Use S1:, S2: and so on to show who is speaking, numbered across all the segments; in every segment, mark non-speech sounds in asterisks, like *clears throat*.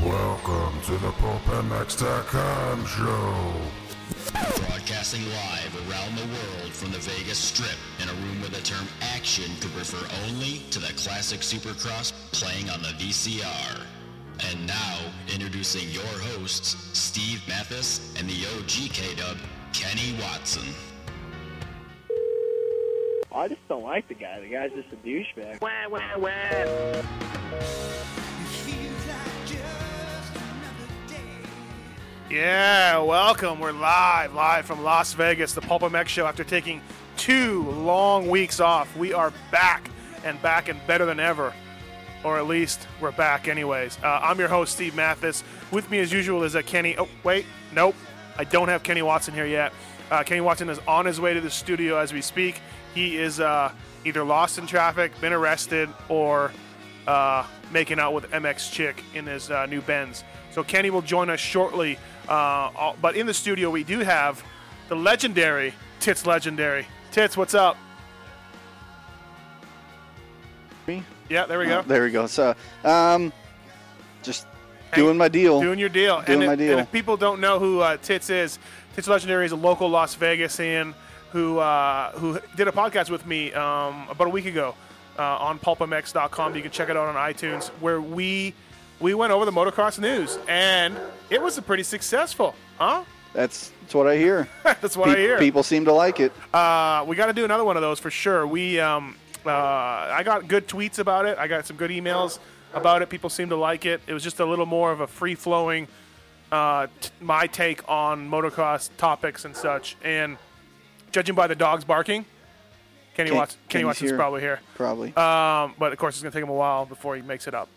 S1: Welcome to the PulpMX.com show.
S2: Broadcasting live around the world from the Vegas Strip in a room where the term action could refer only to the classic Supercross playing on the VCR. And now, introducing your hosts, Steve Mathis and the OGK dub, Kenny Watson.
S3: I just don't like the guy. The guy's just a douchebag.
S4: Yeah, welcome. We're live, live from Las Vegas, the Pulp MX show. After taking two long weeks off, we are back and back and better than ever. Or at least we're back, anyways. Uh, I'm your host, Steve Mathis. With me, as usual, is uh, Kenny. Oh, wait, nope. I don't have Kenny Watson here yet. Uh, Kenny Watson is on his way to the studio as we speak. He is uh, either lost in traffic, been arrested, or uh, making out with MX Chick in his uh, new Benz. So Kenny will join us shortly. Uh, all- but in the studio, we do have the legendary Tits Legendary. Tits, what's up?
S5: Me?
S4: Yeah, there we go.
S5: Oh, there we go. So, um, just doing my deal.
S4: Doing your deal.
S5: Doing
S4: and, if,
S5: my deal.
S4: and if people don't know who uh, Tits is, Tits Legendary is a local Las Vegasian who uh, who did a podcast with me um, about a week ago uh, on pulpmx.com. You can check it out on iTunes, where we we went over the motocross news, and it was pretty successful, huh? *laughs*
S5: that's, that's what I hear.
S4: That's what I
S5: Pe-
S4: hear.
S5: People seem to like it.
S4: Uh, we got to do another one of those for sure. We, um, uh, I got good tweets about it. I got some good emails about it. People seem to like it. It was just a little more of a free flowing, uh, t- my take on motocross topics and such. And judging by the dogs barking, Kenny
S5: Ken-
S4: Watson, Kenny
S5: Kenny's
S4: Watson's
S5: here.
S4: probably here.
S5: Probably.
S4: Um, but of course, it's going to take him a while before he makes it up.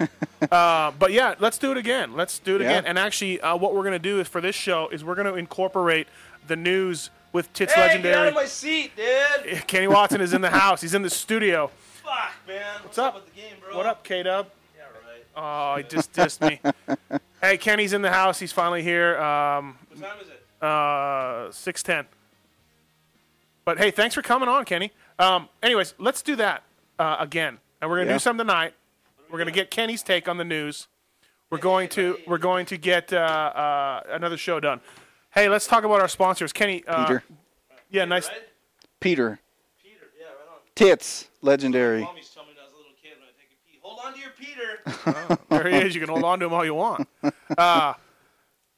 S4: *laughs* uh, but yeah, let's do it again. Let's do it
S5: Yeah.
S4: again. And actually, uh, what we're going to do is for this show is we're going to incorporate the news with Tits
S6: Hey,
S4: Legendary.
S6: get out of my seat, dude!
S4: *laughs* Kenny Watson is in the house. He's in the studio.
S6: Fuck, man. What's,
S4: up?
S6: with the game, bro?
S4: What up, K Dub?
S6: Yeah, right.
S4: Oh, he just dissed
S6: *laughs*
S4: me. Hey, Kenny's in the house. He's finally here. Um,
S6: What time is it?
S4: uh, six ten. But hey, thanks for coming on, Kenny. Um, anyways, let's do that uh, again, and we're gonna
S5: Yeah.
S4: do something tonight. We're gonna get Kenny's take on the news. We're going to we're going to get uh, uh, another show done. Hey, let's talk about our sponsors, Kenny. Uh,
S5: Peter.
S4: Yeah, nice.
S6: Right?
S5: Peter.
S6: Peter. Yeah, right on.
S5: Tits. Legendary.
S6: Mommy's told me when I was a little kid when I take a pee. Hold on to your Peter.
S4: There he is. You can hold on to him all you want. Uh,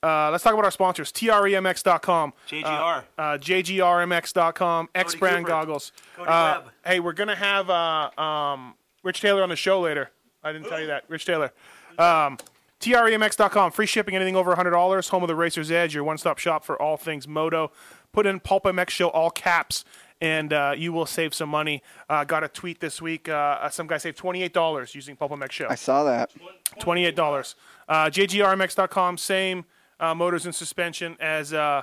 S4: uh, let's talk about our sponsors: E tremx.com,
S6: JGR.
S4: uh, jgrmx.com, X brand
S6: Cooper.
S4: goggles.
S6: Cody
S4: Uh,
S6: Webb.
S4: hey, we're gonna have uh, um, Rich Taylor on the show later. I didn't tell you that. Rich Taylor. Um, TREMX.com, free shipping, anything over $100, home of the Racer's Edge, your one stop shop for all things moto. Put in Pulp MX Show, all caps, and uh, you will save some money. Uh, got a tweet this week. Uh, some guy saved $28 using Pulp MX Show.
S5: I saw that.
S4: Twenty-eight dollars. Uh, JGRMX.com, same uh, motors and suspension as uh,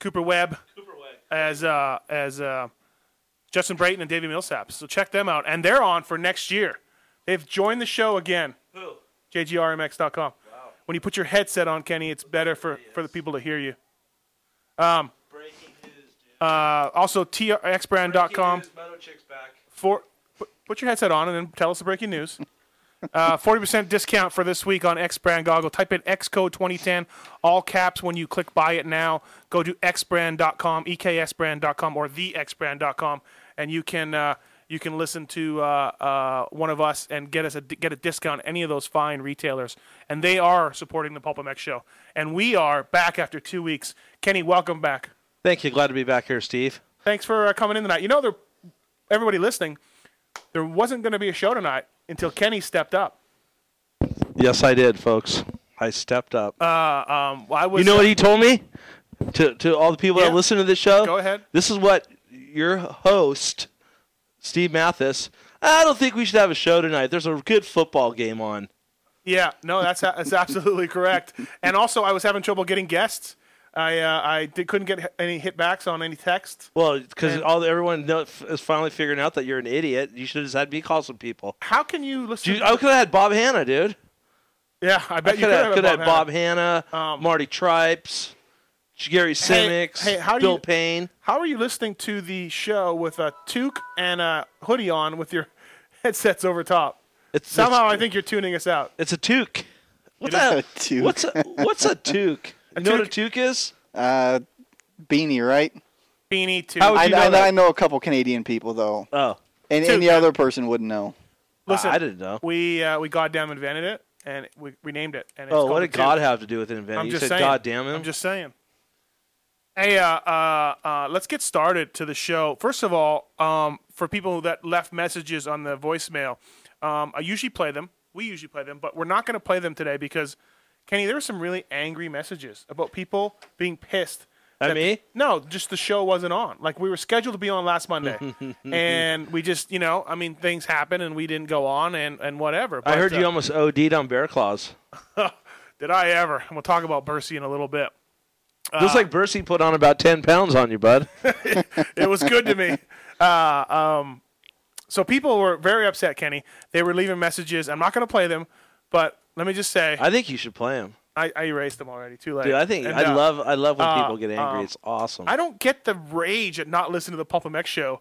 S4: Cooper Webb,
S6: Cooper Way.
S4: as uh, as uh, Justin Brayton and Davey Millsap. So check them out, and they're on for next year. They've joined the show again.
S6: Who?
S4: JGRMX.com. When you put your headset on, Kenny, it's better for, for the people to hear you. Um,
S6: Breaking news, dude.
S4: Uh, also,
S6: Breaking
S4: TRXbrand.com.
S6: news, Moto Chick's back.
S4: for put- put your headset on and then tell us the breaking news. Uh, Forty percent discount for this week on X Brand goggle. Type in X code 2010, all caps when you click buy it now. Go to xbrand.com, eksbrand.com, or thexbrand.com, and you can uh, you can listen to uh, uh, one of us and get us a get a discount. at Any of those fine retailers, and they are supporting the Pulp MX show, and we are back after two weeks. Kenny, welcome back
S7: Thank you. Glad to be back here, Steve.
S4: thanks for uh, coming in tonight. You know, there, everybody listening, there wasn't going to be a show tonight until Kenny stepped up.
S7: Yes, I did, folks. I stepped up.
S4: Um, I was,
S7: you know what he told me? To, to all the people
S4: Yeah.
S7: that listen to this show?
S4: Go ahead.
S7: This is what your host, Steve Mathis, I don't think we should have a show tonight. There's a good football game on.
S4: yeah, no, that's that's absolutely
S7: *laughs*
S4: correct. And also, I was having trouble getting guests. I uh, I did, couldn't get h- any hitbacks on any text.
S7: Well, because
S4: And-
S7: all everyone know, f- is finally figuring out that you're an idiot. You should have just had me call some people.
S4: How can you listen?
S7: Dude, I could have had Bob Hanna, dude.
S4: yeah, I
S7: I
S4: bet
S7: could
S4: you could
S7: have
S4: have
S7: had
S4: had
S7: Bob
S4: Hanna.
S7: Hanna,
S4: Um,
S7: Marty Tripes, Gary Sinix,
S4: hey, how do
S7: Bill
S4: you-
S7: Payne.
S4: How are you listening to the show with a toque and a hoodie on with your *laughs* headsets over top?
S7: It's,
S4: Somehow, I think you're tuning us out.
S7: it's, it's a toque.
S5: *laughs*
S7: What's a,
S5: Toque.
S7: what's a
S5: *laughs*
S7: what's a toque? You know what a toque is?
S5: Uh, beanie, right?
S4: Beanie too.
S7: How would
S5: I,
S7: you know
S5: I,
S7: that?
S5: I know a couple Canadian people though,
S4: Uh,
S7: Oh,
S5: and
S4: Toque.
S5: any other person wouldn't know.
S4: Listen,
S7: I, I didn't know.
S4: we uh, we goddamn invented it and we renamed it. And it's
S7: Oh,
S4: called
S7: what
S4: a
S7: did God
S4: toque.
S7: have to do with it, inventing?
S4: I'm
S7: you
S4: just
S7: said,
S4: saying.
S7: God damn him.
S4: I'm just saying. Hey, uh, uh, uh, let's get started to the show. First of all, um, for people that left messages on the voicemail, um, I usually play them. We usually play them, but we're not going to play them today because, Kenny, there were some really angry messages about people being pissed.
S7: At
S4: that-
S7: me?
S4: No, just the show wasn't on. Like we were scheduled to be on last
S7: *laughs*
S4: Monday, and we just, you know, I mean, things happen and we didn't go on and and whatever.
S7: I
S4: But,
S7: heard you
S4: uh,
S7: almost OD'd on bear claws.
S4: *laughs* Did I ever? And we'll talk about Bercy in a little bit. Uh,
S7: Looks like Bercy put on about ten pounds on you, bud.
S4: *laughs* it was good to me. Uh, um, so people were very upset, Kenny. They were leaving messages. I'm not going to play them, but let me just say, I,
S7: I think you should play him,
S4: I, erased them already. Too late.
S7: dude. I think
S4: And,
S7: I
S4: uh,
S7: love I love when
S4: uh,
S7: people get angry.
S4: um,
S7: it's awesome.
S4: I don't get the rage at not listening to the Pulp MX show,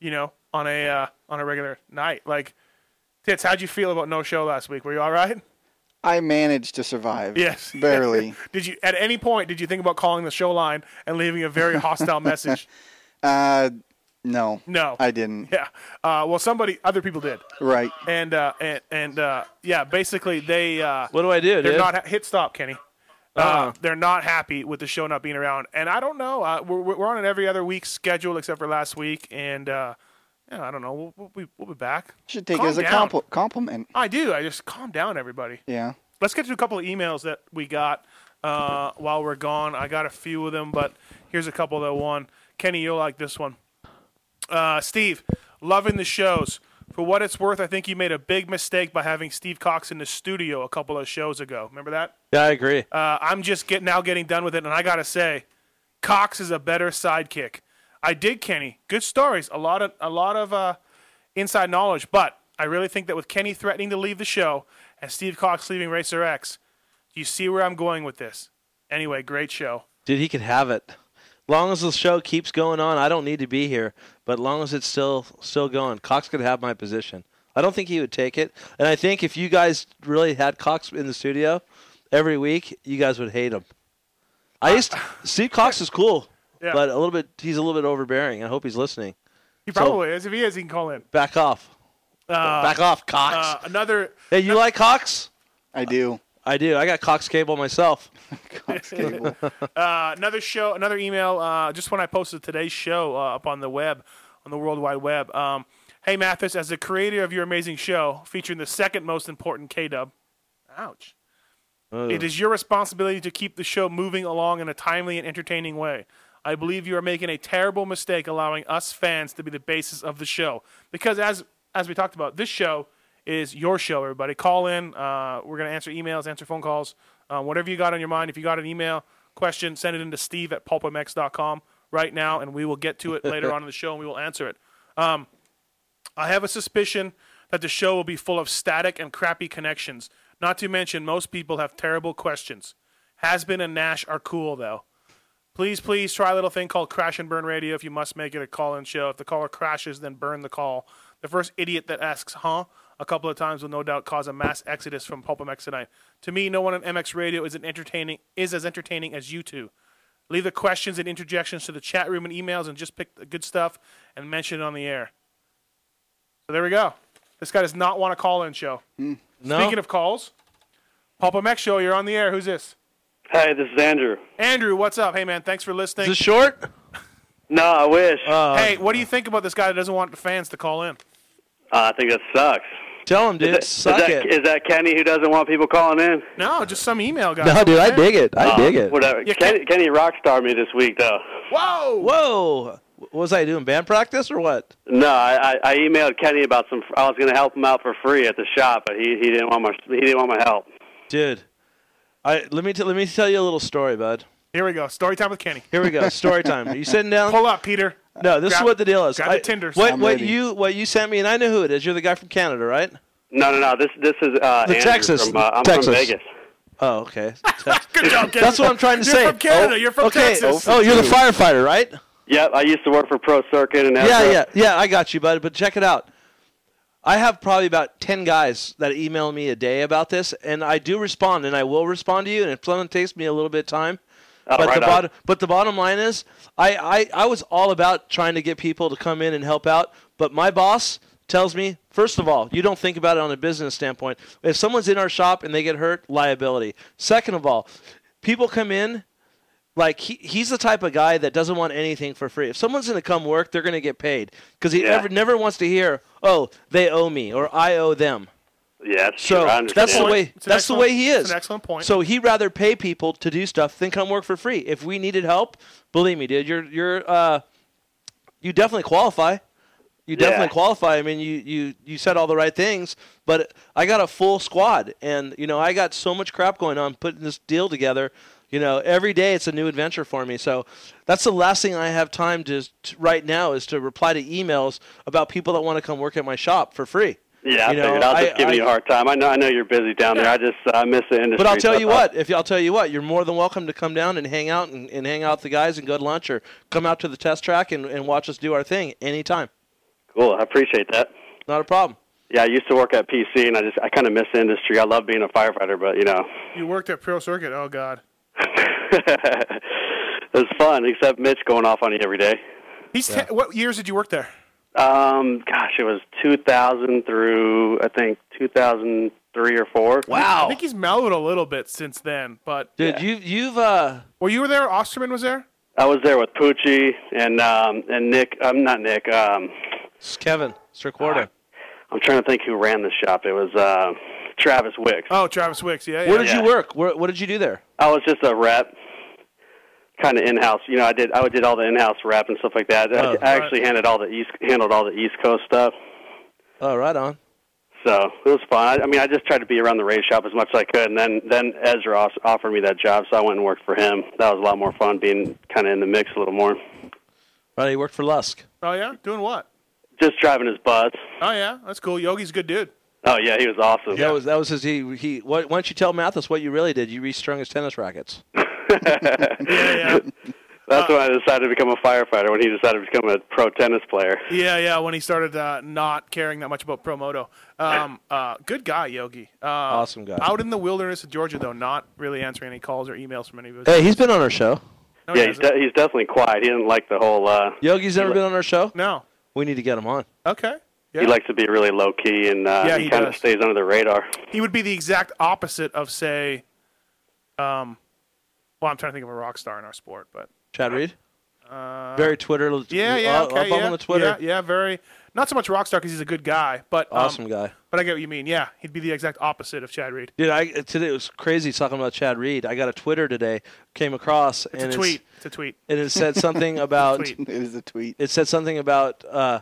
S4: you know, on a uh, on a regular night. Like, tits, how'd you feel about no show last week? Were you all right? *laughs*
S5: I managed to survive.
S4: Yes. *laughs*
S5: barely.
S4: Did you at any point did you think about calling the show line and leaving a very
S7: *laughs*
S4: hostile message?
S5: uh, no,
S4: No.
S5: I didn't.
S4: yeah. Uh, well, somebody, other people did.
S5: Right.
S4: and uh, and and uh, yeah, basically they uh,
S7: what do I do,
S4: they're
S7: dude? Uh-huh.
S4: not ha- hit stop, Kenny. Uh, they're not happy with the show not being around, and I don't know. Uh, we're we're on an every other week schedule except for last week, and uh, yeah, I don't know. We'll, we'll, be- we'll be back.
S5: Should take
S4: Calm
S5: it as a
S4: down.
S5: compli- compliment.
S4: I do. I just calm down, everybody.
S5: Yeah.
S4: Let's get to a couple of emails that we got uh, while we're gone. I got a few of them, but here's a couple that won. Kenny, you'll like this one. Uh, Steve, loving the shows. For what it's worth, I think you made a big mistake by having Steve Cox in the studio a couple of shows ago. Remember that?
S7: yeah, I agree.
S4: Uh, I'm just get, now getting done with it, and I gotta say, Cox is a better sidekick. I did Kenny. Good stories, a lot of a lot of uh, inside knowledge, but I really think that with Kenny threatening to leave the show and Steve Cox leaving Racer X, you see where I'm going with this. Anyway, great show.
S7: Dude, he could have it. Long as the show keeps going on, I don't need to be here. But long as it's still still going, Cox could have my position. I don't think he would take it. And I think if you guys really had Cox in the studio every week, you guys would hate him. I used Steve Cox is cool,
S4: Uh, Yeah.
S7: but a little bit he's a little bit overbearing. I hope he's listening.
S4: He
S7: So-
S4: probably is. If he is, he can call in.
S7: Back off, back off, Cox.
S4: Uh,
S7: *laughs*
S4: another
S7: hey, you like Cox?
S5: I do.
S7: I do. I got Cox cable myself.
S5: Cox
S7: *laughs*
S5: Cable.
S4: *laughs* Uh, another show, another email, uh, just when I posted today's show uh, up on the web, on the World Wide Web. Um, hey, Mathis, as the creator of your amazing show, featuring the second most important K Dub, ouch. It is your responsibility to keep the show moving along in a timely and entertaining way. I believe you are making a terrible mistake allowing us fans to be the basis of the show. Because as as we talked about, this show is your show, everybody. Call in. Uh, we're going to answer emails, answer phone calls, uh, whatever you got on your mind. If you got an email question, send it in to steve at pulpmx.com right now, and we will get to it later on in the show and we will answer it. Um, I have a suspicion that the show will be full of static and crappy connections. Not to mention, most people have terrible questions. Hasbin and Nash are cool, though. Please, please try a little thing called Crash and Burn Radio if you must make it a call in show. If the caller crashes, then burn the call. The first idiot that asks, huh, a couple of times will no doubt cause a mass exodus from Pulp MX tonight. To me, no one on MX Radio is, an entertaining, is as entertaining as you two. Leave the questions and interjections to the chat room and emails and just pick the good stuff and mention it on the air. So there we go. This guy does not want a call in show.
S7: Hmm. No,
S4: Speaking of calls, Papa Mech Show, you're on the air. Who's this?
S8: Hi, this is Andrew.
S4: Andrew, what's up? Hey, man, thanks for listening.
S7: is this short?
S8: No, I wish.
S7: Uh,
S4: hey, what do you think about this guy that doesn't want the fans to call in?
S8: Uh, I think that sucks.
S7: tell him, dude.
S8: Is
S7: suck
S8: that,
S7: it.
S8: is that Kenny who doesn't want people calling in?
S4: No, just some email guy.
S7: no, dude, I dig it. I
S8: Uh,
S7: dig it.
S8: Whatever.
S4: Yeah,
S8: Kenny, Kenny rockstar me this week, though.
S4: Whoa!
S7: Whoa! What was I doing band practice or what?
S8: No, I, I, I emailed Kenny about some. I was going to help him out for free at the shop, but he, he didn't want my he didn't want my help.
S7: Dude, I let me t- let me tell you a little story, bud.
S4: Here we go. Story time with Kenny.
S7: Here we go. Story time. Are you sitting down?
S4: Pull up, Peter.
S7: No, this
S4: Grab-
S7: is what the deal is.
S4: grab the Tinder.
S7: What,
S5: I'm
S7: what
S5: ready.
S7: you what you sent me, and I know who it is. You're the guy from Canada, right?
S8: No, no, no. This this is uh,
S7: The
S8: Andrew
S7: Texas-
S8: From, uh, I'm
S7: Texas.
S8: from Vegas.
S7: Oh, okay.
S4: Good job, Kenny.
S7: That's what I'm trying to
S4: You're
S7: say.
S4: from Canada. You're from
S7: okay.
S4: Texas.
S7: Oh, you're the firefighter, right?
S8: Yep, I used to work for Pro Circuit and
S7: Yeah, yeah, yeah. I got you, bud. But check it out. I have probably about 10 guys that email me a day about this, and I do respond, and I will respond to you, and if someone takes me a little bit of time.
S8: Oh,
S7: but,
S8: right
S7: the
S8: on.
S7: bottom, but the bottom line is, I, I, I was all about trying to get people to come in and help out, but my boss tells me, first of all, you don't think about it on a business standpoint. If someone's in our shop and they get hurt, liability. Second of all, people come in like he, he's the type of guy that doesn't want anything for free. If someone's going to come work, they're going to get paid because he
S8: Yeah.
S7: never never wants to hear, "Oh, they owe me" or "I owe them."
S8: Yeah, that's
S7: So
S8: true. I
S7: that's the
S8: understand.
S7: way
S4: It's an
S7: that's the
S4: excellent-
S7: way he
S4: it's
S7: is.
S4: an excellent point.
S7: So he'd rather pay people to do stuff than come work for free. If we needed help, believe me, dude, you're you're uh, you definitely qualify. You
S8: Yeah.
S7: definitely qualify. I mean, you, you you said all the right things, but I got a full squad, and you know I got so much crap going on putting this deal together. You know, every day it's a new adventure for me. So that's the last thing I have time to, to right now is to reply to emails about people that want to come work at my shop for free.
S8: Yeah, I
S7: You know,
S8: figured. I was just
S7: I-
S8: giving
S7: I-
S8: you a hard time. I know, I know you're busy down there. I just I miss the industry.
S7: But I'll tell
S8: so
S7: you
S8: I-
S7: what, if I'll tell you what, you're more than welcome to come down and hang out and, and hang out with the guys and go to lunch or come out to the test track and, and watch us do our thing anytime.
S8: Cool. I appreciate that.
S7: Not a problem.
S8: Yeah, I used to work at PC, and I just I kind of miss the industry. I love being a firefighter, but you know, *laughs*
S4: You worked at Pro Circuit. Oh God,
S8: it was fun. Except Mitch going off on you every day.
S4: he's te- what years did you work there?
S8: Um, gosh, it was 2000 through I think 2003 or four.
S4: I think he's mellowed a little bit since then. But
S7: Dude, you you've uh
S4: well, you were there. Osterman was there.
S8: I was there with Poochie and um and Nick. I'm not Nick. Um,
S7: it's Kevin Strickwardo.
S8: I'm trying to think who ran the shop. It was uh, Travis Wicks.
S4: Oh, Travis Wicks. Yeah, yeah.
S7: Where did
S8: yeah.
S7: you work? Where, what did you do there?
S8: I was just a rep, kind of in-house. You know, I did I did all the in-house rep and stuff like that. I,
S7: Oh,
S8: I actually handled all the east handled all the East Coast stuff.
S7: Oh, right on.
S8: So it was fun. I, I mean, I just tried to be around the race shop as much as I could, and then then Ezra os- offered me that job, so I went and worked for him. That was a lot more fun, being kind of in the mix a little more.
S7: Right, you worked for Lusk.
S4: Oh yeah, doing what?
S8: Just driving his bus.
S4: Oh yeah, that's cool. Yogi's a good dude.
S8: Oh yeah, he was awesome.
S7: That was that was his he he. What, why don't you tell Mathis what you really did? You restrung his tennis
S4: *laughs*
S7: rackets.
S4: Yeah, Uh, yeah,
S8: That's when I decided to become a firefighter. When he decided to become a pro tennis player.
S4: yeah, yeah. When he started uh, not caring that much about Pro Moto,
S7: *laughs*
S4: um, uh, good guy Yogi. Uh,
S7: Awesome guy.
S4: Out in the wilderness of Georgia, though, not really answering any calls or emails from any of us.
S7: Hey, he's been on our show.
S4: no, he
S8: yeah, he's
S4: hasn't.
S8: de- he's definitely quiet. He didn't like the whole. Uh,
S7: Yogi's never been on our show.
S4: no.
S7: We need to get him on.
S4: Okay. Yeah.
S8: He likes to be really low key, and uh,
S4: Yeah,
S8: he,
S4: he
S8: kind
S4: does.
S8: of stays under the radar.
S4: he would be the exact opposite of say um well i'm trying to think of a rock star in our sport but
S7: Chad Reed. Uh, Very Twitter.
S4: yeah yeah
S7: uh,
S4: okay,
S7: up
S4: yeah,
S7: on the Twitter.
S4: yeah Um, yeah very not so much rock star because he's a good guy but um,
S7: Awesome guy.
S4: but i get what you mean yeah he'd be the exact opposite of chad reed
S7: Dude, I today it was crazy talking about Chad Reed. I got a Twitter today, came across and
S4: it's a
S7: it's-
S4: tweet it's a tweet
S7: and it said
S4: *laughs*
S7: something about
S4: tweet.
S5: It was a tweet.
S7: it said something about uh,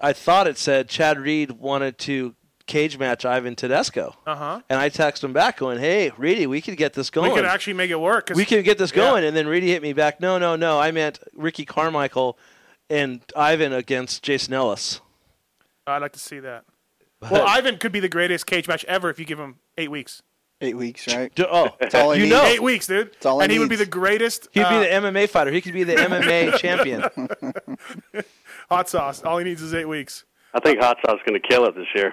S7: I thought it said Chad Reed wanted to cage match Ivan Tedesco.
S4: uh-huh
S7: And I texted him back going, "Hey, Reedy, we could get this
S4: we
S7: going.
S4: could actually make it work 'cause-
S7: We can get this
S4: Yeah.
S7: going." And then Reedy hit me back, "No, no, no. I meant Ricky Carmichael and Ivan against Jason Ellis."
S4: Oh, i'd like to see that well ivan could be the greatest cage match ever if you give him eight weeks
S5: Eight weeks, right?
S7: D-
S5: *laughs*
S7: Oh,
S5: all I
S7: you
S5: need.
S7: know.
S4: eight weeks dude
S5: all he
S4: and he would be
S5: needs.
S4: the greatest
S7: He'd be
S4: uh, *laughs*
S7: the MMA fighter. He could be the MMA champion.
S4: hot sauce all he needs is eight weeks
S8: I
S4: Uh,
S8: think Hot Sauce is going to kill it this year.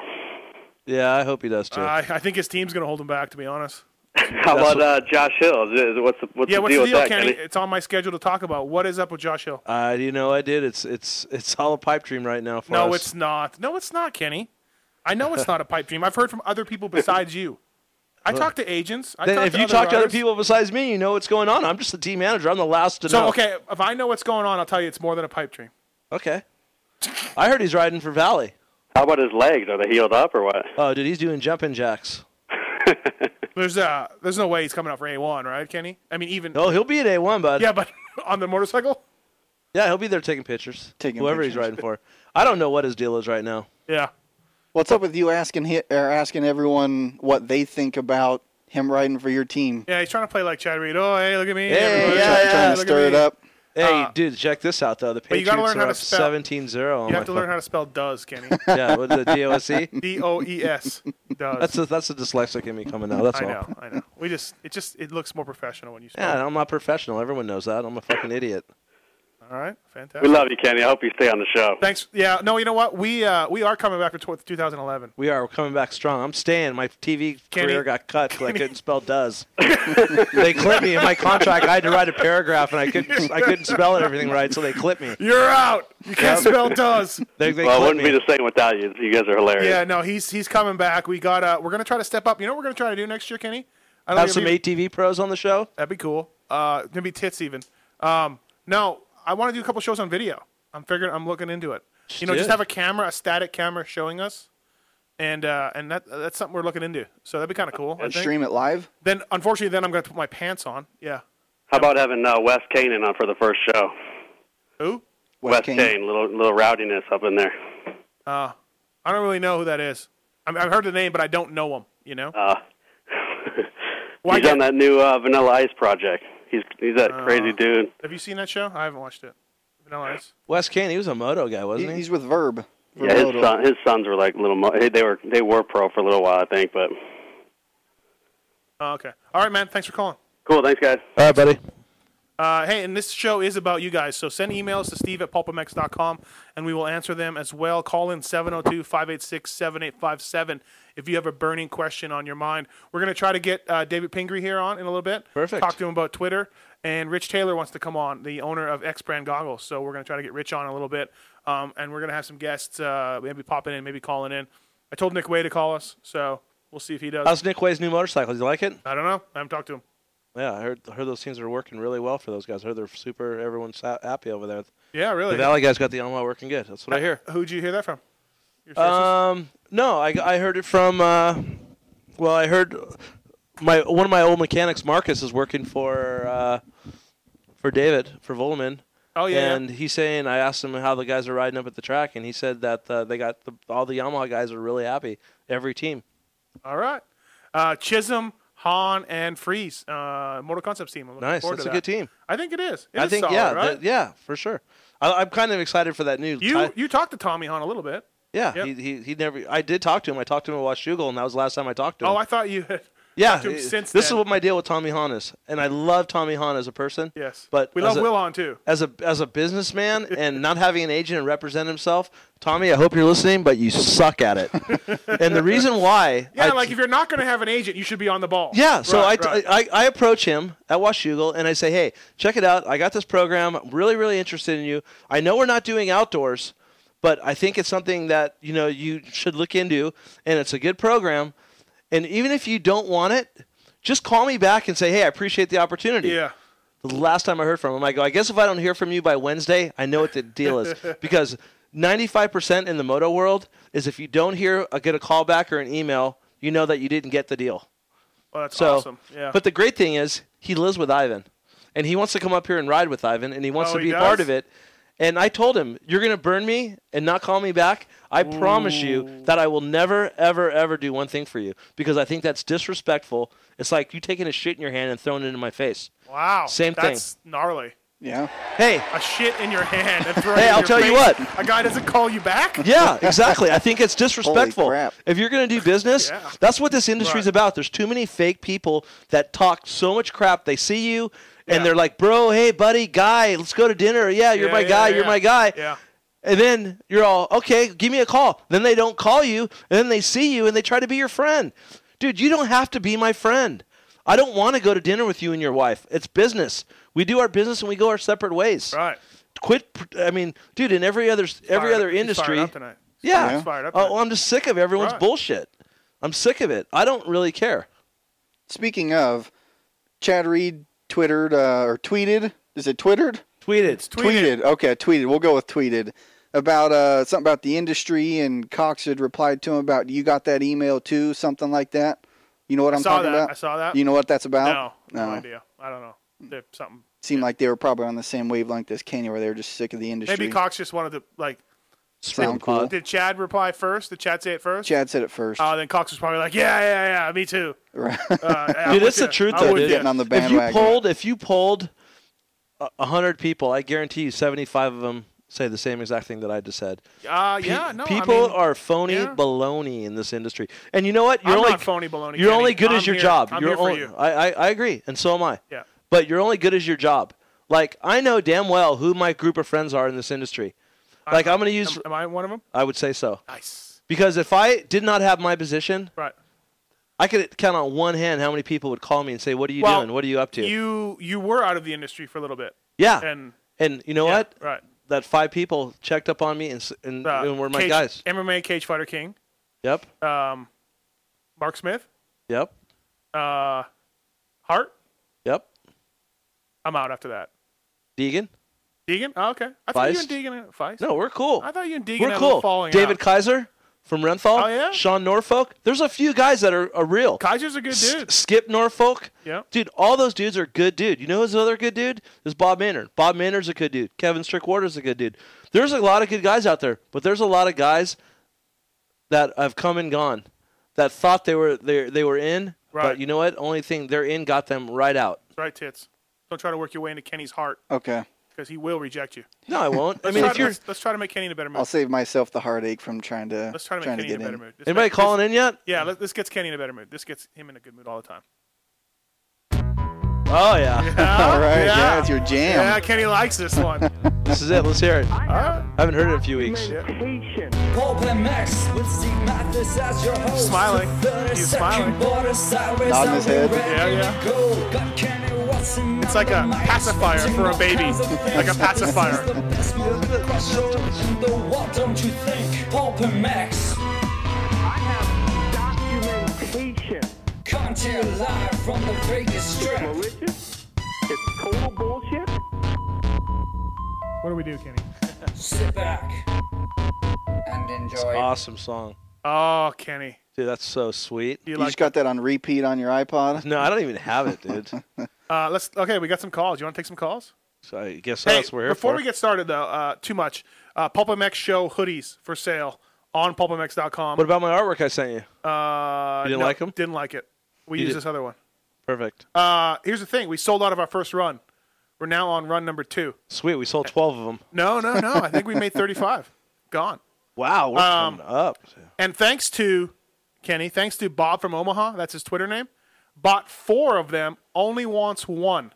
S7: Yeah, I hope he does too.
S4: uh, I, I think his team's gonna hold him back to be honest
S8: *laughs* How about uh, Josh Hill? Is it- What's the, what's
S4: Yeah,
S8: the
S4: what's
S8: deal
S4: the deal,
S8: with that?
S4: Kenny?
S8: Kenny?
S4: It's on my schedule to talk about. What is up with Josh Hill?
S7: Uh, you know, I did. It's it's it's all a pipe dream right now for
S4: no,
S7: us.
S4: it's not. No, it's not, Kenny. I know it's not a pipe dream. I've heard from other people besides you. I talk to agents. I
S7: Then
S4: talk
S7: if
S4: to
S7: you
S4: other
S7: talk to other
S4: writers.
S7: people besides me, you know what's going on. I'm just the team manager. I'm the last to
S4: so
S7: know.
S4: okay, if I know what's going on, I'll tell you it's more than a pipe dream.
S7: okay. I heard he's riding for Valley.
S8: How about his legs? Are they healed up or what?
S7: Oh, dude, he's doing jumping jacks.
S4: There's uh, there's no way he's coming out for A1, right, Kenny? I mean, even
S7: Oh, he'll be at A1, bud.
S4: yeah, but *laughs* on the motorcycle.
S7: yeah, he'll be there taking pictures.
S5: Taking
S7: whoever he's
S5: pictures.
S7: riding for. I don't know what his deal is right now.
S4: Yeah,
S5: What's up with you asking hi- or asking everyone what they think about him riding for your team?
S4: yeah, he's trying to play like Chad Reed. Oh, hey, look at me.
S7: Hey,
S4: everybody.
S7: yeah,
S5: Try-
S7: yeah,
S5: trying
S4: look
S5: to
S4: at
S5: stir it
S4: me.
S5: up.
S7: Hey, dude, check this out though. The
S4: Uh, you
S7: Patriots
S4: gotta learn
S7: are
S4: how to
S7: up
S4: spell.
S7: 17-0.
S4: You
S7: on Oh my
S4: have to learn
S7: phone.
S4: how to spell does, Kenny.
S7: *laughs* yeah, with the
S4: *laughs*
S7: DOSC.
S4: D O E S. Does.
S7: That's a, that's a dyslexic in me coming out. That's
S4: I
S7: all.
S4: know, I know. We just it just it looks more professional when you spell.
S7: Yeah, I'm not professional. Everyone knows that. I'm a fucking idiot.
S4: All right, fantastic.
S8: We love you, Kenny. I hope you stay on the show.
S4: Thanks. Yeah. No, you know what? We uh, we are coming back to tw- 2011.
S7: We are. We're coming back strong. I'm staying. My TV
S4: Kenny-
S7: career got cut because I couldn't spell does.
S4: *laughs*
S7: they clipped me in my contract. I had to write a paragraph and
S4: *laughs*
S7: I couldn't I couldn't spell it everything right, so they clipped me.
S4: You're out. You can't spell does.
S7: *laughs* They, they
S8: well, it
S7: clipped
S8: wouldn't
S7: me.
S8: be the same without you. You guys are hilarious.
S4: Yeah. No, he's he's coming back. We got. Uh, we're gonna try to step up. You know what we're gonna try to do next year, Kenny? I
S7: Have
S4: think
S7: some
S4: it'd be-
S7: ATV pros on the show.
S4: That'd be cool. Uh, maybe tits even. Um, no, I want to do a couple shows on video. I'm figuring. I'm looking into it. You know,
S7: do
S4: just
S7: it.
S4: have a camera, a static camera showing us, and uh, and that that's something we're looking into. So that'd be kind of cool. I
S5: And
S4: think.
S5: stream it live.
S4: Then, unfortunately, then I'm gonna put my pants on. Yeah.
S8: How about having uh, Wes Kanan on for the first show?
S4: Who?
S8: Wes Kane, little little rowdiness up in there.
S4: Uh, I don't really know who that is. I mean, I've heard the name, but I don't know him. You know.
S8: Uh,
S4: *laughs* Why Oh.
S8: he's on that new uh, Vanilla Ice project. He's he's that crazy dude.
S4: Have you seen that show? I haven't watched it. Vanilla Ice.
S7: Wes Kane, he was a moto guy, wasn't
S5: He-
S7: he?
S5: He's with Verb.
S8: Yeah, his son, his sons were like little. Mo- they were they were pro for a little while, I think. But
S4: Oh, okay. All right, man. Thanks for calling.
S8: cool, thanks guys.
S7: All right, buddy.
S4: Uh, hey, and this show is about you guys, so send emails to steve at pulpamex.com and we will answer them as well. Call in 702 586 7857 if you have a burning question on your mind. We're going to try to get uh, David Pingree here on in a little bit.
S7: Perfect.
S4: Talk to him about Twitter. And Rich Taylor wants to come on, the owner of X Brand Goggles. So we're going to try to get Rich on in a little bit. Um, and we're going to have some guests uh, maybe popping in, maybe calling in. I told Nick Way to call us, so we'll see if he does.
S7: How's Nick Way's new motorcycle? Do you like it?
S4: I don't know. I haven't talked to him.
S7: Yeah, I heard I heard those teams are working really well for those guys. I heard they're super. Everyone's ha- happy over there.
S4: Yeah,
S7: The
S4: really.
S7: Valley guys got the Yamaha working good. That's what I hear.
S4: Who'd you hear that from? Your sources?
S7: Um, no, I, I heard it from. Uh, well, I heard my one of my old mechanics, Marcus, is working for uh, for David for Volman.
S4: oh, yeah, yeah.
S7: and he's saying I asked him how the guys are riding up at the track, and he said that uh, they got the, all the Yamaha guys are really happy. Every team.
S4: All right. Uh, Chisholm, Hahn, and Freeze, uh, Mortal Concepts team. I'm looking
S7: Nice.
S4: forward
S7: That's
S4: to
S7: a
S4: that.
S7: good team.
S4: I think it is. It
S7: I
S4: is
S7: think
S4: solid,
S7: yeah,
S4: right?
S7: that- yeah, for sure. I, I'm kind of excited for that new.
S4: You
S7: ti-
S4: you talked to Tommy Hahn a little bit.
S7: yeah,
S4: yep.
S7: he, he he never. I did talk to him. I talked to him at Washougal, and that was the last time I talked to him.
S4: Oh, I thought you had.
S7: *laughs* yeah.
S4: talked to him
S7: it-
S4: since
S7: this is
S4: then.
S7: what my deal with Tommy Hahn is, and I love Tommy Hahn as a person.
S4: Yes.
S7: but
S4: we
S7: as
S4: love
S7: a-
S4: Will Hahn too.
S7: as a as a businessman *laughs* and not having an agent and represent himself, Tommy, I hope you're listening, but you suck
S4: *laughs*
S7: at it. and the reason why,
S4: Yeah,
S7: I-
S4: like if you're not going to have an agent, you should be on the ball.
S7: yeah, so
S4: Right,
S7: I,
S4: right.
S7: I I approach him at Washougal and I say, hey, check it out. I got this program. I'm really really interested in you. I know we're not doing outdoors, but I think it's something that you know you should look into, and it's a good program. And even if you don't want it, just call me back and say, hey, I appreciate the opportunity.
S4: yeah.
S7: The last time I heard from him, I go, I guess if I don't hear from you by Wednesday, I know what the
S4: *laughs*
S7: deal is. because 95% in the moto world is if you don't hear, uh, get a call back or an email, you know that you didn't get the deal.
S4: Well, Oh, that's
S7: So,
S4: awesome. Yeah.
S7: But the great thing is, he lives with Ivan. And he wants to come up here and ride with Ivan, and he wants
S4: Oh,
S7: to
S4: he
S7: be a part
S4: does?
S7: of it. And I told him, You're going to burn me and not call me back. I promise you that I will never, ever, ever do one thing for you because I think that's disrespectful. It's like you taking a shit in your hand and throwing it in my face.
S4: wow.
S7: same thing.
S4: that's gnarly.
S5: Yeah.
S7: Hey,
S4: A shit in your hand. And *laughs* throw it
S7: Hey,
S4: in
S7: I'll
S4: your
S7: tell you
S4: face.
S7: what.
S4: A guy doesn't call you back.
S7: *laughs* Yeah, exactly. I think it's
S5: *laughs*
S7: disrespectful.
S5: Holy crap.
S7: If you're going to do business,
S4: Yeah.
S7: that's what this industry's
S4: Right.
S7: about. There's too many fake people that talk so much crap. They see you and
S4: Yeah.
S7: they're like, "Bro, hey buddy, guy, let's go to dinner. Yeah, you're
S4: Yeah,
S7: my
S4: yeah,
S7: guy. You're
S4: yeah.
S7: my guy."
S4: Yeah.
S7: And then you're all, "Okay, give me a call." Then they don't call you, and then they see you and they try to be your friend. Dude, you don't have to be my friend. I don't want to go to dinner with you and your wife. It's business. We do our business and we go our separate ways.
S4: Right.
S7: Quit. pr- I mean, dude, in every other every
S4: Fired-
S7: other
S4: he's fired
S7: industry,
S4: up tonight.
S7: yeah.
S4: He's fired up
S7: Oh,
S4: tonight.
S7: well, I'm just sick of everyone's
S4: Right.
S7: bullshit. I'm sick of it. I don't really care.
S5: Speaking of, Chad Reed twittered uh, or tweeted. Is it twittered?
S7: Tweeted.
S5: tweeted. Okay, tweeted. We'll go with tweeted about uh, something about the industry, and Cox had replied to him about you got that email too, something like that. You know what
S4: I
S5: I'm
S4: saw
S5: talking
S4: that.
S5: about?
S4: I saw that.
S5: You know what that's
S4: no,
S5: about?
S4: no,
S5: no.
S4: idea. I don't know. There's something
S5: Seemed like they were probably on the same wavelength as Kanye, where they were just sick of the industry.
S4: Maybe Cox just wanted to like.
S5: Sound cool.
S4: Did Chad reply first? Did Chad say it first?
S5: Chad said it first.
S4: Uh, then Cox was probably like, "Yeah, yeah, yeah, me too."
S5: Right. *laughs*
S4: Uh, I'm
S7: Dude,
S4: with
S7: it's the
S4: ya.
S7: truth
S4: I'm
S7: though,
S4: with
S7: dude.
S4: ya.
S5: Getting on the
S7: if you
S5: bandwagon.
S7: polled, if you polled a- a hundred people, I guarantee you, seventy-five of them say the same exact thing that I just said.
S4: Uh,
S7: Pe-
S4: yeah, no,
S7: people
S4: I mean,
S7: are phony
S4: yeah.
S7: baloney in this industry, and you know what? You're
S4: I'm
S7: only
S4: not phony baloney,
S7: You're
S4: Kenny.
S7: only good
S4: I'm
S7: as your
S4: here.
S7: job.
S4: I'm
S7: you're
S4: here for
S7: only-
S4: you.
S7: I, I I agree, and so am I.
S4: Yeah.
S7: But you're only good as your job. Like I know damn well who my group of friends are in this industry. Like I'm going to use.
S4: Am, am I one of them?
S7: I would say so
S4: Nice.
S7: because if I did not have my position,
S4: Right.
S7: I could count on one hand how many people would call me and say, "What are you
S4: Well,
S7: doing? What are you up to?"
S4: You you were out of the industry for a little bit,
S7: yeah, and,
S4: and
S7: you know
S4: yeah,
S7: what?
S4: Right.
S7: That five people checked up on me and s- and,
S4: Uh,
S7: and were my
S4: cage-
S7: guys.
S4: MMA cage fighter king,
S7: Yep,
S4: um, Mark Smith,
S7: yep,
S4: uh, Hart.
S7: yep.
S4: I'm out after that.
S7: Deegan.
S4: Deegan. Oh, okay. I thought
S7: Feist?
S4: you and Deegan. Feist.
S7: No, we're cool.
S4: I thought you and Deegan
S7: We're
S4: had a
S7: cool.
S4: little falling
S7: David
S4: out.
S7: Kaiser from Renthal.
S4: Oh, yeah?
S7: Sean Norfolk. There's a few guys that are, are real.
S4: Kaiser's a good
S7: S-
S4: dude.
S7: Skip Norfolk.
S4: Yeah.
S7: Dude, all those dudes are good dude. You know who's another good dude? Is Bob Maynard. Bob Maynard's a good dude. Kevin Strickwater's a good dude. There's a lot of good guys out there, but there's a lot of guys that have come and gone that thought they were they, they were in,
S4: Right.
S7: but you know what? Only thing they're in got them right out.
S4: Right, tits. Don't try to work your way into Kenny's heart
S5: Okay.
S4: because he will reject you.
S7: No,
S4: *laughs*
S7: I won't. I
S4: Let's
S7: mean,
S4: try
S7: if
S4: to-
S7: you're
S4: let's, let's try to make Kenny in a better mood.
S5: I'll save myself the heartache from trying to
S4: let's try to make
S5: trying
S4: Kenny
S5: to
S4: in
S5: get
S4: a better
S5: in.
S4: mood. This
S7: anybody
S4: makes-
S7: calling in yet?
S4: Yeah, let, this gets Kenny in a better mood. This gets him in a good mood all the time. *laughs*
S7: Oh yeah.
S5: *laughs* All right, yeah, it's your jam.
S4: Yeah, Kenny likes this one. all
S7: *laughs* this is it. Let's hear it. I
S4: right.
S7: haven't heard it in a few weeks.
S3: Patient.
S9: Open Max with Steve Mathis as your host.
S4: Smiling.
S9: The
S4: He's
S9: 32nd
S4: smiling.
S9: Border sideways,
S5: Nodding his
S9: are we
S5: head.
S9: ready to
S4: Yeah, yeah.
S9: go? Got Kenny Watson
S4: It's
S9: on
S4: like
S9: the
S4: a
S9: mic,
S4: pacifier
S9: spitting
S4: for a
S9: all
S4: baby.
S9: kinds of
S4: Like a
S9: things.
S4: pacifier.
S9: This is the best mother crusher in the world, don't you think? Open Max,
S3: I have documentation.
S9: coming to you live from the Vegas Strip.
S3: Malicious. It's total bullshit.
S4: What do we do, Kenny?
S9: Sit back and enjoy.
S7: Awesome song.
S4: Oh, Kenny.
S7: Dude, that's so sweet.
S4: You
S5: You
S4: like?
S5: just got that on repeat on your iPod.
S7: No, I don't even have
S5: *laughs*
S7: it, dude.
S4: Uh, let's. Okay, we got some calls. You want to take some calls?
S7: So I guess
S4: Hey,
S7: that's what we're here
S4: before
S7: for.
S4: we get started, though, uh, too much. Uh, Pulpamex show hoodies for sale on pulpamex.com.
S7: what about my artwork I sent you?
S4: Uh,
S7: You didn't
S4: no,
S7: like 'em?
S4: Didn't like it. We
S7: You
S4: used
S7: did-
S4: this other one.
S7: Perfect.
S4: Uh, here's the thing: we sold out of our first run. We're now on run number two.
S7: Sweet. We sold 12 of them.
S4: No, no, no. I think we made 35. Gone.
S7: Wow, we're
S4: Um,
S7: coming up.
S4: And thanks to Kenny, thanks to Bob from Omaha, that's his Twitter name, bought four of them, only wants one,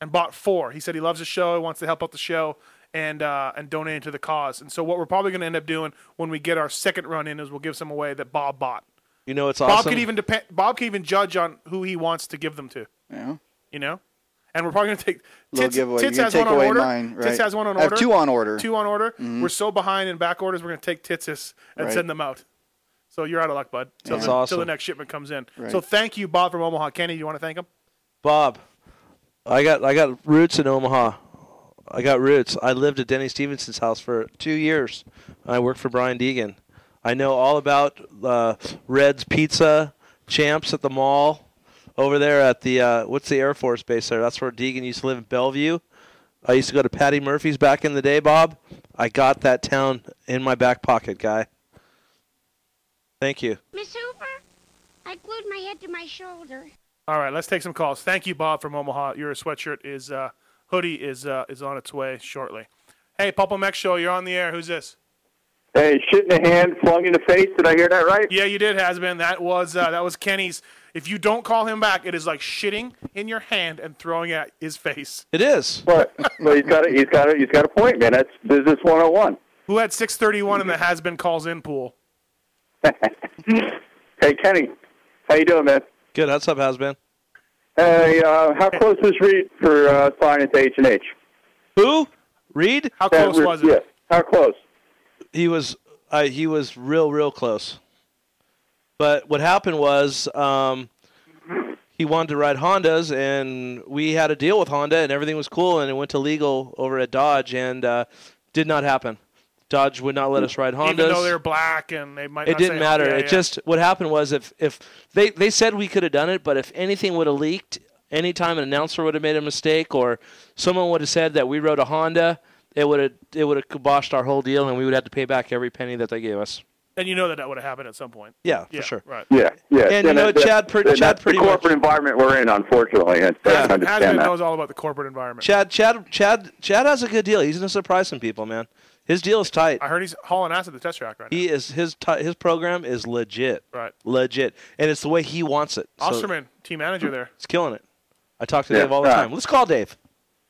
S4: and bought four. He said he loves the show, he wants to help out the show, and uh, and donate to the cause. And so what we're probably going to end up doing when we get our second run in is we'll give some away that Bob bought.
S7: You know it's
S4: Bob
S7: awesome.
S4: could even depend. Bob could even judge on who he wants to give them to.
S5: Yeah.
S4: You know. And we're probably gonna take
S5: Little
S4: Tits,
S5: giveaway.
S4: Tits
S5: You're
S4: has
S5: gonna
S4: one
S5: take
S4: on
S5: away
S4: order.
S5: mine,
S4: Tits
S5: right.
S4: has one on
S5: I have
S4: order.
S5: two on order. Mm-hmm.
S4: Two on order. We're so behind in back orders. We're gonna take Titsis and
S5: Right.
S4: send them out. So you're out of luck, bud. Till,
S7: That's
S4: the,
S7: awesome.
S4: till the next shipment comes in.
S5: Right.
S4: So thank you, Bob from Omaha. Kenny, you want to thank him?
S7: Bob, I got I got roots in Omaha. I got roots. I lived at Denny Stevenson's house for two years. I worked for Brian Deegan. I know all about uh, Red's Pizza, Champs at the mall, over there at the uh, what's the Air Force base there? That's where Deegan used to live in Bellevue. I used to go to Patty Murphy's back in the day, Bob. I got that town in my back pocket, guy. Thank you.
S10: Miss Hoover, I glued my head to my shoulder.
S4: All right, let's take some calls. Thank you, Bob from Omaha. Your sweatshirt is uh, hoodie is uh, is on its way shortly. Hey, Pulp Mech Show, you're on the air. Who's this?
S11: Hey, shit in the hand, flung in the face. Did I hear that right?
S4: Yeah, you did, has been. That was uh, that was Kenny's. If you don't call him back, it is like shitting in your hand and throwing at his face.
S7: It is.
S11: But but he's got a he's got a he's got a point, man. That's business one oh one.
S4: Who had 631 in the has been calls in pool?
S11: Hey Kenny, how you doing, man?
S7: Good. That's up, has been.
S11: Hey, uh, how close was Reed for uh, signing to H and H?
S7: Who? Reed?
S4: How close was
S11: Yeah,
S4: it?
S11: how close?
S7: he was uh, he was real real close. But what happened was um, he wanted to ride Hondas, and we had a deal with Honda, and everything was cool, and it went to legal over at Dodge, and uh, did not happen. Dodge would not let us ride Hondas.
S4: Even though they're black and they might.
S7: it
S4: not
S7: didn't
S4: say- "Oh,
S7: matter.
S4: Yeah,
S7: it
S4: yeah.
S7: just what happened was if if they they said we could have done it, but if anything would have leaked, anytime an announcer would have made a mistake or someone would have said that we rode a Honda, it would have it would have kiboshed our whole deal, and we would have to pay back every penny that they gave us.
S4: And you know that that would have happened at some point.
S7: Yeah, for
S4: yeah,
S7: sure.
S4: Right.
S11: Yeah, yeah.
S7: And, you know,
S11: that-
S7: Chad pre-
S11: and
S7: Chad
S11: that's
S7: pretty
S11: the corporate environment we're in, unfortunately. uh, I I
S7: Yeah,
S11: understand
S4: Hasbin
S11: that.
S4: knows all about the corporate environment.
S7: Chad, Chad, Chad, Chad has a good deal. He's gonna surprise some people, man. His deal is tight.
S4: I heard he's hauling ass at the test track right now.
S7: He is his ti his program is legit,
S4: Right.
S7: legit, and it's the way he wants it. So
S4: Osterman, team manager there.
S7: it's killing it. I talk to
S11: Yeah.
S7: Dave all the
S11: Uh,
S7: time. Let's call Dave.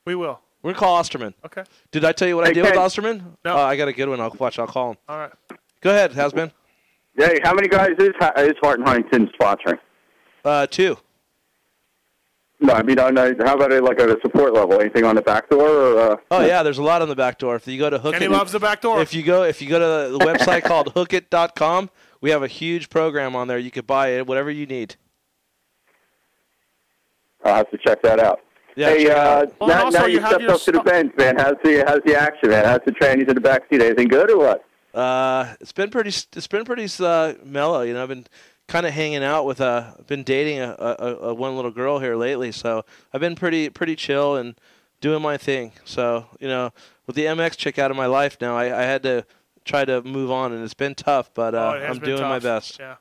S4: We will.
S7: We're gonna call Osterman.
S4: Okay.
S7: Did I tell you what I
S4: Hey,
S7: did with
S4: Ken.
S7: Osterman? No. I got a good one. I'll watch. I'll call him.
S4: All right.
S7: Go ahead, has been.
S11: Hey, how many guys is is Hart and Huntington sponsoring?
S7: Uh, two.
S11: No, I mean, on a, how about it like at a support level? Anything on the back door? Or, uh,
S7: Oh yeah, there's a lot on the back door. If you go to Hook
S4: Kenny
S7: It-
S4: loves the back door.
S7: If you go, if you go to the
S11: *laughs*
S7: website called HookIt.com, we have a huge program on there. You could buy it, whatever you need.
S11: I'll have to check that out.
S7: Yeah,
S11: hey,
S7: check it
S11: uh,
S7: out.
S4: Well, Oh, and
S11: now,
S4: also
S11: now
S4: you
S11: you
S4: have
S11: stepped
S4: your
S11: up to the bench, man. How's the how's the action, man? How's the trannies in the back seat? Anything good or what?
S7: Uh, it's been pretty. It's been pretty uh, mellow. You know, I've been kind of hanging out with. Uh, I've been dating a, a, a- a one little girl here lately, so I've been pretty pretty chill and doing my thing. So you know, with the MX chick out of my life now, I, I had to try to move on, and it's been tough. But uh,
S4: Oh, it has
S7: I'm
S4: been
S7: doing my
S4: tough.
S7: best.
S4: Yeah.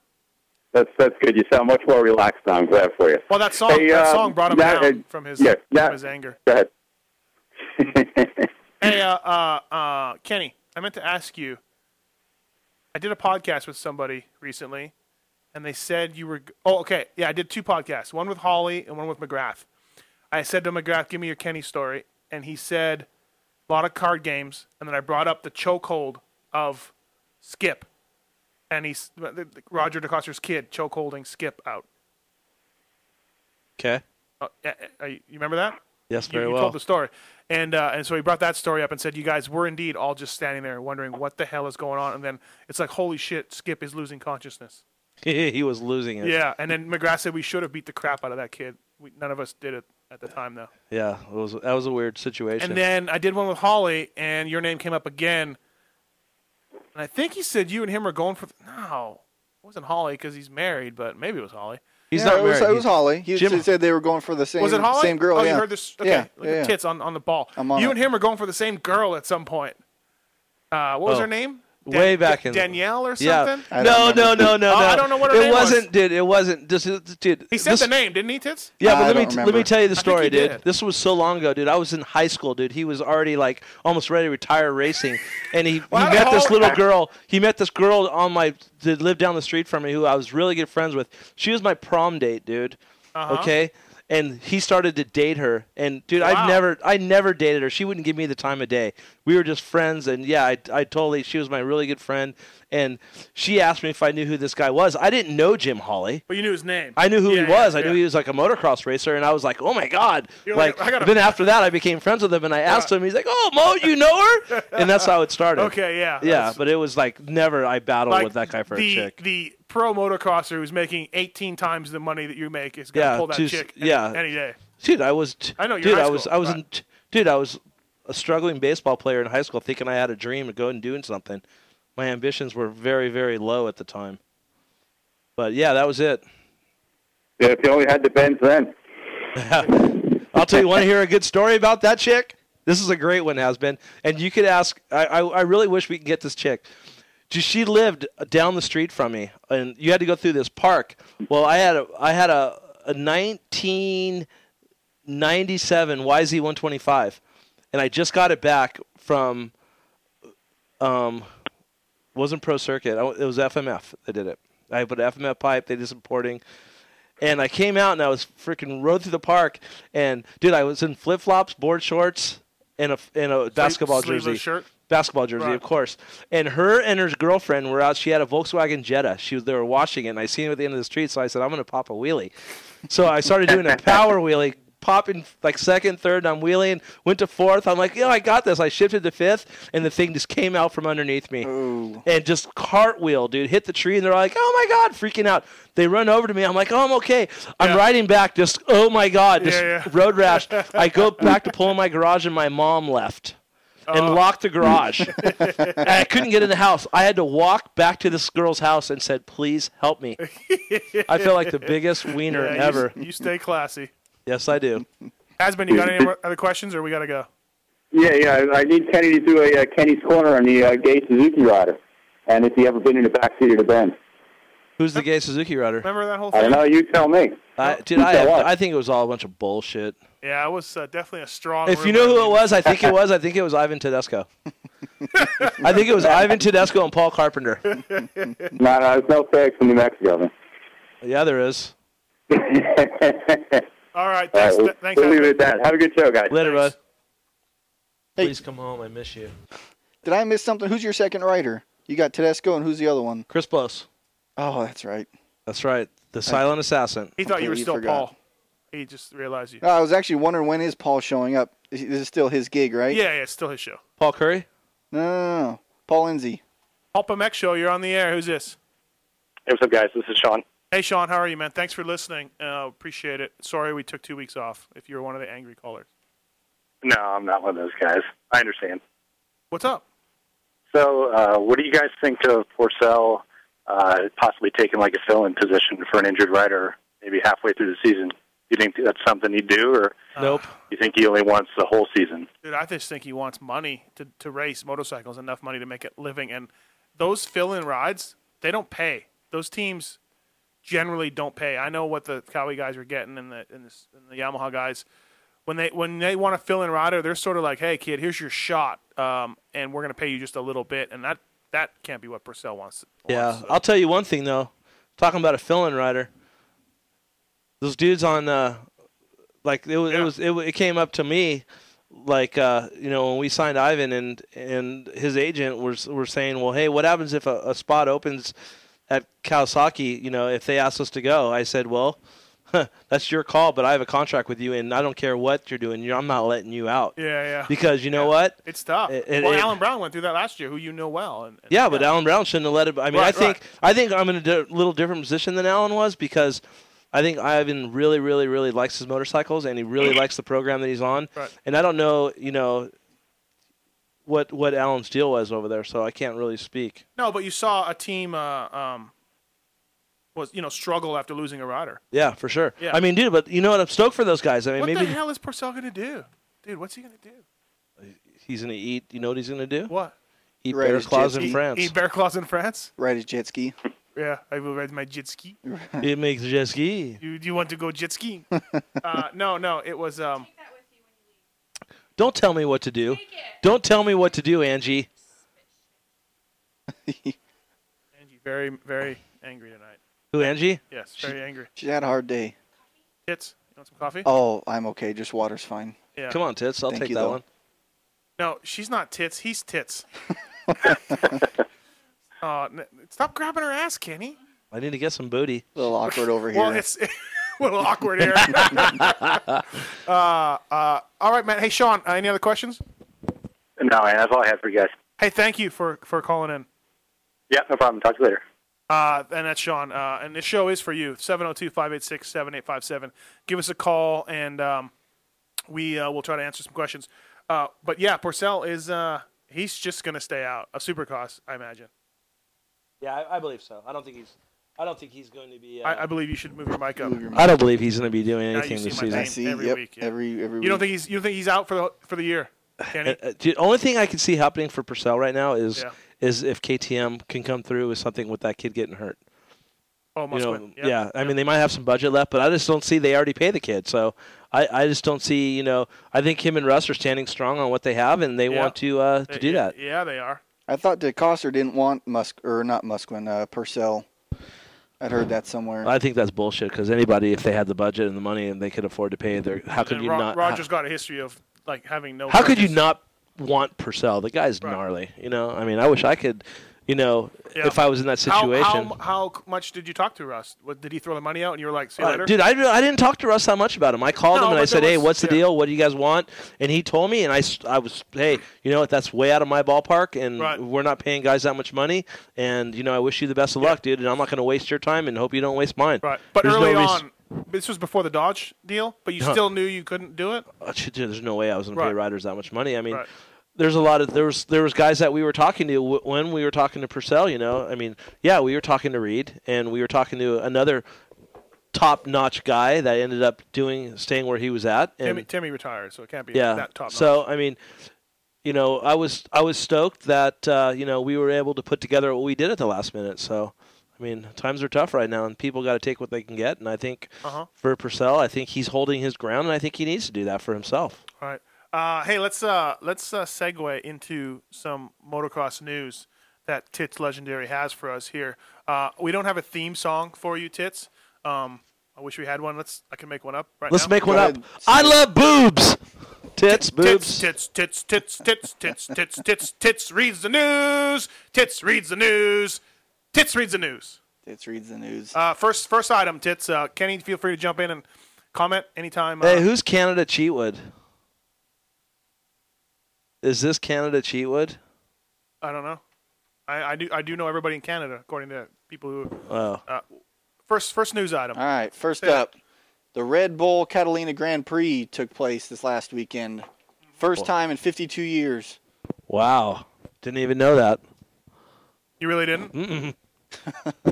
S11: That's that's good. You sound much more relaxed now. I'm glad for you.
S4: Well, that song,
S11: Hey,
S4: that
S11: um,
S4: song brought him
S11: that-
S4: down
S11: uh,
S4: from his
S11: yeah, that-
S4: from his anger.
S11: Go ahead.
S4: Hey, uh, uh, uh, Kenny, I meant to ask you. I did a podcast with somebody recently, and they said you were. g- Oh, okay. Yeah, I did two podcasts. One with Holly and one with McGrath. I said to McGrath, "Give me your Kenny story," and he said, "A lot of card games." And then I brought up the chokehold of Skip, and he's Roger DeCoster's kid chokeholding Skip out.
S7: Okay. *laughs*
S4: Uh, uh, uh, you remember that?
S7: Yes,
S4: You-
S7: very
S4: you,
S7: well.
S4: told the story, and uh, and so he brought that story up and said, "You guys were indeed all just standing there wondering what the hell is going on." And then it's like, "Holy shit, Skip is losing consciousness."
S7: he was losing it.
S4: Yeah, and then McGrath said we should have beat the crap out of that kid. We, none of us did it at the time though.
S7: Yeah. It was that was a weird situation.
S4: And then I did one with Holly, and your name came up again. And I think he said you and him are going for no, it wasn't Holly because he's married, but maybe it was Holly.
S5: Yeah, it was, It was Holly. He
S4: Jim-
S5: said they were going for the same
S4: was it Holly?
S5: same girl.
S4: Oh,
S5: yeah.
S4: you heard this? Okay,
S5: yeah,
S4: look
S5: yeah,
S4: at
S5: yeah.
S4: tits on, on the ball.
S5: I'm on
S4: you
S5: it.
S4: and him are going for the same girl at some point. Uh, what was
S7: Oh.
S4: her name?
S7: Way back in
S4: Danielle or
S7: Yeah.
S4: something.
S7: No, no, no, no, no.
S4: Oh, I don't know what her
S7: it
S4: name was.
S7: wasn't, dude. It wasn't. This is, dude.
S4: He said
S7: this-
S4: the name, didn't he, tits?
S7: Yeah, but let me t- let me tell you the
S4: I think
S7: story,
S4: he
S7: dude.
S4: did.
S7: This was so long ago, dude. I was in high school, dude. He was already like almost ready to retire racing, and he,
S4: Well, I
S7: he
S4: don't
S7: met this
S4: know.
S7: little girl. He met this girl on my that lived down the street from me, who I was really good friends with. She was my prom date, dude.
S4: Uh-huh.
S7: Okay, and he started to date her, and dude,
S4: Wow.
S7: I've never I never dated her. She wouldn't give me the time of day. We were just friends, and yeah, I I totally she was my really good friend, and she asked me if I knew who this guy was. I didn't know Jim Holly.
S4: But you knew his name.
S7: I knew who
S4: Yeah,
S7: he was.
S4: yeah,
S7: I knew
S4: yeah.
S7: he was like a motocross racer, and I was like, "Oh my god!"
S4: You're like,
S7: like,
S4: "I gotta-
S7: then after that, I became friends with him, and I asked him. He's like, "Oh, Mo,
S4: *laughs*
S7: you know her?" and that's how it started.
S4: Okay, yeah,
S7: yeah.
S4: that's-
S7: But it was like never I battled
S4: Like
S7: with that guy for
S4: the,
S7: a chick.
S4: The pro motocrosser who's making 18 times the money that you make is going to
S7: Yeah,
S4: pull that
S7: just-
S4: chick any,
S7: yeah.
S4: any day.
S7: Dude, I was. T-
S4: I know, you're
S7: Dude,
S4: high
S7: I was.
S4: school,
S7: I was. In, t- dude, I was a struggling baseball player in high school, thinking I had a dream of going and doing something. My ambitions were very, very low at the time. But yeah, that was it.
S11: Yeah, if you only had the Benz then.
S7: *laughs* I'll tell you, want to hear a good story about that chick? This is a great one, has been. And you could ask, I, I, I really wish we could get this chick. She- She lived down the street from me, and you had to go through this park. Well, I had a, I had a, a 1997 YZ125, and I just got it back from, um, wasn't Pro Circuit, I- it was FMF that did it. I put an FMF pipe, they did some porting. And I came out and I was freaking rode through the park and dude, I was in flip flops, board shorts, and a and a basketball
S4: sleeveless
S7: jersey.
S4: shirt?
S7: Basketball jersey,
S4: Right.
S7: of course. And her and her girlfriend were out. She had a Volkswagen Jetta. She was they were washing it, and I seen it at the end of the street. So I said, I'm gonna pop a wheelie. So I started
S4: *laughs*
S7: doing a power wheelie, popping like second, third, and I'm wheeling. Went to fourth. I'm like, yo, I got this. I shifted to fifth, and the thing just came out from underneath me and just cartwheel, dude. Hit the tree, and they're like, oh my god, freaking out. They run over to me. I'm like, oh, I'm okay. I'm riding back, just oh my god, just
S4: Yeah, yeah. *laughs*
S7: road rash. I go back to pull in my garage, and my mom left. And
S4: Uh,
S7: locked
S4: *laughs*
S7: the garage. and I couldn't get in the house. I had to walk back to this girl's house and said, "Please help me." I
S4: *laughs*
S7: feel like the biggest wiener
S4: Yeah, you-
S7: ever.
S4: You, stay classy.
S7: Yes, I do.
S4: Asman, you got any more other questions, or we got to go?
S11: Yeah, yeah. I need Kenny to do a uh, Kenny's corner on the uh, gay Suzuki rider, and if you ever been in the back seat of the Benz.
S7: Who's the gay Suzuki rider?
S4: Remember that whole
S11: I
S4: thing?
S11: don't know. You tell me.
S7: I, dude, I,
S11: Tell us.
S7: I think it was all a bunch of bullshit.
S4: Yeah, it was uh, definitely a strong.
S7: If you
S4: rumor.
S7: know who it was, I think it
S4: *laughs*
S7: was. I think it was Ivan Tedesco. I think it was Ivan Tedesco and Paul Carpenter.
S11: no, no, there's no sex in New Mexico. Man.
S7: Yeah, there is.
S11: *laughs* All right,
S4: All right,
S11: we'll,
S4: thanks. th- thanks.
S11: we'll leave
S4: Asman.
S11: it at that. Have a good show, guys.
S7: Later, bud. Please come home. I miss you.
S5: Did I miss something? Who's your second writer? You got Tedesco, and who's the other one?
S7: Chris Bose.
S5: Oh, that's right.
S7: That's right. The silent assassin.
S4: He thought you were
S5: Completely
S4: still
S5: forgot.
S4: Paul. He just realized you.
S5: No, Uh, I was actually wondering when is Paul showing up. Is he- This is still his gig, right?
S4: Yeah, yeah, it's still his show.
S7: Paul Curry.
S5: No, no, no, no. Paul Lindsay.
S4: Pulp MX show, you're on the air. Who's this?
S12: Hey, what's up, guys? This is Sean.
S4: Hey, Sean, how are you, man? Thanks for listening. Uh, appreciate it. Sorry we took two weeks off if you were one of the angry callers.
S12: No, I'm not one of those guys. I understand.
S4: What's up?
S12: So, uh, what do you guys think of Porcel uh, possibly taking like a fill-in position for an injured rider, maybe halfway through the season? Do you think that's something he'd do, or
S4: Uh,
S7: nope?
S12: You think he only wants the whole season?
S4: Dude, I just think he wants money to, to race motorcycles, enough money to make a living. And those fill in rides, they don't pay. Those teams generally don't pay. I know what the Cowie guys are getting and the, and the, and the Yamaha guys. When they when they want to fill in rider, they're sort of like, "Hey, kid, here's your shot, um, and we're going to pay you just a little bit." And that that can't be what Purcell wants.
S7: Yeah, I'll tell you one thing though. Talking about a fill-in rider, those dudes on, uh, like it was, it was, it, wa- it came up to me, like uh, you know when we signed Ivan and and his agent was were saying, well, hey, what happens if a, a spot opens at Kawasaki? You know, if they ask us to go, I said, well, that's your call, but I have a contract with you, and I don't care what you're doing, you're, I'm not letting you out.
S4: Yeah, yeah.
S7: Because you know what?
S4: It's tough.
S7: it-
S4: well,
S7: it-
S4: Alan Brown went through that last year, who you know well, and
S7: Yeah, but Alan Brown shouldn't have let it. I mean, I
S4: Right,
S7: think I think I'm in a di- little different position than Alan was because I think Ivan really, really, really likes his motorcycles and he really likes the program that he's on.
S4: Mm. Right.
S7: And I don't know, you know, what what Alan's deal was over there, so I can't really speak.
S4: No, but you saw a team uh, um, was you know struggle after losing a rider.
S7: Yeah, for sure.
S4: Yeah.
S7: I mean, dude, but you know what? I'm stoked for those guys. I mean,
S4: what
S7: maybe
S4: the hell is Purcell going to do, dude? What's he going to do?
S7: he's gonna eat. You know what he's gonna do?
S4: What?
S7: Eat
S5: Right,
S7: bear
S5: his
S7: claws
S5: jet
S7: in
S5: ski.
S7: France.
S4: Eat bear claws in France?
S5: Right as jet ski.
S4: *laughs* Yeah, I will ride my jet ski.
S7: it makes
S4: *laughs*
S7: jet ski.
S4: You you want to go
S5: *laughs*
S4: jet skiing? uh, no, no, it was um.
S7: Don't tell me what to do. Don't tell me what to do, Angie.
S4: Angie very very angry tonight.
S7: Who, Angie?
S4: Yes, very angry.
S5: She had a hard day.
S4: Tits, you want some coffee?
S5: Oh, I'm okay. Just water's fine.
S4: Yeah.
S7: Come on, tits. I'll
S5: Thank
S7: take
S5: you,
S7: that
S5: though.
S7: one.
S4: No, she's not tits.
S5: *laughs*
S4: He's tits. uh, n- stop grabbing her ass, Kenny.
S7: I need to get some booty.
S5: A little awkward over
S4: Well, it's *laughs* a little awkward
S5: *laughs*
S4: here. *laughs* uh, uh, all right, man. Hey, Sean, uh, any other questions?
S12: No, man, that's all I have for you guys.
S4: Hey, thank you for, for calling in.
S12: Yeah, no problem. Talk to you later.
S4: Uh, and that's Sean. Uh, and this show is for you 702 586 7857. Give us a call and um, we uh, will try to answer some questions. Uh, but yeah, Porcel is uh, he's just going to stay out of Supercross, I imagine.
S7: *laughs* Yeah, I, I believe so. I don't think he's. I don't think he's going to be. Uh,
S4: I, I believe you should move your mic up.
S7: I don't believe he's going to be doing
S4: Now you
S7: anything
S4: see
S7: this
S4: my name I
S7: season.
S4: see, every yep, week, yeah.
S5: every every
S4: You don't think he's you don't think he's out for the for the year? Kenny?
S7: *laughs* Uh, uh, the only thing I can see happening for Purcell right now is
S4: Yeah.
S7: is if KTM can come through with something with that kid getting hurt.
S4: Oh,
S7: You
S4: must
S7: know,
S4: win.
S7: yeah. I mean, they might have some budget left, but I just don't see they already pay the kid. So I, I just don't see. You know, I think him and Russ are standing strong on what they have, and they
S5: Yeah.
S7: want to uh, to
S5: They-
S7: do that.
S4: Yeah, they are.
S5: I thought DeCoster didn't want Musk or not Musquin, uh, Purcell. I'd heard that somewhere.
S7: I think that's bullshit because anybody, if they had the budget and the money and they could afford to pay, their how could
S4: And
S7: you
S4: Ro-
S7: not?
S4: Rogers got a history of like having no.
S7: How could you
S4: purpose.
S7: not want Purcell? The guy's gnarly. You know, I mean, I wish I could. You know,
S4: Yeah.
S7: if I was in that
S4: How-
S7: situation,
S4: How, how, much did you talk to Russ? What, did he throw the money out and you were like, "See you
S7: Uh,
S4: later,
S7: dude, I, re- I didn't talk to Russ that much about him. I called
S4: No,
S7: him and
S4: but
S7: I said,
S4: there
S7: "Hey,
S4: was-
S7: what's the
S4: yeah.
S7: deal? What do you guys want?" And he told me, and I, s- I was, "Hey, you know what? That's way out of my ballpark, and we're not paying guys that much money. And you know, I wish you the best of luck, dude. And I'm not going to waste your time, and hope you don't waste mine." Right,
S4: But early on, this was before the Dodge deal, but you
S7: Huh.
S4: still knew you couldn't do it.
S7: Uh, shit, dude, there's no way I was going to pay
S4: Right.
S7: riders that much money. I mean,
S4: Right.
S7: there's a lot of there was there was guys that we were talking to w- when we were talking to Purcell. You know, I mean, yeah, we were talking to Reed, and we were talking to another top-notch guy that ended up doing staying where he was at. And
S4: Timmy, Timmy retired, so it can't be
S7: yeah,
S4: that top.
S7: so uh, I mean, you know, I was I was stoked that uh, you know we were able to put together what we did at the last minute. So. I mean, times are tough right now, and people got to take what they can get. And I think
S4: Uh-huh.
S7: for Purcell, I think he's holding his ground, and I think he needs to do that for himself.
S4: All right. Uh, hey, let's uh, let's uh, segue into some motocross news that Tits Legendary has for us here. Uh, we don't have a theme song for you, Tits. Um, I wish we had one. Let's I can make one up right
S7: Let's
S4: now.
S7: make one up. I love boobs. Tits, boobs.
S4: Tits, tits, tits, tits, tits, tits, tits, tits, tits reads the news. Tits reads the news. Tits reads the news.
S5: Tits reads the news.
S4: Uh, first, first item, tits. Uh, Kenny, feel free to jump in and comment anytime. Uh,
S7: Hey, who's Canada Cheatwood? Is this Canada Cheatwood?
S4: I don't know. I, I do. I do know everybody in Canada, according to people who.
S7: Wow.
S4: Uh, first, first news item.
S5: All right, first up, the Red Bull Catalina Grand Prix took place this last weekend. First time in 52 years.
S7: Wow. Didn't even know that.
S4: You really didn't?
S7: Mm-mm.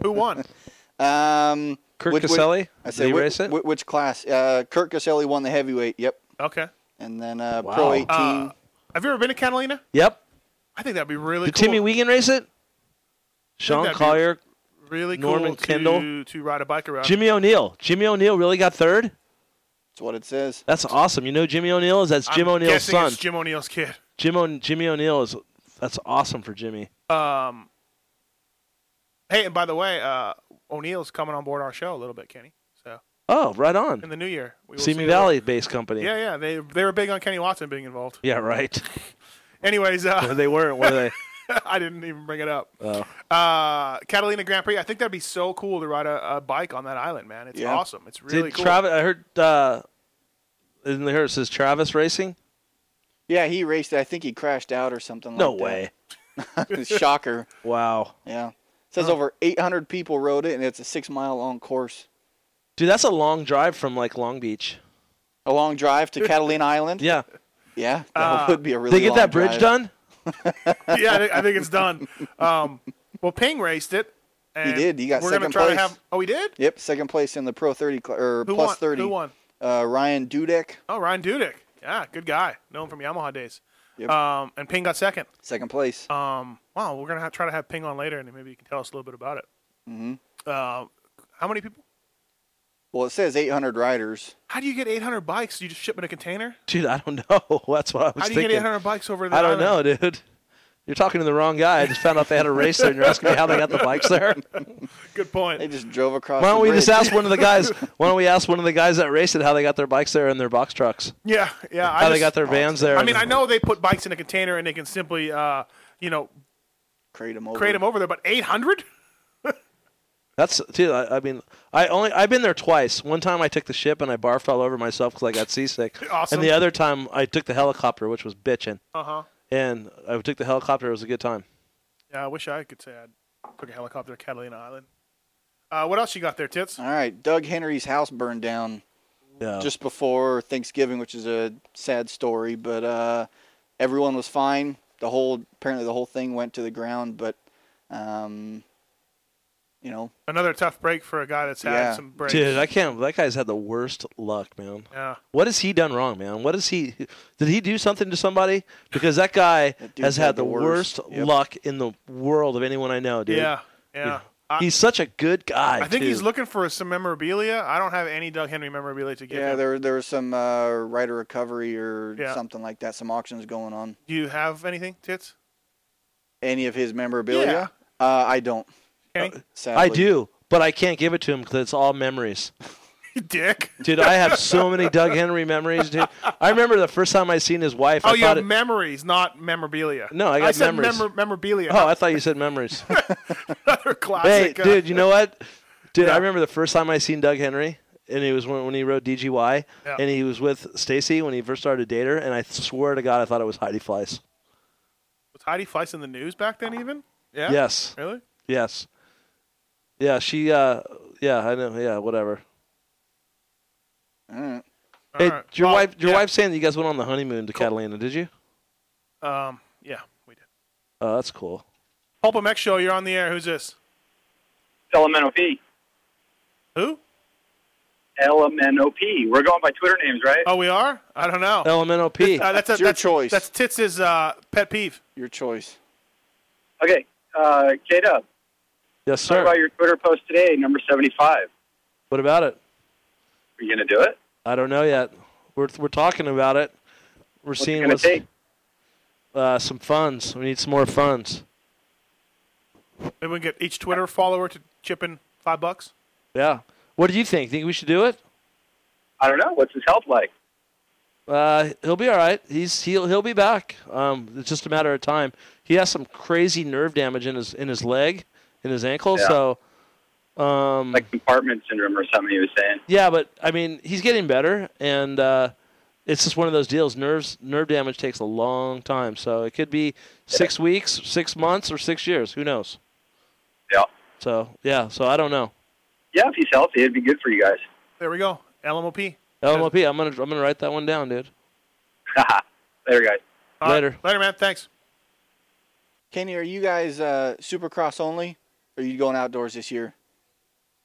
S4: Who won?
S5: *laughs* Um,
S7: Kurt Caselli?
S5: I
S7: Did
S5: said,
S7: he
S5: whi-
S7: race it?
S5: whi- which class? Uh, Kurt Caselli won the heavyweight. Yep.
S4: Okay.
S5: And then uh, Pro 18.
S4: Uh, have you ever been to Catalina?
S7: Yep.
S4: I think that'd be really
S7: Did
S4: cool.
S7: Timmy Wiegand race it? Sean
S4: that'd be
S7: Collier,
S4: really
S7: Norman
S4: cool to-
S7: Kendall?
S4: to ride a bike around.
S7: Jimmy O'Neill. Jimmy O'Neill really got third.
S5: That's what it says.
S7: That's awesome. You know who Jimmy O'Neill is that's Jim
S4: I'm
S7: O'Neill's
S4: guessing
S7: son.
S4: It's Jim O'Neill's kid.
S7: Jim o- Jimmy O'Neill is that's awesome for Jimmy.
S4: Um. Hey, and by the way, uh, O'Neill's coming on board our show a little bit, Kenny. So
S7: Oh, right
S4: in
S7: on.
S4: the new year, we will
S7: Simi
S4: see-
S7: Valley based company.
S4: Yeah, yeah, they they were big on Kenny Watson being involved.
S7: Yeah, right.
S4: Anyways, uh,
S7: *laughs* they weren't, were they?
S4: *laughs* I didn't even bring it up.
S7: Oh.
S4: Uh, Catalina Grand Prix. I think that'd be so cool to ride a, a bike on that island, man. It's
S7: Yeah.
S4: awesome. It's really
S7: Did
S4: cool.
S7: Travis? I heard. Uh, in the it says Travis Racing.
S5: Yeah, he raced it. I think he crashed out or something
S7: No
S5: like
S7: way.
S5: *laughs* that. Shocker.
S7: Wow.
S5: Yeah. It says over 800 people rode it, and it's a six mile long course.
S7: Dude, that's a long drive from like Long Beach.
S5: A long drive
S4: *laughs*
S5: to Catalina Island?
S7: Yeah.
S5: Yeah, that
S4: Uh,
S5: would be a really
S7: they get
S5: long
S7: that bridge
S5: drive. *laughs*
S7: done.
S4: yeah, I think, I think it's done. Um, well, Ping raced it. And
S5: did. He got
S4: we're gonna
S5: second
S4: try
S5: place.
S4: To have, oh, he did.
S5: Yep, second place in the Pro 30 cl- or
S4: Who
S5: plus
S4: won?
S5: 30.
S4: Who won?
S5: Uh, Ryan Dudek,
S4: Oh, Ryan Dudek. Yeah, good guy. Know him from Yamaha days.
S5: Yep.
S4: Um, and Ping got second.
S5: second place.
S4: Um, wow, we're gonna have, try to have Ping on later, and maybe you can tell us a little bit about it.
S5: hmm
S4: Uh, how many people?
S5: Well, it says 800 riders.
S4: How do you get 800 bikes? You just ship in a container?
S7: Dude, I don't know. *laughs* That's what I was
S4: How do you
S7: thinking.
S4: get 800 bikes over there?
S7: I don't know, dude. You're talking to the wrong guy. I just found out they had a race there, and you're asking me how they got the
S5: *laughs*
S7: bikes there.
S4: *laughs* Good point.
S5: They just drove across.
S7: Why don't
S5: the
S7: we just
S5: bridge.
S7: ask one of
S5: *laughs*
S7: the guys? Why don't we ask one of the guys that raced it how they got their bikes there and their box trucks?
S4: Yeah, yeah. I
S7: how they
S4: just-
S7: got their vans there?
S4: I
S7: and-
S4: mean, I know they put bikes in a container and they can simply, uh, you know,
S5: crate them over.
S4: crate them over there, but 800?
S7: That's dude. I, I mean, I only I've been there twice. One time I took the ship and I bar fell over myself because I got seasick.
S4: *laughs* Awesome.
S7: And the other time I took the helicopter, which was bitching.
S4: Uh huh.
S7: And I took the helicopter. It was a good time.
S4: Yeah, I wish I could say I took a helicopter to Catalina Island. Uh, what else you got there, Tits?
S5: All right, Doug Henry's house burned down
S7: Yeah.
S5: just before Thanksgiving, which is a sad story, but uh, everyone was fine. The whole apparently the whole thing went to the ground, but um, you know,
S4: Another tough break for a guy that's had
S5: Yeah.
S4: some breaks.
S7: Dude, I can't. That guy's had the worst luck, man.
S4: Yeah.
S7: What has he done wrong, man? What is he? Did he do something to somebody? Because that guy
S5: dude's
S7: has had, the, worst,
S5: Yep.
S7: luck in the world of anyone I know, dude.
S4: Yeah, yeah. I-
S7: he's such a good guy.
S4: I think
S7: too.
S4: he's looking for some memorabilia. I don't have any Doug Henry memorabilia to give
S5: yeah,
S4: him.
S5: there there was some uh, rider recovery or
S4: Yeah.
S5: something like that, some auctions going on.
S4: Do you have anything, Tits? *laughs*
S5: Any of his memorabilia? Uh, I don't.
S4: Kenny?
S5: Sadly.
S7: I do, but I can't give it to him because it's all memories.
S4: Dick?
S7: Dude, I have so many Doug Henry memories, dude. I remember the first time I seen his wife.
S4: Oh,
S7: I
S4: you have
S7: thought it,
S4: memories, not memorabilia.
S7: No, I got
S4: said
S7: memories.
S4: memor- memorabilia.
S7: Oh, I thought you said
S4: *laughs*
S7: memories.
S4: Another
S7: hey,
S4: classic. uh,
S7: dude, you know what? Dude,
S4: Yeah.
S7: I remember the first time I seen Doug Henry, and it was when, when he wrote DGY,
S4: Yeah.
S7: and he was with Stacy when he first started to date her, and I swear to God, I thought it was Heidi Fleiss.
S4: Was Heidi Fleiss in the news back then, even? Yeah.
S7: Yes.
S4: Really?
S7: Yes. Yeah, she. uh Yeah, I know. Yeah, whatever.
S5: All right.
S7: hey,
S4: All right.
S7: your
S4: Well,
S7: wife. Your
S4: yeah.
S7: wife's saying that you guys went on the honeymoon to Catalina, did you?
S4: Um, yeah, we did.
S7: Oh, that's cool.
S4: Pulp MX show, you're on the air. Who's this?
S13: LMNOP.
S4: Who?
S13: LMNOP. We're going by Twitter names, right?
S4: Oh, we are. I don't know.
S7: LMNOP.
S4: Uh, that's a,
S5: It's your
S4: that's,
S5: choice.
S4: That's Tits's uh, pet peeve.
S5: Your choice.
S13: Okay, uh, K Dub.
S7: Yes,
S13: Talk
S7: sir.
S13: about your Twitter post today, number seventy-five.
S7: What about it?
S13: Are you gonna do it?
S7: I don't know yet. We're we're talking about it. We're
S13: What's it
S7: seeing
S13: gonna
S7: what's,
S13: take?
S7: uh, some funds. We need some more funds.
S4: Maybe we can get each Twitter follower to chip in five bucks.
S7: Yeah. What do you think? Think we should do it?
S13: I don't know. What's his health like?
S7: Uh, he'll be all right. He's he'll he'll be back. Um, it's just a matter of time. He has some crazy nerve damage in his in his leg, in his ankle.
S13: Yeah.
S7: So, um,
S13: Like compartment syndrome or something he was saying.
S7: yeah, but I mean, he's getting better, and uh, it's just one of those deals. Nerves nerve damage takes a long time, so it could be six weeks, six months, or six years. Who knows?
S13: Yeah.
S7: So yeah, so I don't know.
S13: Yeah, if he's healthy, it'd be good for you guys.
S4: There we go. LMOP.
S7: LMOP. I'm gonna I'm gonna write that one down, dude.
S13: Later, guys.
S4: All right.
S7: Later.
S4: Later, man. Thanks.
S5: Kenny, are you guys uh, Supercross only? Or are you going outdoors this year?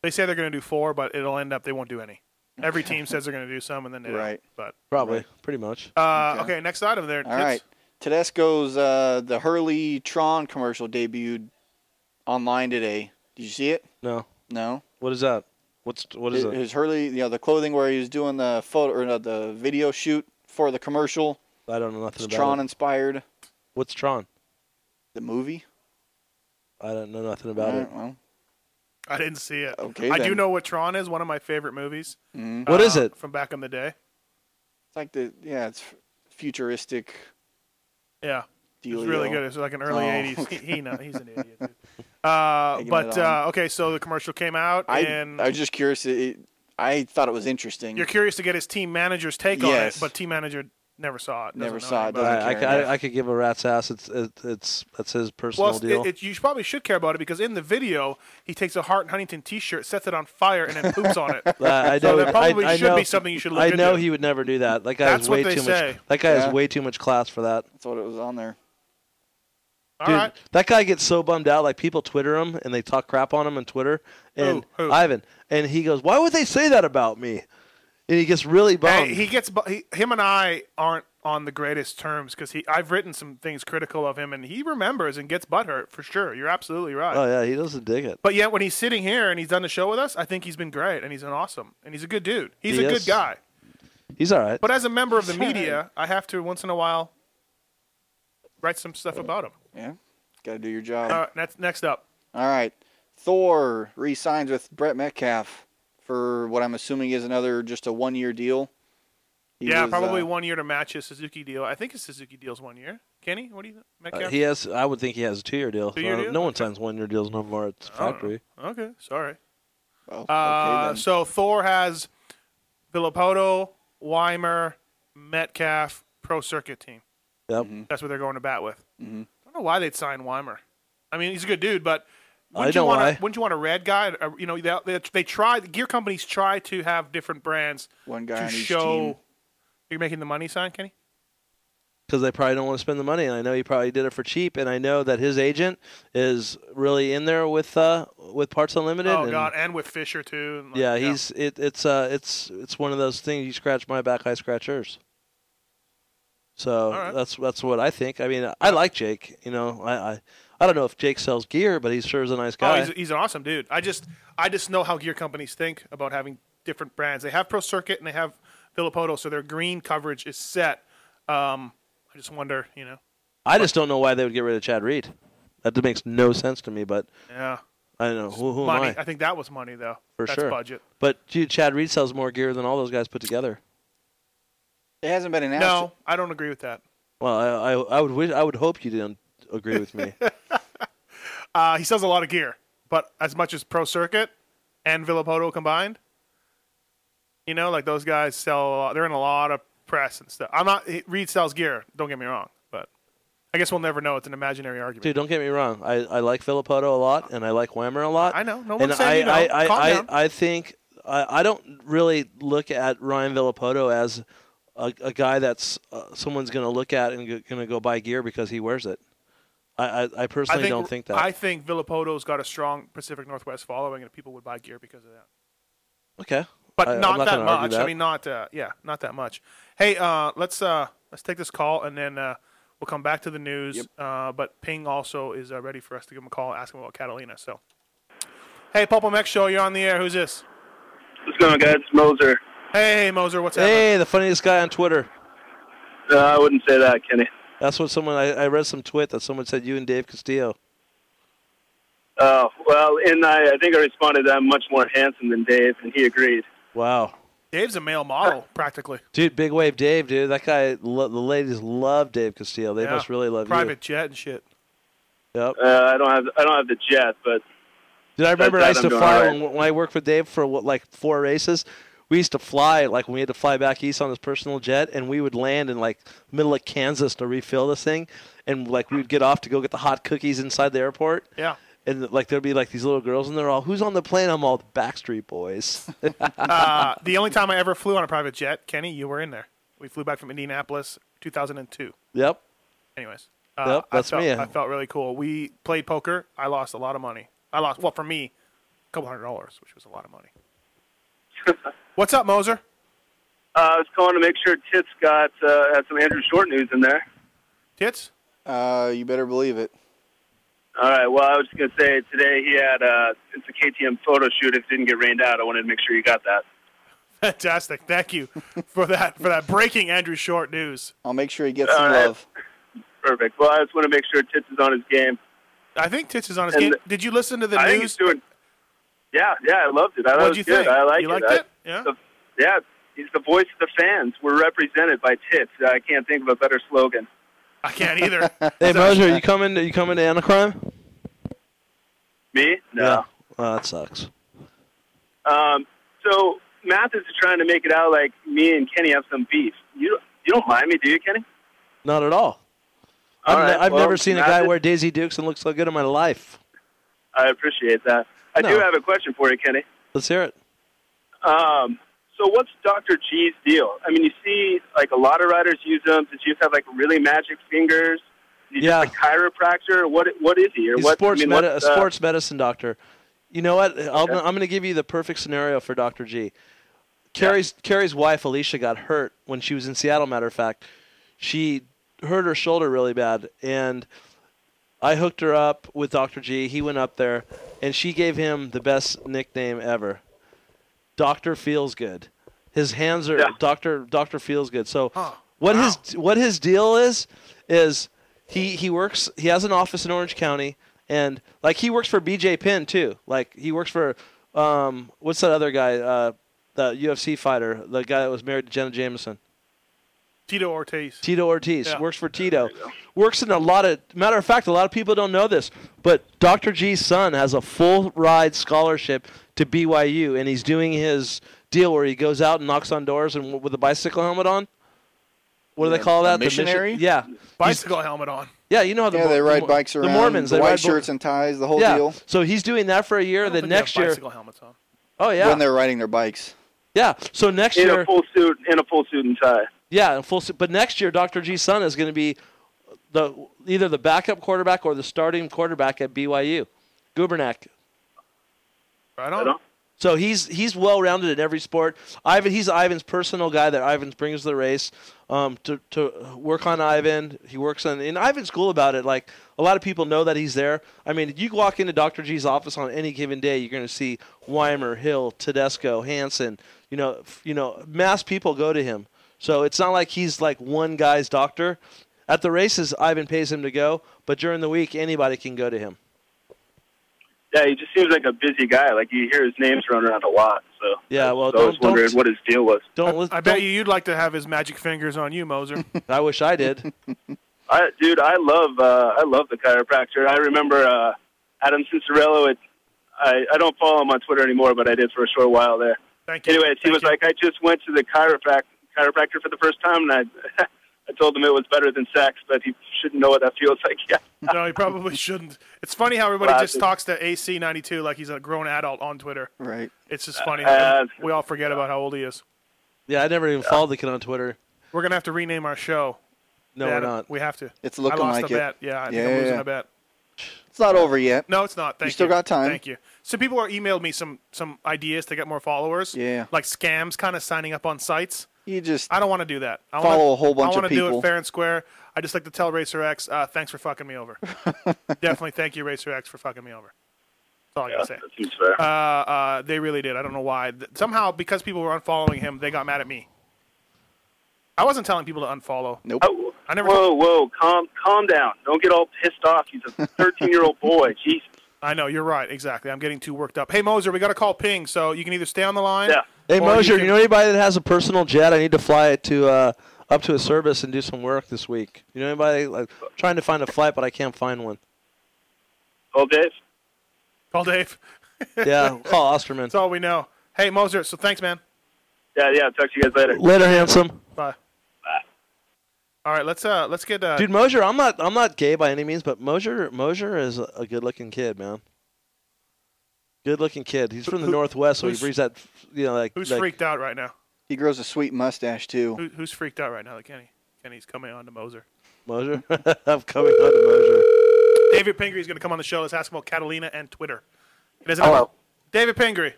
S4: They say they're going to do four, but it'll end up they won't do any. Every team says they're going to do some, and then they
S5: Right.
S4: Don't.
S7: Probably, pretty much.
S4: But uh, okay. next item there.
S5: All right. Tedesco's uh, the Hurley Tron commercial debuted online today. Did you see it?
S7: No.
S5: No.
S7: What is that? What's what is
S5: His-
S7: it?
S5: His Hurley, you know, the clothing where he was doing the photo or no, the video shoot for the commercial.
S7: I don't know nothing
S5: It's
S7: about
S5: Tron
S7: it.
S5: inspired.
S7: What's Tron?
S5: The movie.
S7: I don't know nothing about it.
S5: Alright, well.
S4: I didn't see it.
S5: Okay,
S4: I do
S5: then.
S4: know what Tron is. One of my favorite movies. Uh,
S5: Mhm.
S7: What is it?
S4: From back in the day.
S5: It's like the yeah, it's f- futuristic.
S4: Yeah. It's
S5: Dealio.
S4: really good. It's like an early
S5: Oh,
S4: 80s. He,
S5: okay.
S4: he know, he's an idiot.
S5: *laughs*
S4: dude. Uh,
S5: Taking
S4: but
S5: it
S4: uh,
S5: on.
S4: okay, so the commercial came out,
S5: I
S4: and
S5: I was just curious. It, it- I thought it was interesting.
S4: you're curious to get his team manager's take on it,
S5: Yes.
S4: but team manager never saw it. doesn't
S5: Never
S4: know
S5: saw it,
S4: anything about
S5: doesn't
S7: I, I,
S5: care
S7: ca- I,
S5: enough.
S7: I could give a rat's ass. It's it, it's that's his personal
S4: Well, it-
S7: deal.
S4: it- you probably should care about it because in the video, he takes a Hart and Huntington T-shirt, sets it on fire, and then poops
S7: *laughs*
S4: on it.
S7: Uh,
S4: *laughs*
S7: I
S4: so
S7: know,
S4: there probably
S7: I, I
S4: should
S7: know,
S4: be something you should look
S7: I know
S4: into.
S7: he would never do that. That guy
S4: That's
S7: has
S4: what
S7: way
S4: they
S7: too
S4: say.
S7: much. That guy
S4: Yeah.
S7: has way too much class for that.
S5: That's what it was on there.
S4: All
S7: Dude,
S4: right.
S7: that guy gets so bummed out. Like people Twitter him and they talk crap on him on Twitter. And
S4: Who? Who?
S7: Ivan and he goes, "Why would they say that about me?" And he gets really bummed.
S4: Hey, he gets bu- he, him and I aren't on the greatest terms because he I've written some things critical of him, and he remembers and gets butthurt for sure. You're absolutely right.
S7: oh yeah, he doesn't dig it.
S4: But yet, when he's sitting here and he's done the show with us, I think he's been great and he's an awesome and he's a good dude. He's
S7: He
S4: a
S7: is.
S4: good guy.
S7: He's all right.
S4: But as a member of the media, I have to once in a while write some stuff about him.
S5: Yeah, got to do your job.
S4: Uh, that's next up.
S5: All right. Thor re-signs with Brett Metcalf for what I'm assuming is another just a one-year deal. He
S4: yeah,
S5: was,
S4: probably
S5: uh,
S4: one year to match his Suzuki deal. I think his Suzuki deal's one year. Kenny, what do you think?
S7: Uh,
S4: Metcalf?
S7: he has. I would think he has a two-year deal.
S4: Two-year
S7: I don't-
S4: deal?
S7: No one signs one-year deals no more at the
S4: I don't know.
S7: factory.
S4: Okay, sorry.
S5: okay,
S4: uh,
S5: then.
S4: so Thor has Villapoto, Weimer, Metcalf, Pro Circuit team.
S7: Yep.
S5: Mm-hmm.
S4: That's what they're going to bat with.
S5: Mhm.
S4: I don't know why they'd sign Weimer. I mean, he's a good dude, but
S7: I
S4: wouldn't
S7: know
S4: you want
S7: why.
S4: a, wouldn't you want a red guy? Uh, You know, they, they, they try gear companies try to have different brands
S5: One guy
S4: to
S5: on each
S4: show.
S5: team.
S4: You're making the money sign, Kenny.
S7: because they probably don't want to spend the money. And I know he probably did it for cheap. And I know that his agent is really in there with uh, with Parts Unlimited.
S4: Oh
S7: and,
S4: God, and with Fisher too. and like-
S7: yeah, he's it, it's uh it's it's one of those things. You scratch my back, I scratch yours.
S4: All
S7: So
S4: right.
S7: that's that's what I think. I mean, I like Jake. You know, I, I I don't know if Jake sells gear, but he sure is a nice
S4: Oh,
S7: guy.
S4: he's, he's an awesome dude. I just I just know how gear companies think about having different brands. They have Pro Circuit and they have Villapoto, so their green coverage is set. Um, I just wonder, you know.
S7: I just don't know why they would get rid of Chad Reed. That makes no sense to me. But
S4: Yeah.
S7: I don't know who, who am
S4: money.
S7: I?
S4: I? think that was money though.
S7: for
S4: That's
S7: sure.
S4: budget.
S7: But dude, Chad Reed sells more gear than all those guys put together.
S5: It hasn't been announced.
S4: No, I don't agree with that.
S7: Well, I, I, I would wish, I would hope you didn't agree with
S4: *laughs*
S7: me.
S4: Uh, he sells a lot of gear, but as much as Pro Circuit and Villapoto combined, you know, like those guys sell. A lot, they're in a lot of press and stuff. I'm not Reed sells gear. Don't get me wrong, but I guess we'll never know. It's an imaginary argument.
S7: Dude, don't get me wrong. I, I like Villapoto a lot, and I like Whammer a lot.
S4: I know. No
S7: and
S4: one's saying you
S7: I,
S4: don't.
S7: I,
S4: Calm
S7: I,
S4: down.
S7: I, I think I, I don't really look at Ryan Villapoto as a, a guy that's uh, someone's going to look at and going to go buy gear because he wears it. I, I, I personally don't think that.
S4: I think Villapoto's got a strong Pacific Northwest following, and people would buy gear because of that.
S7: okay,
S4: But
S7: I- I'm
S4: not, that
S7: gonna argue
S4: much. I mean, not uh, yeah, not that much. Hey, uh, let's uh, let's take this call, and then uh, we'll come back to the news. Uh, but Ping also is uh, ready for us to give him a call, and ask him about Catalina. So, hey, Pulp Mech Show, you're on the air. Who's this?
S13: What's going on, guys? It's Moser.
S4: Hey, Moser, what's happening?
S7: hey, the funniest guy on Twitter.
S13: Uh, I wouldn't say that, Kenny.
S7: That's what someone I, I read some tweet that someone said you and Dave Castillo.
S13: Uh, well, and I, I think I responded that I'm much more handsome than Dave, and he agreed.
S7: Wow,
S4: Dave's a male model, practically.
S7: Dude, Big Wave Dave, dude. That guy, lo- the ladies love Dave Castillo. They
S4: Yeah.
S7: must really love
S4: Private jet and shit.
S7: you. Yep.
S13: Uh, I don't have I don't have the jet, but
S7: Did I remember
S13: that
S7: I used
S13: I'm
S7: to
S13: doing
S7: fly
S13: alright.
S7: when, when I worked for Dave for what, like four races? We used to fly like when we had to fly back east on this personal jet, and we would land in like middle of Kansas to refill this thing, and like we would get off to go get the hot cookies inside the airport.
S5: *laughs*
S4: Yeah.
S7: And like there'd be like these little girls, and they're all, "Who's on the plane?" I'm all, "The Backstreet Boys."
S13: Ah.
S4: uh, the only time I ever flew on a private jet, Kenny, you were in there. We flew back from Indianapolis, 2002.
S7: *laughs* yep.
S4: Anyways, uh,
S7: Yep, that's
S4: I felt,
S7: me.
S4: I felt really cool. We played poker. I lost a lot of money. I lost, well, for me, a couple hundred dollars, which was a lot
S5: *laughs*
S4: of money. What's up, Moser?
S13: uh, I was calling to make sure Tits got uh, had some Andrew Short news in there.
S4: Tits?
S5: Uh, you better believe it.
S13: All right. Well, I was just gonna say today he had uh, it's a KTM photo shoot. If it didn't get rained out, I wanted to make sure you got that.
S4: Fantastic. Thank you for that for that breaking Andrew Short news.
S5: I'll make sure he gets
S13: All
S5: some
S13: right.
S5: love.
S13: Perfect. Well, I just want to make sure Tits is on his game.
S4: I think Tits is on his
S13: And
S4: game.
S13: the-
S4: Did you listen to the
S13: I think
S4: news?
S13: he's doing. Yeah, yeah, I loved it. I thought
S4: What'd
S13: it was
S4: you
S13: good.
S4: think?
S13: I like
S4: You
S13: it.
S4: liked
S13: I-
S4: it? Yeah.
S13: the- yeah, he's the voice of the fans. We're represented by Tits. I can't think of a better slogan.
S4: I can't either.
S7: hey Moser, you coming? You coming to Anacrime?
S13: *laughs* Me? No.
S7: Yeah. Oh, that sucks.
S13: Um, so Mathis is trying to make it out like me and Kenny have some beef. You you don't mind me, do you, Kenny?
S7: Not at all. I've,
S13: All
S7: ne-
S13: right,
S7: I've
S13: well,
S7: never seen a
S13: not
S7: guy
S13: that-
S7: wear Daisy Dukes and look so good in my life.
S13: I appreciate that. I do
S7: No.
S13: have a question for you, Kenny.
S7: Let's hear it.
S13: Um, so what's Dr. G's deal? I mean, you see like a lot of riders use them. Did you have like really magic fingers? Is he
S7: Yeah.
S13: just a chiropractor? What what is he? Or
S7: He's
S13: what,
S7: a sports,
S13: I mean,
S7: medi-
S13: what's,
S7: a
S13: uh,
S7: sports medicine doctor. You know what? I'll, I'm going to give you the perfect scenario for Dr. G. Carrie's, Carrie's wife, Alicia, got hurt when she was in Seattle, matter of fact. She hurt her shoulder really bad, and I hooked her up with Dr. G. He went up there, and she gave him the best nickname ever. Doctor feels good. His hands are Doctor Doctor feels good. So what his what his deal is is he he works he has an office in Orange County and like he works for BJ Penn too. Like he works for um what's that other guy uh the UFC fighter the guy that was married to Jenna Jameson.
S4: Tito Ortiz.
S7: Tito Ortiz
S4: Yeah.
S7: works for Tito. Works in a lot of matter of fact, a lot of people don't know this, but Dr. G's son has a full ride scholarship to BYU, and he's doing his deal where he goes out and knocks on doors and w- with a bicycle helmet on. What do
S5: Yeah,
S7: they call
S5: a
S7: that? The
S5: missionary?
S7: mission- yeah,
S4: Bicycle helmet on.
S7: yeah, you know how the
S5: yeah,
S7: Mo-
S5: they
S7: the,
S5: ride
S7: Mo-
S5: bikes around.
S7: The Mormons,
S5: the
S7: they
S5: white
S7: ride bo-
S5: shirts and ties, the whole
S7: yeah.
S5: deal.
S7: So he's doing that for a year. Then
S4: think they have
S7: next year,
S4: bicycle helmets on.
S7: oh yeah,
S5: When they're riding their bikes.
S7: yeah. So next
S13: in
S7: year,
S13: a full suit in a full suit and tie.
S7: Yeah, and full. se- But next year, Dr. G's son is going to be the either the backup quarterback or the starting quarterback at BYU, Gubernak.
S4: Right on.
S7: So he's he's well rounded in every sport. Ivan, he's Ivan's personal guy that Ivan brings to the race um, to to work on Ivan. He works on and Ivan's cool about it. Like a lot of people know that he's there. I mean, you walk into Dr. G's office on any given day, you're going to see Weimer, Hill, Tedesco, Hansen. You know, f- you know, mass people go to him. So it's not like he's like one guy's doctor. At the races, Ivan pays him to go, but during the week, anybody can go to him.
S13: Yeah, he just seems like a busy guy. Like you hear his name's thrown around a lot. So
S7: Yeah, well,
S13: so I was
S7: don't,
S13: wondering
S7: don't
S13: what his deal was.
S7: don't let-
S4: I bet you you'd like to have his magic fingers on you, Moser.
S7: *laughs* I wish I did.
S13: I, dude, I love uh, I love the chiropractor. I remember uh, Adam Cincerello. It, I I don't follow him on Twitter anymore, but I did for a short while there.
S4: Thank
S13: you. Anyways, he was like, I just went to the chiroprac- chiropractor for the first time, and I *laughs* I told him it was better than sex, but he shouldn't know what that feels like *laughs* yet.
S4: *laughs* no, he probably shouldn't. It's funny how everybody
S13: Well, I
S4: just
S13: think-
S4: talks to AC92 like he's a grown adult on Twitter.
S5: Right.
S4: It's just funny.
S7: Uh,
S4: And we all forget about how old he is.
S7: Yeah, I never even followed the kid on Twitter.
S4: We're gonna have to rename our show.
S7: No,
S4: Yeah,
S7: we're not.
S4: We have to.
S5: It's looking
S4: I lost
S5: like
S4: a
S5: it.
S4: bet. Yeah, I think I'm
S5: Yeah,
S4: losing
S5: yeah.
S4: a bet.
S5: It's not over yet.
S4: No, it's not. Thank you.
S5: still got time.
S4: Thank you. So people are emailed me some some ideas to get more followers.
S5: Yeah.
S4: Like scams, kind of signing up on sites.
S5: You just
S4: I don't want to do that. I
S5: follow
S4: wanna,
S5: a whole bunch
S4: I
S5: of
S4: wanna do
S5: people.
S4: it fair and square. I just like to tell Racer X, uh, thanks for fucking me
S5: *laughs*
S4: over. Definitely thank you, Racer X, for fucking me over. That's all I gotta say.
S13: That seems fair.
S4: Uh, uh, they really did. I don't know why. Th- Somehow, because people were unfollowing him, they got mad at me. I wasn't telling people to unfollow.
S5: Nope.
S13: Oh,
S4: I never.
S13: Whoa, whoa, calm, calm down. Don't get all pissed off. He's a 13 *laughs* year old boy. Jesus.
S4: I know you're right. Exactly. I'm getting too worked up. Hey Moser, we got to call Ping, so you can either stay on the line
S13: Yeah.
S7: Hey
S4: Or
S7: Mosher, you,
S4: can-
S7: know anybody that has a personal jet? I need to fly it to uh, up to a service and do some work this week. You know anybody like trying to find a flight, but I can't find one.
S13: All Dave.
S4: Call Dave. *laughs*
S7: Yeah, call Osterman. That's
S4: all we know. Hey Moser, so thanks, man.
S13: Yeah, yeah. Talk to you guys later.
S7: Later, handsome.
S4: Bye. All right, let's uh let's get uh
S7: Dude, Mosher, I'm not I'm not gay by any means, but Mosher Mosher is a good looking kid, man. Good looking kid. He's from the
S4: Who-
S7: northwest, so he
S4: who's-
S7: breeds that you know like
S4: who's
S7: like-
S4: freaked out right now?
S5: He grows a sweet mustache too.
S4: Who, who's freaked out right now? Like Kenny. Kenny's coming on to Moser.
S7: Mosher. *laughs* I'm coming on to Mosher.
S4: David Pingree is going to come on the show. Let's ask him about Catalina and Twitter. He doesn't
S7: Hello.
S4: have- David Pingree.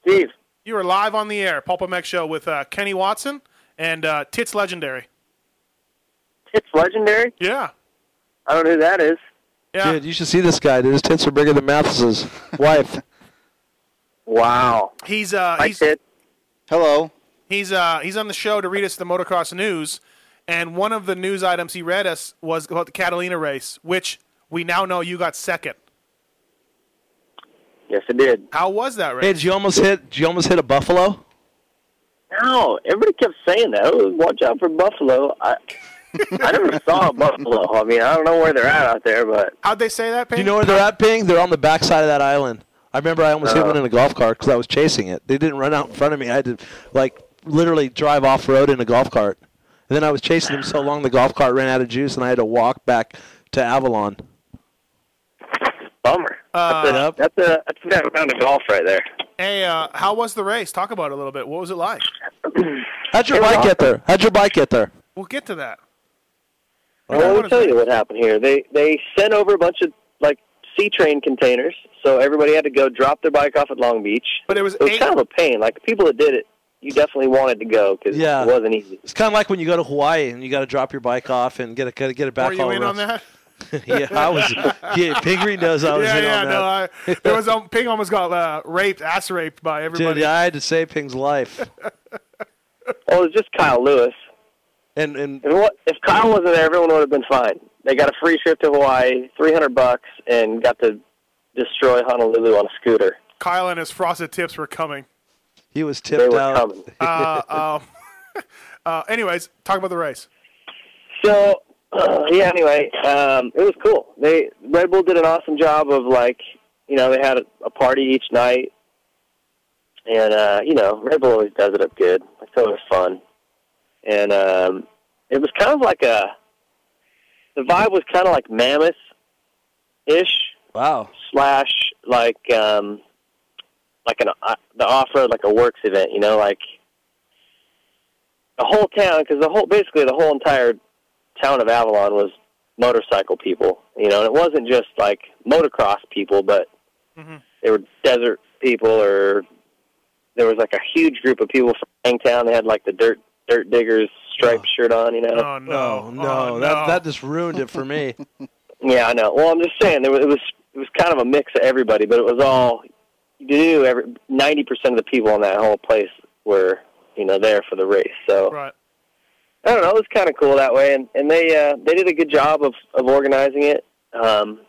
S12: Steve.
S4: You are live on the air, Pulp MX Show, with uh, Kenny Watson and uh, Tits Legendary.
S12: Tits Legendary?
S4: Yeah.
S12: I don't know who that is.
S7: Dude, you should see this guy, dude. His tits are bigger than Mathis's *laughs* wife.
S12: Wow.
S4: He's uh he's
S5: Hello.
S4: He's uh he's on the show to read us the motocross news, and one of the news items he read us was about the Catalina race, which we now know you got second.
S12: Yes, it did.
S4: How was that race?
S7: Hey, did you almost hit did you almost hit a buffalo?
S12: No, everybody kept saying that. Oh, watch out for buffalo. I
S2: *laughs*
S12: I never saw a buffalo. I mean, I don't know where they're at out there, but
S4: How'd they say that, Ping?
S7: Do you know where they're at, Ping? They're on the backside of that island. I remember I almost hit one in a golf cart because I was chasing it. They didn't run out in front of me. I had to, like, literally drive off road in a golf cart. And then I was chasing them so long the golf cart ran out of juice and I had to walk back to Avalon.
S12: bummer.
S4: Uh,
S12: that's a that's a, that's a bad round of golf right there.
S4: Hey, uh, how was the race? Talk about it a little bit. What was it like?
S7: How'd your bike get there? How'd your bike get there?
S4: We'll get to that.
S12: Well, let me tell you what happened here. They they sent over a bunch of like C train containers, so everybody had to go drop their bike off at Long Beach.
S4: But it was
S12: it was kind of a pain. Like the people that did it, you definitely wanted to go because
S7: Yeah.
S12: it wasn't easy.
S7: It's kind of like when you go to Hawaii and you got to drop your bike off and get it, get it- get it back
S4: Were you
S7: all
S4: in
S7: around.
S4: on that?
S7: *laughs* yeah, I was. Yeah, Pingree knows I was
S4: yeah,
S7: in
S4: yeah,
S7: on that.
S4: no. I, there was um, Ping almost got uh, raped, ass raped by everybody.
S7: Dude, yeah, I had to save Ping's life.
S12: Well, Oh, it was just Kyle Lewis.
S7: And and
S12: if, it wa- if Kyle wasn't there, everyone would have been fine. They got a free trip to Hawaii, three hundred bucks, and got to destroy Honolulu on a scooter.
S4: Kyle and his frosted tips were coming.
S7: He was tipped
S12: were
S7: out.
S12: coming.
S7: *laughs*
S4: Uh, um, *laughs* uh, anyways, talk about the race.
S12: So uh, yeah, anyway, um, it was cool. They Red Bull did an awesome job of like, you know, they had a, a party each night, and uh, you know, Red Bull always does it up good. It's always fun, and um, it was kind of like a. The vibe was kind of like Mammoth, ish.
S7: Wow.
S12: Slash like um, like an uh, the off road like a works event, you know, like the whole town because the whole basically the whole entire town of Avalon was motorcycle people, you know, and it wasn't just like motocross people, but
S4: Mm-hmm.
S12: they were desert people, or there was like a huge group of people from Hangtown. They had like the dirt dirt diggers striped shirt on, you know.
S4: Oh
S7: no! no, that that just ruined it
S4: *laughs*
S7: for me.
S12: Yeah, I know. Well, I'm just saying there was, it was it was kind of a mix of everybody, but it was all you knew. Every ninety percent of the people in that whole place were you know there for the race. So
S4: right.
S12: I don't know. It was kind of cool that way, and and they uh, they did a good job of of organizing it. Um,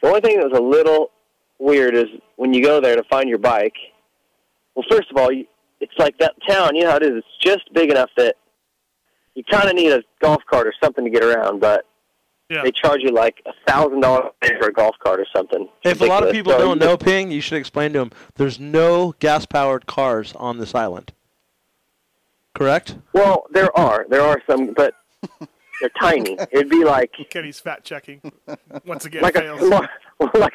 S12: the only thing that was a little weird is when you go there to find your bike. Well, first of all, you, it's like that town. You know how it is. It's just big enough that you kind of need a golf cart or something to get around, but. They charge you like a thousand dollars for a golf cart or something.
S7: If a lot of
S12: Ridiculous.
S7: people
S12: So
S7: don't
S12: you-
S7: know Ping, you should explain to them. There's no gas-powered cars on this island. Correct?
S12: Well, there are there are some, but they're
S4: *laughs*
S12: tiny. It'd be like *laughs*
S4: Kenny's fat checking once again
S12: like a *laughs*
S4: fails.
S12: smart, like,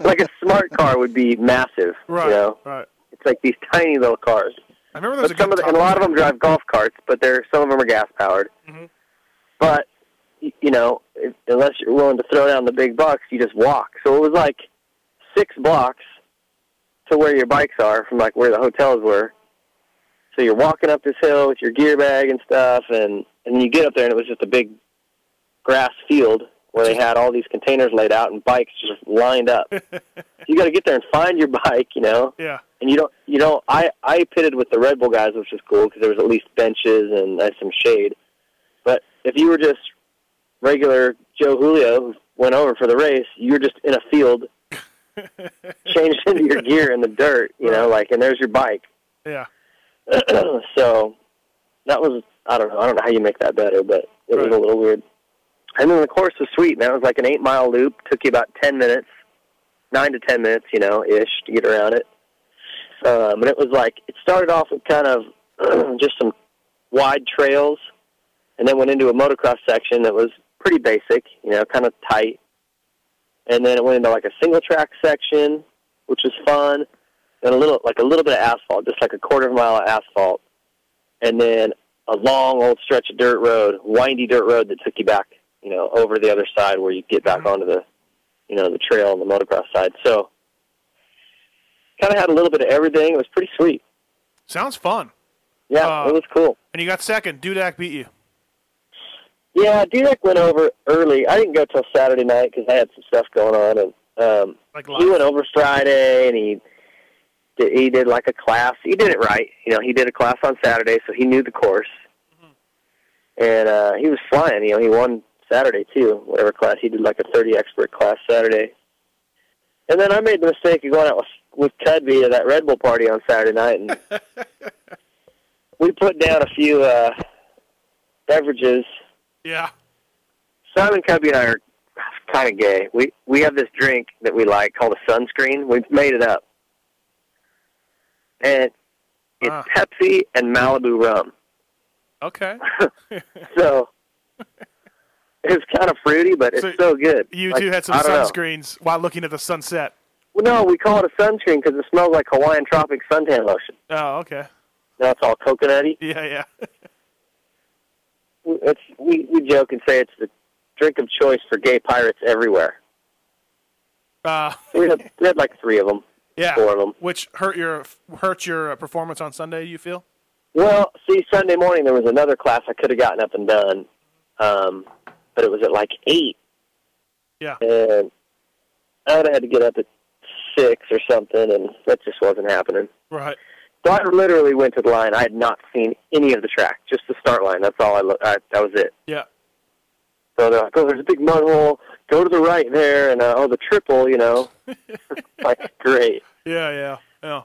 S12: like a smart car would be massive.
S4: Right,
S12: You know?
S4: right.
S12: It's like these tiny little cars.
S4: I remember there was
S12: But
S4: a
S12: some
S4: good
S12: of the, and a lot of them drive golf carts, but they're some of them are gas powered.
S4: Mhm.
S12: But y- you know, if, unless you're willing to throw down the big bucks, you just walk. So it was like six blocks to where your bikes are from like where the hotels were. So you're walking up this hill with your gear bag and stuff, and and you get up there, and it was just a big grass field where they had all these containers laid out and bikes just lined
S4: *laughs*
S12: up. you got to get there and find your bike, you know
S4: Yeah.
S12: and you don't you know i i pitted with the red bull guys which was cool because there was at least benches and uh, some shade but if you were just regular joe julio who went over for the race you were just in a field changed into your gear in the dirt, you know, like, and there's your bike.
S4: Yeah.
S12: *clears throat* so that was I don't know I don't know how you make that better, but it was a little weird. And then the course was sweet, man. It was like an eight mile loop. Took you about ten minutes, nine to ten minutes, you know, ish, to get around it. Um, and it was like it started off with kind of *clears throat* just some wide trails, and then went into a motocross section that was pretty basic, you know, kind of tight. And then it went into like a single track section, which was fun, and a little like a little bit of asphalt, just like a quarter of a mile of asphalt and then a long old stretch of dirt road, windy dirt road that took you back, you know, over the other side where you get back onto the, you know, the trail on the motocross side. So, kind of had a little bit of everything. It was pretty sweet.
S4: Sounds fun.
S12: Yeah,
S4: Uh,
S12: it was cool.
S4: And you got second. Dudak beat you.
S12: Yeah, Dudek went over early. I didn't go till Saturday night because I had some stuff going on, and um, he went over Friday and he did, he did like a class. He did it right, you know. He did a class on Saturday, so he knew the course, and uh, he was flying. You know, he won Saturday too, whatever class he did, like a thirty expert class Saturday. And then I made the mistake of going out with with Cudby to that Red Bull party on Saturday night, and we put down a few uh, beverages
S4: Yeah.
S12: Simon Cubby and I are kind of gay. We we have this drink that we like called a sunscreen. We've made it up, and it's
S4: Ah.
S12: Pepsi and Malibu
S4: *laughs*
S12: rum. *laughs*
S4: Okay.
S12: So it's kind of fruity, but it's so, good.
S4: You
S12: Like,
S4: two had some
S12: I don't know.
S4: sunscreens while looking at the sunset.
S12: Well, no, we call it a sunscreen because it smells like Hawaiian Tropic suntan lotion.
S4: Oh, okay.
S12: Now it's all coconutty.
S4: Yeah, yeah.
S12: It's we we joke and say it's the drink of choice for gay pirates everywhere.
S4: Uh,
S12: We had, we had like three of them.
S4: yeah.
S12: Four of them.
S4: Which hurt your hurt your uh, performance on Sunday? You feel?
S12: Well, see, Sunday morning there was another class I could have gotten up and done, um, but it was at like eight.
S4: Yeah.
S12: And I would have had to get up at six or something, and that just wasn't happening.
S4: Right.
S12: So I literally went to the line. I had not seen any of the track, just the start line. That's all I. Lo- I that was it.
S4: Yeah.
S12: So they're like, "Oh, there's a big mud hole. Go to the right there, and uh, oh, the triple. You know, *laughs* like great."
S4: Yeah, yeah, Oh, yeah.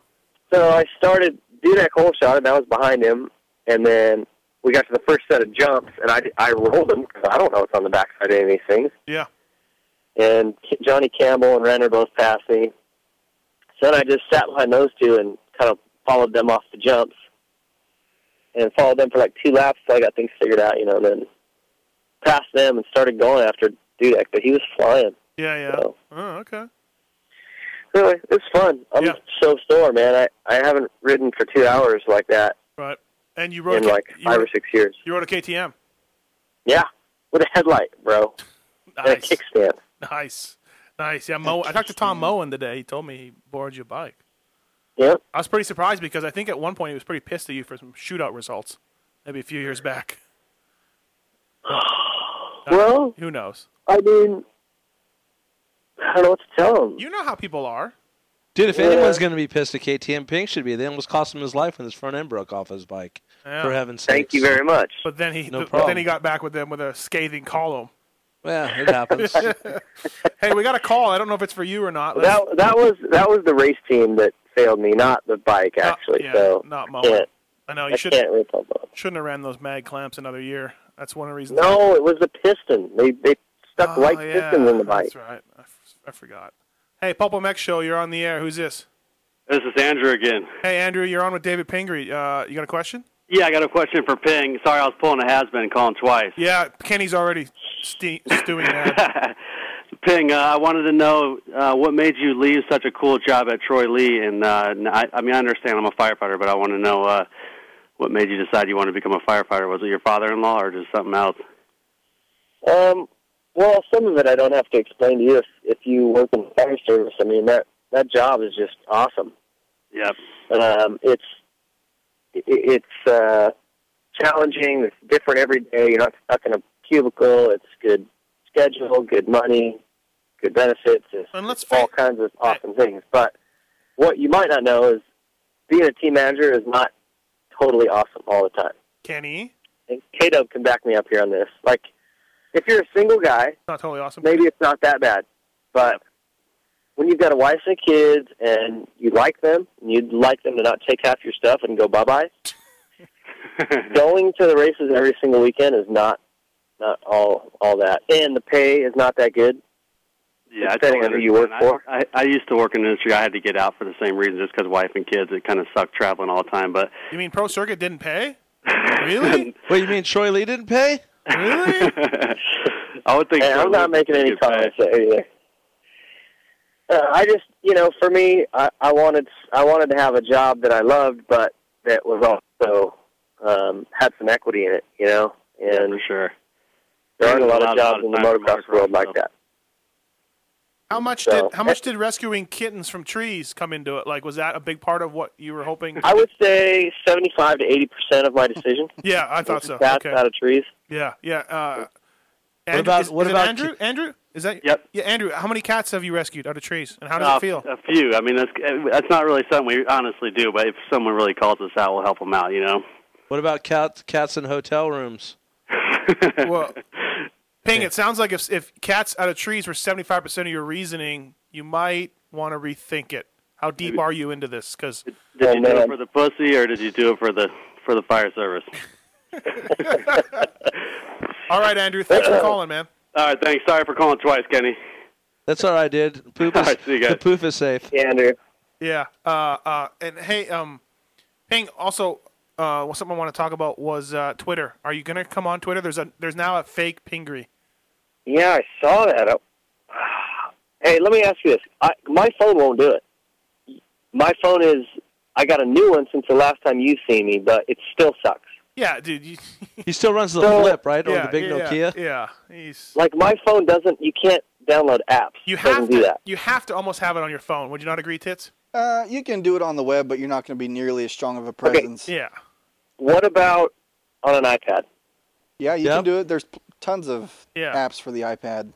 S12: So I started Dudek hole shot, and I was behind him. And then we got to the first set of jumps, and I, I rolled him 'cause I don't know what's on the backside of any of these things.
S4: Yeah.
S12: And K- Johnny Campbell and Renner both passed me. So then I just sat behind those two and kind of followed them off the jumps and followed them for like two laps till I got things figured out, you know, and then passed them and started going after Dudek, but he was flying.
S4: Yeah, yeah.
S12: So.
S4: Oh, okay.
S12: Really, it's fun. I'm so sore, man. I, I haven't ridden for two hours like that
S4: Right. And you rode
S12: in
S4: a K-
S12: like
S4: you
S12: five or
S4: rode,
S12: six years.
S4: you rode a KTM.
S12: Yeah, with a headlight, bro. And a
S4: Nice.
S12: kickstand.
S4: Nice, nice. Yeah, Mo. I talked to Tom Moen today. He told me he borrowed your bike.
S12: Yeah.
S4: I was pretty surprised because I think at one point he was pretty pissed at you for some shootout results, maybe a few years
S12: *sighs*
S4: back.
S12: Well,
S4: who knows?
S12: I mean, I don't know what to tell him.
S4: You know how people are.
S7: Dude, if
S4: Yeah.
S7: anyone's going to be pissed at KTM, Pink should be. They almost cost him his life when his front end broke off his bike.
S4: Yeah.
S7: For heaven's sake.
S4: Thank you very
S12: much.
S4: But then he,
S7: No
S4: but
S7: problem.
S4: then he got back with them with a scathing column.
S7: Yeah,
S12: *laughs*
S7: it
S4: *laughs*
S7: happens.
S4: hey, we got a call. I don't know if it's for you or not. Let's-
S12: That that was that was the race team that failed me, not the bike actually.
S4: yeah,
S12: so
S4: not
S12: I
S4: Moen.
S12: can't,
S4: I know
S12: I
S4: you should
S12: can't really talk about.
S4: shouldn't have ran those mag clamps another year. That's one of the
S12: it.
S4: reasons.
S12: No, it was the piston. They they stuck
S4: Oh,
S12: white
S4: yeah,
S12: pistons in the bike.
S4: That's right. I, f- I forgot. Hey, Pulp MX show. You're on the air. Who's this?
S14: This is Andrew again.
S4: Hey, Andrew. You're on with David Pingree. Uh, you got a question?
S14: Yeah, I got a question for Ping. Sorry, I was pulling a has been calling twice.
S4: Yeah, Kenny's already ste- stewing that.
S14: Ping, uh, I wanted to know uh, what made you leave such a cool job at Troy Lee, and uh, n- I, I mean, I understand I'm a firefighter, but I want to know uh, what made you decide you want to become a firefighter. Was it your father-in-law or just something else?
S12: Um, well, some of it I don't have to explain to you. If if you work in the fire service, I mean that that job is just awesome.
S14: Yep.
S12: Um, it's it, it's uh, challenging. It's different every day. You're not stuck in a cubicle. It's good schedule, good money, good benefits. It's,
S4: And
S12: it's all kinds of awesome things. But what you might not know is being a team manager is not totally awesome all the time.
S4: Kenny,
S12: And K Dub can back me up here on this. Like, if you're a single guy,
S4: not totally awesome.
S12: maybe it's not that bad. But when you've got a wife and kids and you like them and you'd like them to not take half your stuff and go
S14: *laughs*
S12: bye bye, going to the races every single weekend is not not all all that, and the pay is not that good.
S14: Yeah, I
S12: depending on
S14: totally
S12: who you work
S14: understand.
S12: for.
S14: I, I, I used to work in the industry. I had to get out for the same reason, just because wife and kids. It kind of sucked traveling all the time. But
S4: You mean Pro Circuit didn't pay?
S14: really,
S7: what you mean, Troy Lee didn't pay?
S4: Really?
S14: I would think.
S12: And I'm not making any comments there either. Uh, I just, you know, for me, I, I wanted I wanted to have a job that I loved, but that was also um, had some equity in it, you know. And for
S14: sure,
S12: there aren't a
S14: There's a lot-
S12: lot of
S14: a lot
S12: jobs
S14: of
S12: in the
S14: time for
S12: motocross world like that.
S4: How much
S12: So-
S4: did how much did rescuing kittens from trees come into it? Like, was that a big part of what you were hoping?
S12: I would say seventy-five to eighty percent of my decision.
S4: *laughs* Yeah, I thought so.
S12: That's
S4: Okay.
S12: out of trees.
S4: Yeah, yeah. Uh,
S12: What
S4: Andrew,
S12: about-
S4: is,
S12: what
S4: is it
S12: about
S4: Andrew? Andrew, is that?
S14: Yep.
S4: Yeah, Andrew. How many cats have you rescued out of trees, and how does
S14: Uh,
S4: it feel?
S14: A few. I mean, that's eh, that's not really something we honestly do. But if someone really calls us out, we'll help them out. You know.
S7: What about cats? Cats in hotel rooms?
S4: well, Ping, it sounds like if if cats out of trees were seventy five percent of your reasoning, you might want to rethink it. How deep are you into this? Because
S14: Did you do it for the pussy, or did you do it for the for the fire
S12: *laughs*
S14: service?
S4: all right, Andrew, thanks for calling, man.
S14: All right, thanks. Sorry for calling twice, Kenny.
S7: That's all right, dude. Poop
S14: All
S7: is,
S14: right, see you guys.
S7: the poof is safe.
S12: Yeah, Andrew.
S4: Yeah. Uh, uh, and hey, um, Ping. Also, uh, what something I want to talk about was uh, Twitter. Are you gonna come on Twitter? There's a there's now a fake Pingree.
S12: Yeah, I saw that. I, *sighs* hey, let me ask you this: I, my phone won't do it. My phone is. I got a new one since the last time you see me, but it still sucks.
S4: Yeah, dude. You, *laughs*
S7: He still runs the
S12: So-
S7: flip, right? or
S12: Yeah,
S7: the big
S12: yeah,
S7: Nokia?
S4: Yeah. He's
S12: Like my phone doesn't. You can't download apps.
S4: You
S12: Doesn't
S4: have
S12: do
S4: to.
S12: that.
S4: You have to almost have it on your phone. Would you not agree, Tits?
S5: Uh, you can do it on the web, but you're not going to be nearly as strong of a presence.
S4: Yeah.
S12: What about on an iPad?
S5: Yeah, you
S12: Yep.
S5: can do it. There's p- tons of
S4: Yeah.
S5: apps for the iPad.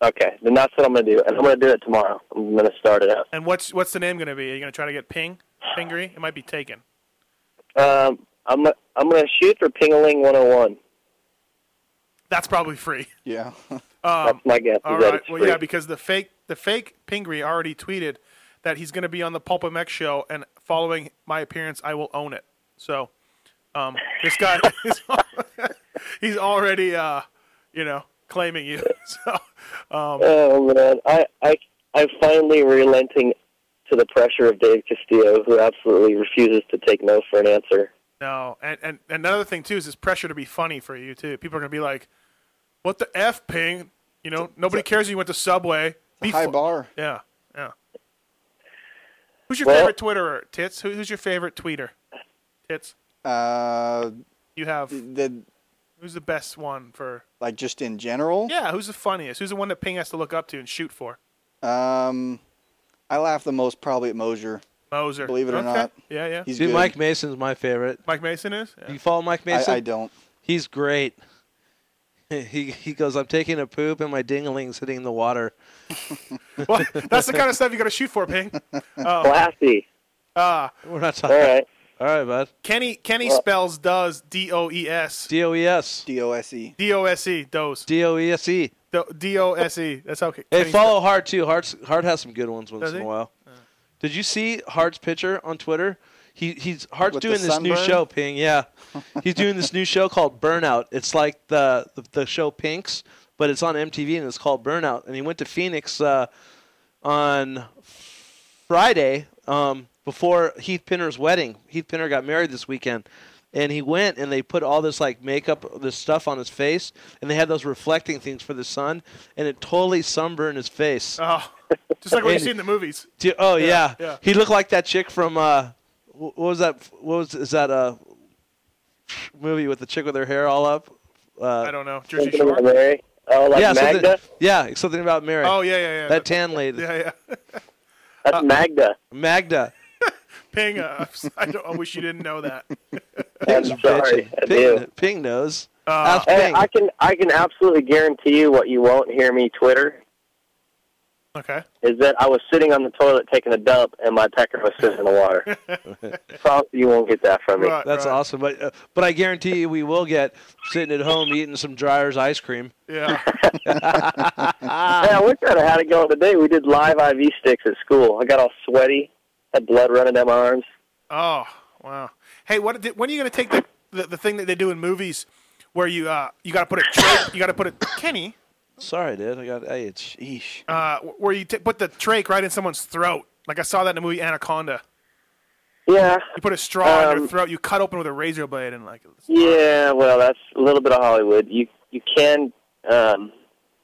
S12: Okay, then that's what I'm gonna do, and I'm gonna do it tomorrow. I'm gonna start it up.
S4: And what's what's the name going to be? Are you going to try to get Ping Pingree? It might be taken.
S12: Um, I'm I'm gonna shoot for Pingaling 101.
S4: That's probably free.
S5: Yeah.
S4: Um,
S12: my guess. Is
S4: all
S12: that
S4: right.
S12: it's
S4: Well,
S12: free.
S4: yeah, because the fake the fake Pingree already tweeted that he's going to be on the Pulp MX show, and following my appearance, I will own it. So, um, this guy *laughs* is he's already uh, you know claiming you. *laughs* So, um,
S12: Oh man, I I I'm finally relenting to the pressure of Dave Castillo, who absolutely refuses to take no for an answer.
S4: No, and, and and another thing too is this pressure to be funny for you too. People are gonna be like, "What the f, Ping? You know, nobody cares you went to Subway." Be
S5: high
S4: fu-
S5: bar.
S4: Yeah, yeah. Who's your
S5: Well-
S4: favorite Twitterer, Tits? Who, who's your favorite tweeter, Tits?
S5: Uh,
S4: You have
S5: the
S4: who's the best one for?
S5: like just in general.
S4: Yeah, who's the funniest? Who's the one that Ping has to look up to and shoot for?
S5: Um, I laugh the most probably at Mosier.
S4: Moser.
S5: Believe it or
S4: Okay.
S5: not.
S4: Yeah, yeah.
S5: He's
S7: Dude,
S5: good.
S7: Mike Mason's my favorite.
S4: Mike Mason is. Yeah.
S7: You follow Mike
S5: I,
S7: Mason?
S5: I don't.
S7: He's great. *laughs* He he goes. I'm taking a poop and my dingling's hitting
S4: *laughs*
S7: the water.
S4: well, That's the kind of stuff you got to shoot
S5: *laughs*
S4: for, Ping. Um,
S7: *laughs*
S12: Classy.
S4: Uh,
S7: We're not talking.
S12: All right.
S7: All right, bud.
S4: Kenny Kenny
S7: Well-
S4: spells does D O E S.
S7: D O E S.
S5: D O S E.
S4: D O S E does.
S7: D O E S E.
S4: D O S E. That's how. Kenny
S7: Hey,
S4: spells-
S7: follow Hart too. Hart's Hart has some good ones once
S4: Does
S7: in a
S4: he? Uh.
S7: while. Did you see Hart's picture on Twitter? He he's Hart's
S4: With the
S7: doing this new
S4: sunburn?
S7: show, Ping. Yeah, *laughs* he's doing this new show called Burnout. It's like the, the the show Pinks, but it's on MTV and it's called Burnout. And he went to Phoenix uh, on Friday um, before Heath Pinner's wedding. Heath Pinner got married this weekend, and he went and they put all this like makeup, this stuff on his face, and they had those reflecting things for the sun, and it totally sunburned his face.
S4: Oh, just like what you
S7: And-
S4: see in the movies.
S7: Dude, oh yeah,
S4: yeah.
S7: He looked like that chick from uh, wh- what was that? What was is that uh movie with the chick with her hair all up? Uh,
S4: I don't know. Jersey
S12: Thinking about
S4: Shore.
S12: Mary. Oh, like
S7: yeah,
S12: Magda.
S7: Something, yeah, something about Mary.
S4: Oh, yeah, yeah, yeah.
S7: That tan lady. Uh,
S4: Yeah, yeah.
S12: That's Magda.
S7: Magda.
S4: Ping. Uh, I, don't, I wish you didn't know that.
S12: I'm sorry. I do.
S7: Ping, Ping knows.
S4: Uh,
S12: hey, I can I can absolutely guarantee you what you won't hear me Twitter
S4: Okay.
S12: is that I was sitting on the toilet taking a dump and my pecker was sitting in the water.
S4: *laughs*
S12: so you won't get that from me.
S7: That's awesome, but uh, but I guarantee you we will get sitting at home eating some dryer's ice cream.
S4: Yeah.
S12: yeah, we could have had it going today. We did live IV sticks at school. I got all sweaty, had blood running down my arms.
S4: Oh wow! Hey, what did, when are you going to take the, the the thing that they do in movies where you uh you got to put a tra- you got to put a Kenny
S7: Sorry, dude. I got hey, it's eesh.
S4: uh where you t- put the trach right in someone's throat? Like I saw that in the movie Anaconda.
S12: Yeah.
S4: You put a straw in
S12: Um,
S4: their throat. You cut open with a razor blade and like
S12: Yeah, well, that's a little bit of Hollywood. You you can um,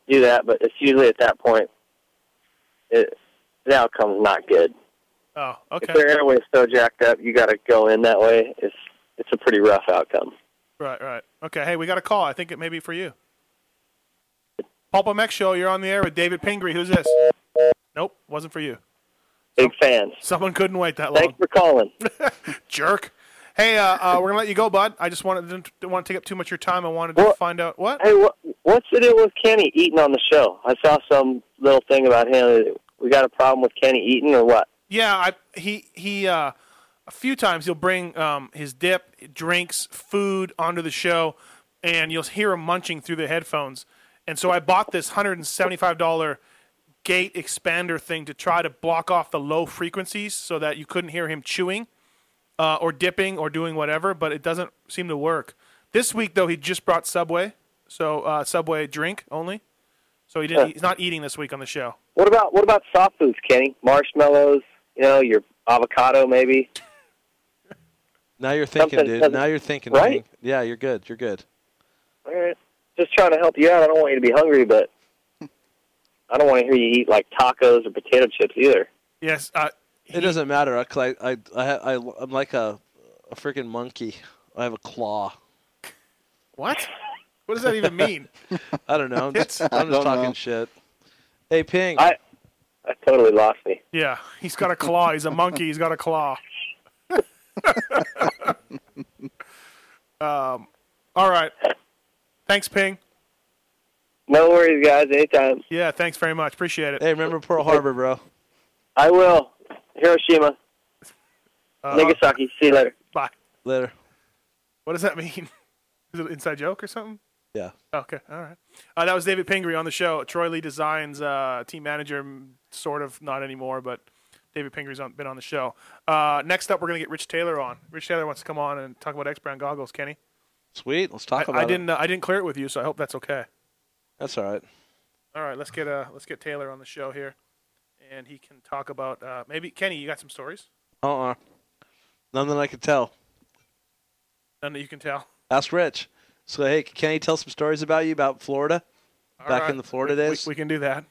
S12: do that, but it's usually at that point it, the outcome's not good.
S4: oh okay
S12: If their airway's so jacked up, you got to go in that way. It's it's a pretty rough outcome.
S4: right right okay. Hey, we got a call. I think it may be for you. Pulp MX show. You're on the air with David Pingree. Who's this? Nope, wasn't for you.
S12: Big fans.
S4: Someone couldn't wait that long.
S12: Thanks for calling.
S4: *laughs* jerk. Hey, uh, uh, we're gonna let you go, bud. I just wanted didn't, didn't want to take up too much of your time. I wanted to find out what.
S12: Hey, what, what's the deal with Kenny eating on the show? I saw some little thing about him. We got a problem with Kenny eating or what?
S4: Yeah, I he he uh, a few times he'll bring um, his dip, drinks, food onto the show, and you'll hear him munching through the headphones. And so I bought this hundred and seventy-five dollar gate expander thing to try to block off the low frequencies so that you couldn't hear him chewing uh, or dipping or doing whatever. But it doesn't seem to work. This week though, he just brought Subway, so uh, Subway drink only. So he didn't.
S12: Huh.
S4: He's not eating this week on the show.
S12: What about what about soft foods, Kenny? Marshmallows, you know, your avocado maybe.
S7: *laughs* Now you're thinking,
S12: Something
S7: dude.
S12: doesn't-
S7: Now you're thinking.
S12: Right?
S7: Hank. Yeah, you're good. You're good.
S12: All right. Eh, Just trying to help you out. I don't want you to be hungry, but I don't want to hear you eat like tacos or potato chips either.
S4: Yes. Uh,
S7: it doesn't matter. I, 'cause I, I, I, ha- I, I'm like a, a freaking monkey. I have a claw.
S4: What? What does that even mean?
S7: I
S4: *laughs*
S7: don't know. I'm just,
S4: It's- I
S7: I'm just
S4: don't
S7: talking
S4: know.
S7: shit. Hey, Ping.
S12: I, I totally lost me.
S4: Yeah, he's got a claw. He's a monkey. He's got a claw. *laughs* um, all right. Thanks, Ping.
S12: No worries, guys. Anytime.
S4: Yeah, thanks very much. Appreciate it.
S7: Hey, remember Pearl Harbor, bro.
S12: I will. Hiroshima, Nagasaki. See you later.
S4: Bye.
S7: Later.
S4: What does that mean? *laughs* Is it an inside joke or something?
S7: Yeah.
S4: Okay, all right. Uh, that was David Pingree on the show. Troy Lee Designs, uh, team manager, mm, sort of, not anymore, but David Pingree's on, been on the show. Uh, next up, we're going to get Rich Taylor on. Rich Taylor wants to come on and talk about X Brand goggles, Kenny.
S7: Sweet. Let's talk
S4: I,
S7: about
S4: I didn't. Uh, I didn't clear it with you, so I hope that's okay.
S7: it. That's all right.
S4: All right, let's get uh, let's get Taylor on the show here, and he can talk about uh, maybe Kenny. You got some stories?
S7: Uh-uh. None that I could tell.
S4: None that you can tell.
S7: Ask Rich. So, hey, can he tell some stories about you about Florida?
S4: All
S7: back
S4: right.
S7: in the Florida
S4: We- we-
S7: days?
S4: we, can do that.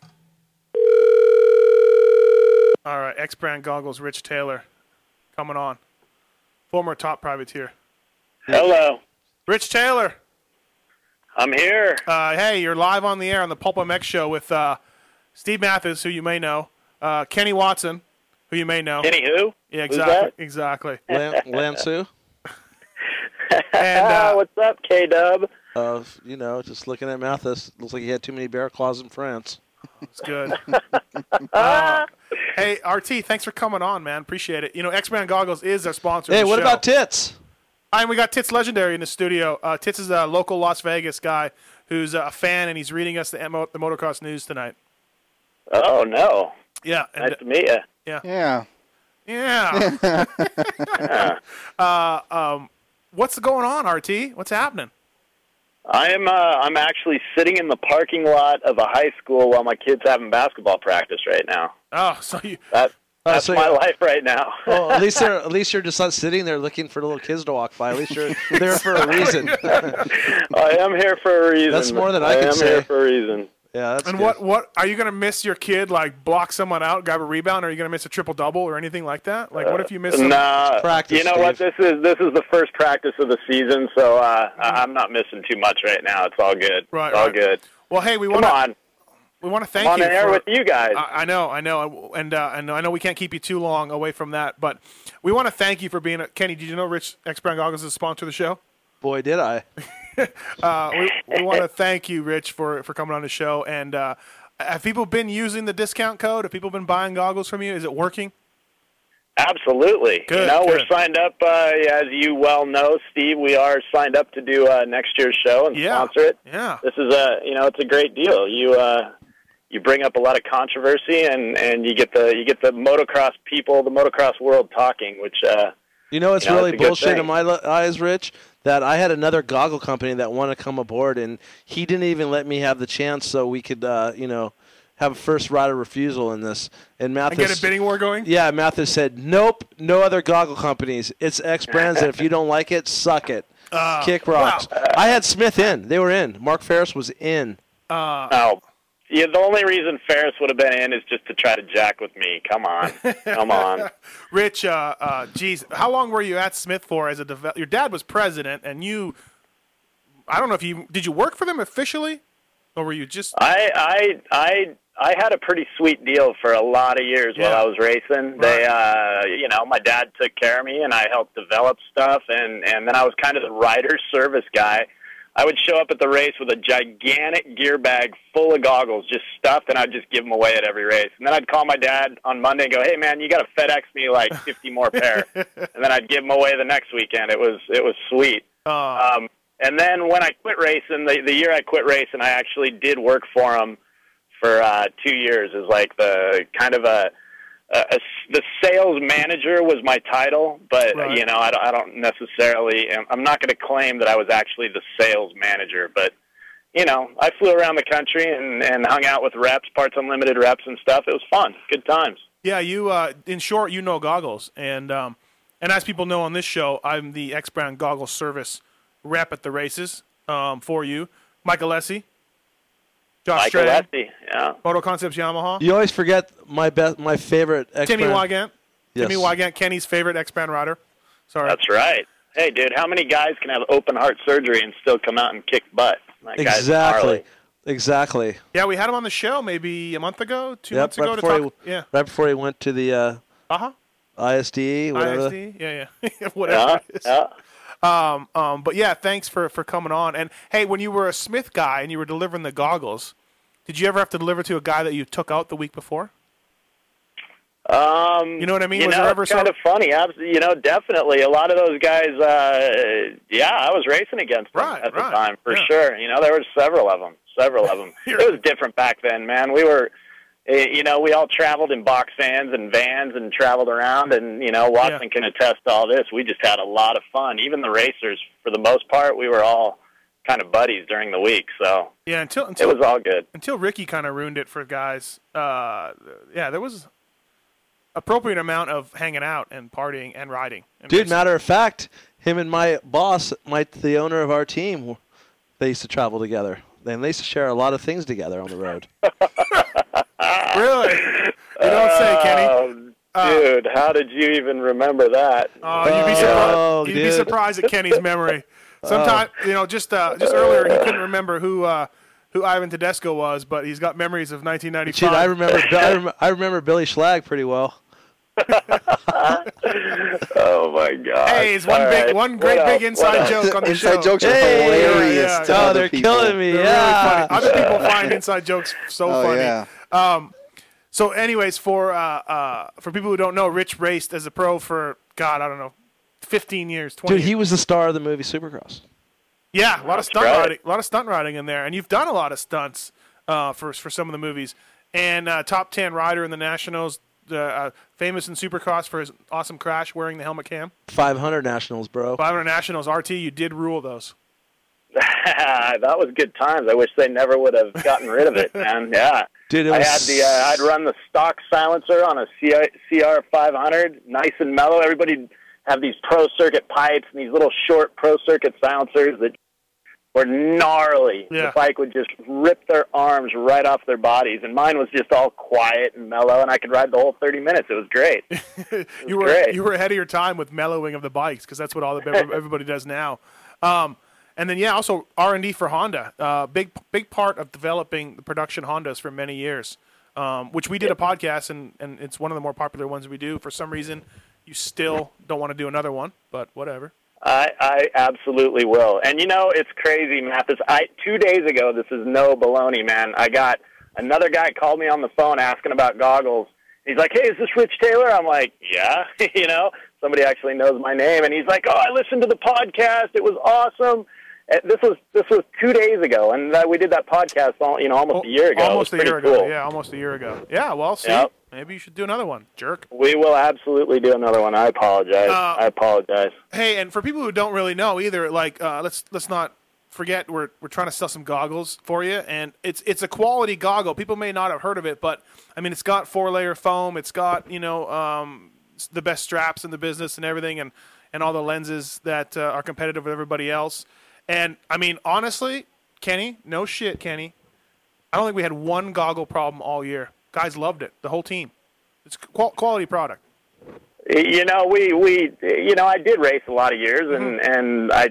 S4: All right, X brand goggles, Rich Taylor, coming on, former top privateer.
S15: Hello.
S4: Rich Taylor.
S15: I'm here.
S4: Uh, hey, you're live on the air on the Pulp MX show with uh, Steve Mathis, who you may know, uh, Kenny Watson, who you may know.
S15: Kenny who?
S4: Yeah,
S15: Who's
S4: exactly. Exactly.
S7: Lam-
S12: *laughs*
S7: *laughs* Lamsu?
S4: and uh,
S12: Ah, what's up, K Dub?
S7: Uh, you know, just looking at Mathis, looks like he had too many bear claws in France.
S4: It's
S12: *laughs*
S4: good. Uh, *laughs* hey, RT, thanks for coming on, man. Appreciate it. You know, X Man Goggles is our sponsor. of
S7: Hey,
S4: the
S7: what
S4: show.
S7: about tits?
S4: All right, we got Tits Legendary in the studio. Uh, Tits is a local Las Vegas guy who's a fan, and he's reading us the, MO- the motocross news tonight.
S15: Oh no.
S4: Yeah.
S15: Nice to meet you.
S4: Yeah.
S5: Yeah.
S4: Yeah. *laughs* uh, um, what's going on, RT? What's happening?
S15: I am. Uh, I'm actually sitting in the parking lot of a high school while my kids having basketball practice right now.
S4: Oh, so you. *laughs*
S15: That,
S7: Oh,
S15: that's
S7: so
S15: my
S7: you-
S15: life right now.
S7: Well, at least they're at least you're just not sitting there looking for little kids to walk by. At least you're there for a
S15: *laughs*
S7: reason.
S4: *laughs*
S7: *laughs*
S15: I am here for a reason.
S7: That's more than I can
S15: am
S7: say.
S15: here for a reason.
S7: Yeah, that's
S4: and what what are you going to miss your kid? Like block someone out, grab a rebound, or are you going to miss a triple double or anything like that? Like, what if you miss? some-
S15: Nah, you know what? This is this is the first practice of the season, so uh, I I'm not missing too much right now. It's all good.
S4: Right,
S15: it's all
S4: right.
S15: good.
S4: Well, hey, we
S15: Come
S4: want
S15: on.
S4: to we want to thank
S15: I'm on
S4: you
S15: the air
S4: for-
S15: with you guys.
S4: I, I know, I know, and uh, and I know we can't keep you too long away from that, but we want to thank you for being a, Kenny. Did you know Rich X Brown Goggles is a sponsor of the show?
S7: Boy, did
S4: *laughs*
S7: I!
S4: Uh, we we want to thank you, Rich, for for coming on the show, and uh, Have people been using the discount code? Have people been buying goggles from you? Is it working?
S15: Absolutely.
S4: Good,
S15: you know, we're
S4: good.
S15: signed up, uh, as you well know, Steve. We are signed up to do uh, next year's show and sponsor it.
S4: Yeah.
S15: This is a, you know, it's a great deal. You uh, you bring up a lot of controversy, and and you get the you get the motocross people, the motocross world talking, which uh,
S7: You know, it's
S15: You know,
S7: really
S15: it's a good
S7: bullshit
S15: thing.
S7: in my li- eyes, Rich, that I had another goggle company that wanted to come aboard, and he didn't even let me have the chance so we could, uh, you know, have a first rider refusal in this. And Mathis.
S4: And get a bidding war going?
S7: Yeah, Mathis said, nope, no other goggle companies. It's X brands, and if you don't like it, suck it.
S4: *laughs* Uh,
S7: Kick rocks. I had Smith in. They were in. Mark Ferris was in.
S4: Uh,
S15: oh, yeah. The only reason Ferris would have been in is just to try to jack with me. Come on, come on.
S4: *laughs* Rich, uh, uh, geez, how long were you at Smith for as a devel- Your dad was president, and you, I don't know if you did you work for them officially, or were you just?
S15: I I I I had a pretty sweet deal for a lot of years while I was racing. They uh you know, my dad took care of me and I helped develop stuff and and then I was kind of the rider service guy. I would show up at the race with a gigantic gear bag full of goggles just stuffed and I'd just give them away at every race. And then I'd call my dad on Monday and go, "Hey man, you got to FedEx me like 50 more pair." and then I'd give them away the next weekend. It was it was sweet. Um, and then when I quit racing, the, the year I quit racing, I actually did work for him for uh, two years as like the kind of a, a, a s- the sales manager was my title, but uh,
S16: Right.
S15: you know I don't, I don't necessarily am, I'm not going to claim that I was actually the sales manager, but you know I flew around the country and, and hung out with reps, parts unlimited reps and stuff. It was fun, good times.
S4: Yeah, you. Uh, in short, you know goggles, and um, and as people know on this show, I'm the X Brown Goggle Service rep at the races um, for you, Michael Lessie, Josh
S15: Michael
S4: Strahan,
S15: Lessie, yeah.
S4: Moto Concepts Yamaha,
S7: You always forget my best, my favorite. X
S4: Timmy
S7: brand-
S4: Wygant,
S7: Yes.
S4: Timmy Wygant, Kenny's favorite X Brown rider. Sorry,
S15: That's right. Hey, dude, how many guys can have open heart surgery and still come out and kick butt? That guy's gnarly.
S7: Exactly. Exactly.
S4: Yeah, we had him on the show maybe a month ago, two
S7: Yep,
S4: months ago
S7: right
S4: to
S7: before
S4: talk.
S7: He,
S4: yeah.
S7: Right before he went to the uh,
S4: Uh huh.
S7: ISDE, whatever.
S4: ISD? Yeah, *laughs* yeah. Whatever it is. Um, um, but yeah, thanks for, for coming on. And hey, when you were a Smith guy and you were delivering the goggles, did you ever have to deliver to a guy that you took out the week before?
S15: Um,
S4: You know what I mean?
S15: You
S4: Was
S15: know,
S4: there ever
S15: it's kind
S4: some-
S15: of funny. Abs- You know, definitely a lot of those guys. Uh, yeah, I was racing against them at the time for sure. You know, there were several of them. Several
S4: *laughs*
S15: of them. it was different back then, man. We were, eh, you know, we all traveled in box vans and vans and traveled around, and you know, Watson can attest to all this. We just had a lot of fun. Even the racers, for the most part, we were all kind of buddies during the week. So
S4: Yeah, until
S15: it
S4: until
S15: was all good.
S4: until Ricky kind of ruined it for guys. Uh, yeah, there was appropriate amount of hanging out and partying and riding. And
S7: Dude, matter of fact, him and my boss, my the owner of our team, they used to travel together. And they used to share a lot of things together on
S4: *laughs*
S7: the road.
S4: really? You don't say,
S11: Um,
S4: Uh,
S15: Kenny. dude, how did you even remember that?
S4: Oh, you'd be surprised. you'd be surprised at Kenny's
S7: *laughs*
S4: memory.
S7: Oh.
S4: Sometimes you know, just uh, just earlier he couldn't remember who uh, who Ivan Tedesco was, but he's got memories of 1995.
S7: Dude, I
S4: *laughs*
S7: remember, I, rem- I remember Billy Schlag pretty well.
S15: oh my god!
S4: Hey, it's one big, one great big inside joke on the show.
S7: yeah, yeah. Oh, they're killing me.
S4: They're really funny.
S7: yeah.
S4: Other *laughs* people find inside jokes so
S7: Oh,
S4: funny.
S7: yeah.
S4: Um, so, anyways, for uh, uh, for people who don't know, Rich raced as a pro for God, I don't know, 15 years, 20.
S7: Dude, he was the star of the movie Supercross.
S4: Yeah, a lot of stunt
S7: right.
S4: riding, a lot of stunt riding in there, and you've done a lot of stunts uh, for for some of the movies. And uh, top ten rider in the Nationals, uh, uh, famous in Supercross for his awesome crash wearing the helmet cam.
S7: 500 Nationals, bro.
S4: 500 Nationals RT, you did rule those.
S15: that was good times. I wish they never would have gotten rid
S7: *laughs*
S15: of it, man. Yeah.
S7: Dude, it
S15: I
S7: was-
S15: had the uh, I'd run the stock silencer on a CR 500, nice and mellow. Everybody'd have these pro circuit pipes and these little short pro circuit silencers that were gnarly.
S17: Yeah.
S15: The bike would just rip their arms right off their bodies, and mine was just all quiet and mellow, and I could ride the whole 30 minutes. It was great.
S4: you were
S15: great.
S4: you were ahead of your time with mellowing of the bikes because that's what all
S15: *laughs*
S4: the, everybody does now. Um, and then yeah, also R and D for Honda, uh, big big part of developing the production Hondas for many years, um, which we did a podcast and and it's one of the more popular ones we do. For some reason, you still don't want to do another one, but whatever.
S15: I, I absolutely will. And you know, it's crazy, Mathis. I two days ago, this is no baloney, man. I got Another guy called me on the phone asking about goggles. He's like, "Hey, is this Rich Taylor?" I'm like, "Yeah." *laughs* you know, somebody actually knows my name, and he's like, "Oh, I listened to the podcast. It was awesome." Uh, This was this was two days ago, and that we did that podcast, all, you know, almost a year ago. It
S4: Oh, Almost a
S15: was pretty
S4: year ago.
S15: cool.
S4: Yeah, almost a year ago. Yeah, well, see,
S15: Yep.
S4: maybe you should do another one, jerk.
S15: We will absolutely do another one. I apologize.
S4: Uh,
S15: I apologize.
S4: Hey, and for people who don't really know either, like uh, let's let's not forget we're we're trying to sell some goggles for you, and it's it's a quality goggle. People may not have heard of it, but I mean, it's got four layer foam. It's got you know um, s- the best straps in the business and everything, and and all the lenses that uh, are competitive with everybody else. And I mean, honestly, Kenny, no shit, Kenny. I don't think we had one goggle problem all year. Guys loved it. The whole team. It's qual- quality product.
S15: You know, we we you know, I did race a lot of years, and and I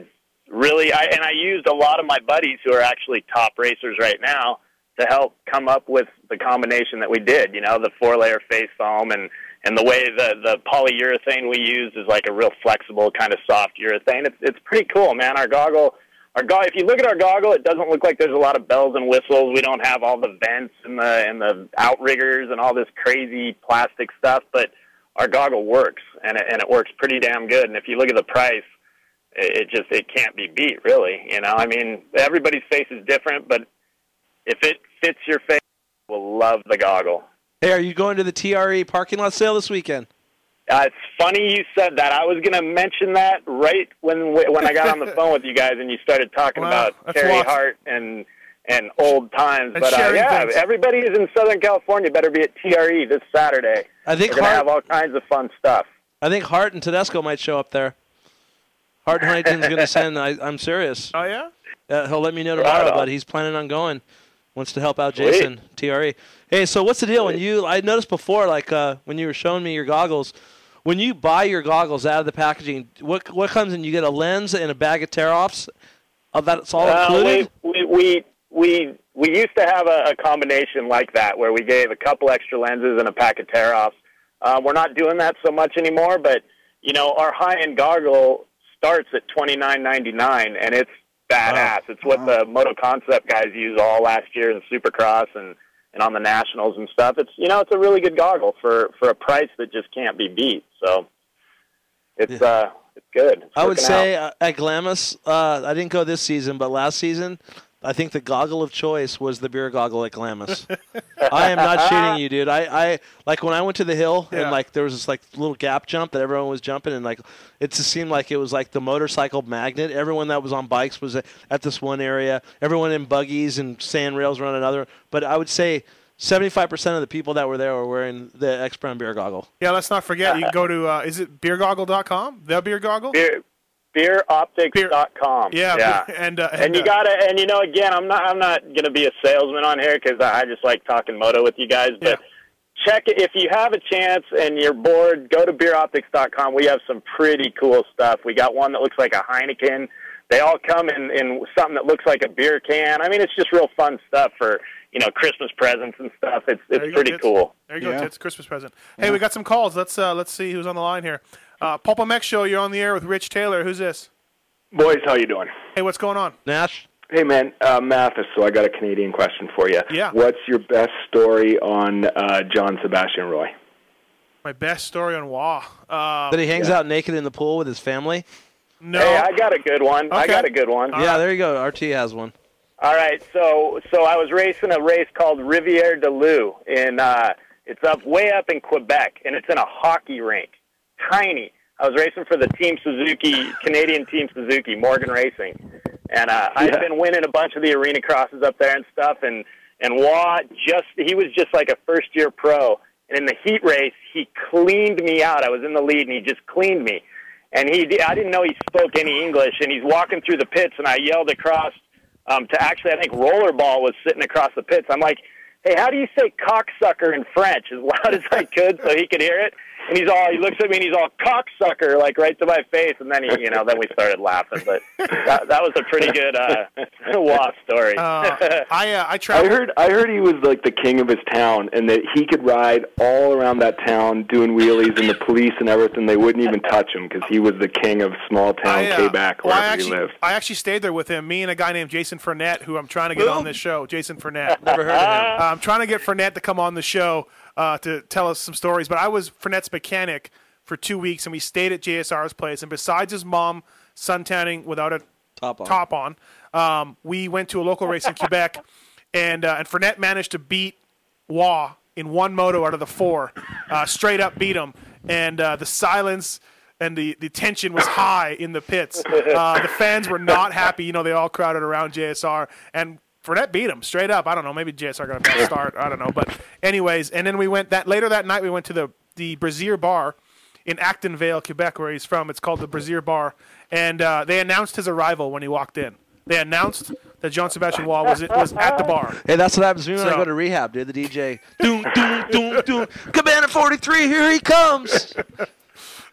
S15: really I and I used a lot of my buddies who are actually top racers right now to help come up with the combination that we did. You know, the four layer face foam and and the way the the polyurethane we used is like a real flexible kind of soft urethane. It's it's pretty cool, man. Our goggle. Our go- if you look at our goggle, it doesn't look like there's a lot of bells and whistles. We don't have all the vents and the and the outriggers and all this crazy plastic stuff, but our goggle works and it, and it works pretty damn good. And if you look at the price, it, it just it can't be beat really. You know, I mean, everybody's face is different, but if it fits your face, will love the goggle.
S7: Hey, are you going to the TRE parking lot sale this weekend?
S15: Uh, it's funny you said that. I was going to mention that right when when I got
S16: *laughs*
S15: on the phone with you guys and you started talking about
S16: that's
S15: Terry
S16: lots-
S15: Hart and and old times.
S16: And
S15: but uh,
S16: sharing
S15: yeah,
S16: things.
S15: everybody who's in Southern California better be at TRE this Saturday.
S7: I think
S15: we're going to
S7: Hart-
S15: have all kinds of fun stuff.
S7: I think Hart and Tedesco might show up there. Hart and
S15: *laughs*
S7: Huntington's going to send. I, I'm serious.
S4: Oh yeah.
S7: Uh, he'll let me know
S15: Right
S7: tomorrow,
S15: on.
S7: but he's planning on going. Wants to help out
S15: Sweet.
S7: Jason TRE. Hey, so what's the deal when you? I noticed before, like uh, when you were showing me your goggles, when you buy your goggles out of the packaging, what what comes in? You get a lens and a bag of tear offs. Of that's all
S15: Uh,
S7: included.
S15: We, we we we we used to have a, a combination like that where we gave a couple extra lenses and a pack of tear offs. Uh, we're not doing that so much anymore, but you know our high end goggle starts at twenty nine ninety nine, and it's badass. It's what the Moto Concept guys use all last year in Supercross and and on the nationals and stuff. It's you know it's a really good goggle for for a price that just can't be beat. So it's uh it's good. It's
S7: I would
S15: working out.
S7: say uh, at Glamis, uh, I didn't go this season, but last season, I think the goggle of choice was the beer goggle
S15: *laughs*
S7: at Glamis. I am not shooting you, dude. I, I like when I went to the hill
S4: Yeah.
S7: and like there was this like little gap jump that everyone was jumping and like it just seemed like it was like the motorcycle magnet. Everyone that was on bikes was at at this one area. Everyone in buggies and sand rails were on another. But I would say seventy five percent of the people that were there were wearing the X Brown beer goggle.
S4: Yeah, let's not forget. You can go to uh, is it beergoggle.com? The beer goggle.
S15: Beer, beeroptics.com.
S4: Yeah,
S15: yeah.
S4: beer- *laughs* and, uh,
S15: *laughs* and you
S4: uh,
S15: gotta and you know again i'm not i'm not gonna be a salesman on here because I, I just like talking moto with you guys but check it if you have a chance and you're bored go to beeroptics.com we have some pretty cool stuff we got one that looks like a heineken they all come in in something that looks like a beer can i mean it's just real fun stuff for you know christmas presents and stuff it's
S4: There you
S15: it's
S4: go,
S15: pretty
S4: tits.
S15: cool
S4: There you go. It's Christmas present. Hey, we got some calls. Let's uh, let's see who's on the line here. Uh, Pulp MX Show. You're on the air with Rich Taylor. Who's this?
S17: Boys, how you doing?
S4: Hey, what's going on?
S7: Nash.
S17: Hey man, uh, Mathis. So I got a Canadian question for you.
S4: Yeah.
S17: What's your best story on uh, John Sebastian Roy?
S4: My best story on Wah. Um,
S7: That he hangs out naked in the pool with his family.
S4: No. Oh,
S15: hey i got a good one i got a good one
S7: Yeah, there you go. RT has one.
S15: All right, so so I was racing a race called Riviere de Lou in uh, it's up way up in Quebec, and it's in a hockey rink, tiny. I was racing for the Team Suzuki, Canadian Team Suzuki, Morgan Racing, and uh, I'd
S16: Yeah.
S15: been winning a bunch of the arena crosses up there and stuff. And and Watt just he was just like a first year pro, and in the heat race he cleaned me out. I was in the lead, and he just cleaned me. And he di- I didn't know he spoke any English, and he's walking through the pits, and I yelled across um, to actually, I think Rollerball was sitting across the pits. I'm like, hey, how do you say cocksucker in French as loud as I could so he could hear it? and he's all he looks at me and he's all cocksucker like right to my face, and then he you know then we started laughing. But that, that was a pretty good uh, *laughs* wasp story.
S17: Oh, *laughs*
S4: Uh, I uh, I
S17: I
S4: traveled.
S17: heard I heard he was like the king of his town, and that he could ride all around that town doing wheelies, and the police and everything they wouldn't even touch him because he was the king of small town
S4: I, uh,
S17: Quebec
S4: well,
S17: wherever
S4: I actually,
S17: he lived.
S4: I actually stayed there with him. Me and a guy named Jason Fournette, who I'm trying to get
S17: Who?
S4: on this show. Jason Fournette.
S7: Never heard of him.
S4: Uh, I'm trying to get Fournette to come on the show uh, to tell us some stories. But I was Fournette's mechanic for two weeks, and we stayed at JSR's place. And besides his mom suntanning without a
S7: top on,
S4: um, we went to a local
S7: *laughs*
S4: race in Quebec, and uh, and Fournette managed to beat Waugh in one moto out of the four, uh, straight up beat him. And uh, the silence and the, the tension was high in the pits. Uh, the fans were not happy. You know, they all crowded around JSR and. Fournette beat him straight up. I don't know. Maybe JSR got a bad start. I don't know. But anyways, and then we went that later that night. We went to the the Brazier Bar in Acton Vale, Quebec, where he's from. It's called the Brazier Bar, and uh, they announced his arrival when he walked in. They announced that John Sebastian Wall was was at the bar.
S7: Hey, that's what happens to me when
S4: So-
S7: I go to rehab, dude. The DJ, doom, doom, doom, doom. Cabana 43, here
S4: *laughs*
S7: he comes.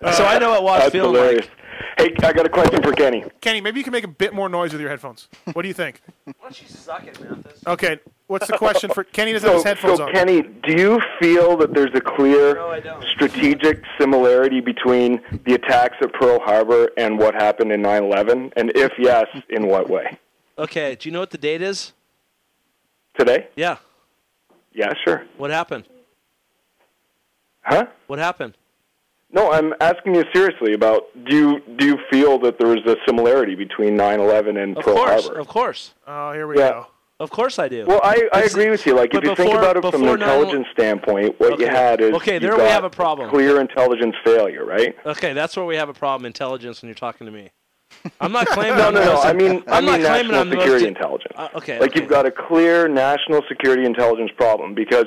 S4: Uh,
S7: so I know what Watts
S17: That's
S7: feels
S17: hilarious.
S7: like.
S17: Hey, I got a question for Kenny.
S4: Kenny, maybe you can make a bit more noise with your headphones. What do you think?
S7: Suck it, man.
S4: Okay, what's the question for Kenny? Doesn't have his
S17: So-
S4: headphones
S17: so
S4: on.
S17: Kenny, do you feel that there's a clear strategic similarity between the attacks at Pearl Harbor and what happened in 9/11? And if yes, in what way?
S7: Okay, do you know what the date is?
S17: Today?
S7: Yeah.
S17: Yeah, sure.
S7: What happened?
S17: Huh?
S7: What happened?
S17: No, I'm asking you seriously about do you do you feel that there is a similarity between 9/11 and
S7: Of
S17: Pearl
S7: course,
S17: Harbor?
S7: of course.
S4: Oh, here
S17: we Yeah. go.
S7: Of course I do.
S17: Well, I, I
S7: It's-
S17: agree with you. Like, if
S7: but
S17: you think
S7: before-
S17: about it from an
S7: before 9/11
S17: intelligence standpoint, what you
S7: Okay.
S17: had is
S7: Okay,
S17: you
S7: there we
S17: got
S7: have a problem.
S17: Clear intelligence failure, right?
S7: Okay, that's where we have a problem. Intelligence when you're talking to me. I'm
S17: *laughs*
S7: not claiming.
S17: No,
S7: I'm
S17: no,
S7: the
S17: no.
S7: most-
S17: I mean, I
S7: I'm not claiming
S17: mean national
S7: I'm the most-
S17: security intelligence.
S7: Uh, okay,
S17: Like
S7: okay.
S17: you've got a clear national security intelligence problem because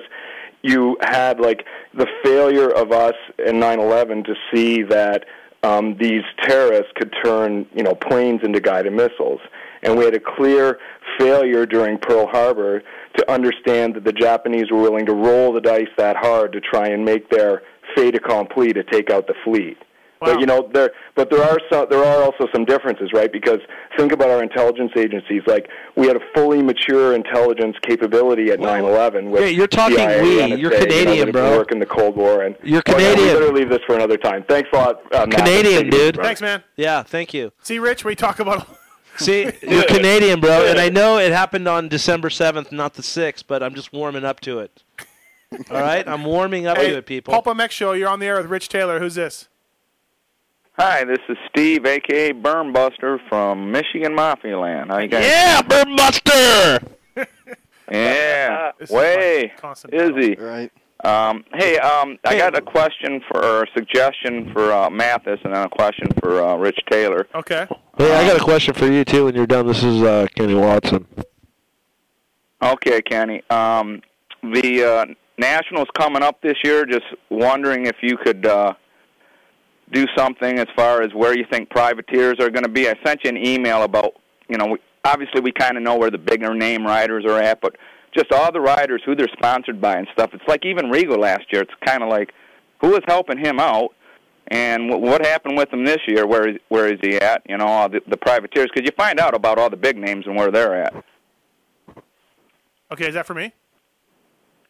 S17: you had like the failure of us in 9/11 to see that um, these terrorists could turn you know planes into guided missiles, and we had a clear failure during Pearl Harbor to understand that the Japanese were willing to roll the dice that hard to try and make their fait accompli to take out the fleet. But you know there, but there are some, there are also some differences, right? Because think about our intelligence agencies. Like we had a fully mature intelligence capability at nine eleven.
S7: yeah, you're talking we. You're Canadian, bro.
S17: Work in the Cold War, and
S7: You're
S17: Oh, yeah, we
S7: Canadian.
S17: better leave this for another time. Thanks a lot, uh, Matt.
S7: Canadian, dude.
S4: Thanks, man.
S7: Yeah, thank you.
S4: See, Rich, we talk
S7: *laughs*
S4: about.
S17: *laughs*
S7: See, you're Canadian, bro, and I know it happened on December 7th, not the 6th, but I'm just warming up to it. All right, I'm warming up
S4: Hey,
S7: to it, people.
S4: Pulp MX show. You're on the air with Rich Taylor. Who's this?
S16: Hi, this is Steve, aka Burnbuster from Michigan Mafia Land. How you guys?
S4: *laughs*
S7: Yeah, Burnbuster.
S16: yeah,
S4: Uh, This is
S16: way Izzy.
S5: Right.
S16: Um, hey, um, I got a question for or a suggestion for uh, Mathis, and then a question for uh, Rich Taylor.
S4: Okay.
S7: Hey, I
S16: Um,
S7: got a question for you too. When you're done, this is uh, Kenny Watson.
S16: Okay, Kenny. Um, the uh, Nationals coming up this year. Just wondering if you could uh, do something as far as where you think privateers are going to be. I sent you an email about you know we, obviously we kind of know where the bigger name riders are at, but just all the riders who they're sponsored by and stuff. It's like even Regal last year. It's kind of like who was helping him out. And wh- what happened with him this year? Where is where is he at? You know, all the, the privateers, because you find out about all the big names and where they're at.
S4: Okay, is that for me?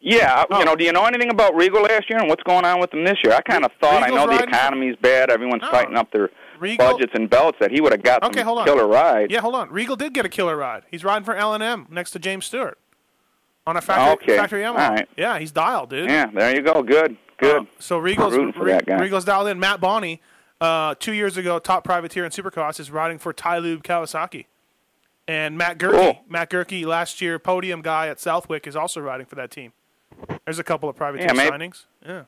S16: Yeah,
S4: Oh.
S16: you know, do you know anything about Regal last year and what's going on with them this year? I kind of thought I know
S4: Regal's
S16: the
S4: riding- Oh.
S16: economy's bad, everyone's tightening up their
S4: Regal-
S16: budgets and belts that he would have got
S4: Okay,
S16: some
S4: hold on.
S16: killer ride.
S4: Yeah, hold on. Regal did get a killer ride. He's riding for L and M next to James Stewart on a factory
S16: Okay,
S4: factory Yamaha.
S16: all right.
S4: Yeah, he's dialed, dude. Oh,
S16: Yeah, there you go. Good, good.
S4: So Regal's
S16: rooting for that guy.
S4: Regal's dialed in. Matt Bonney, uh, two years ago, top privateer in Supercross, is riding for Ty Lube Kawasaki. And Matt Gerke,
S16: Cool.
S4: Matt Gerke, last year podium guy at Southwick, is also riding for that team. There's a couple of privateer
S16: Yeah, maybe-
S4: signings. Yeah.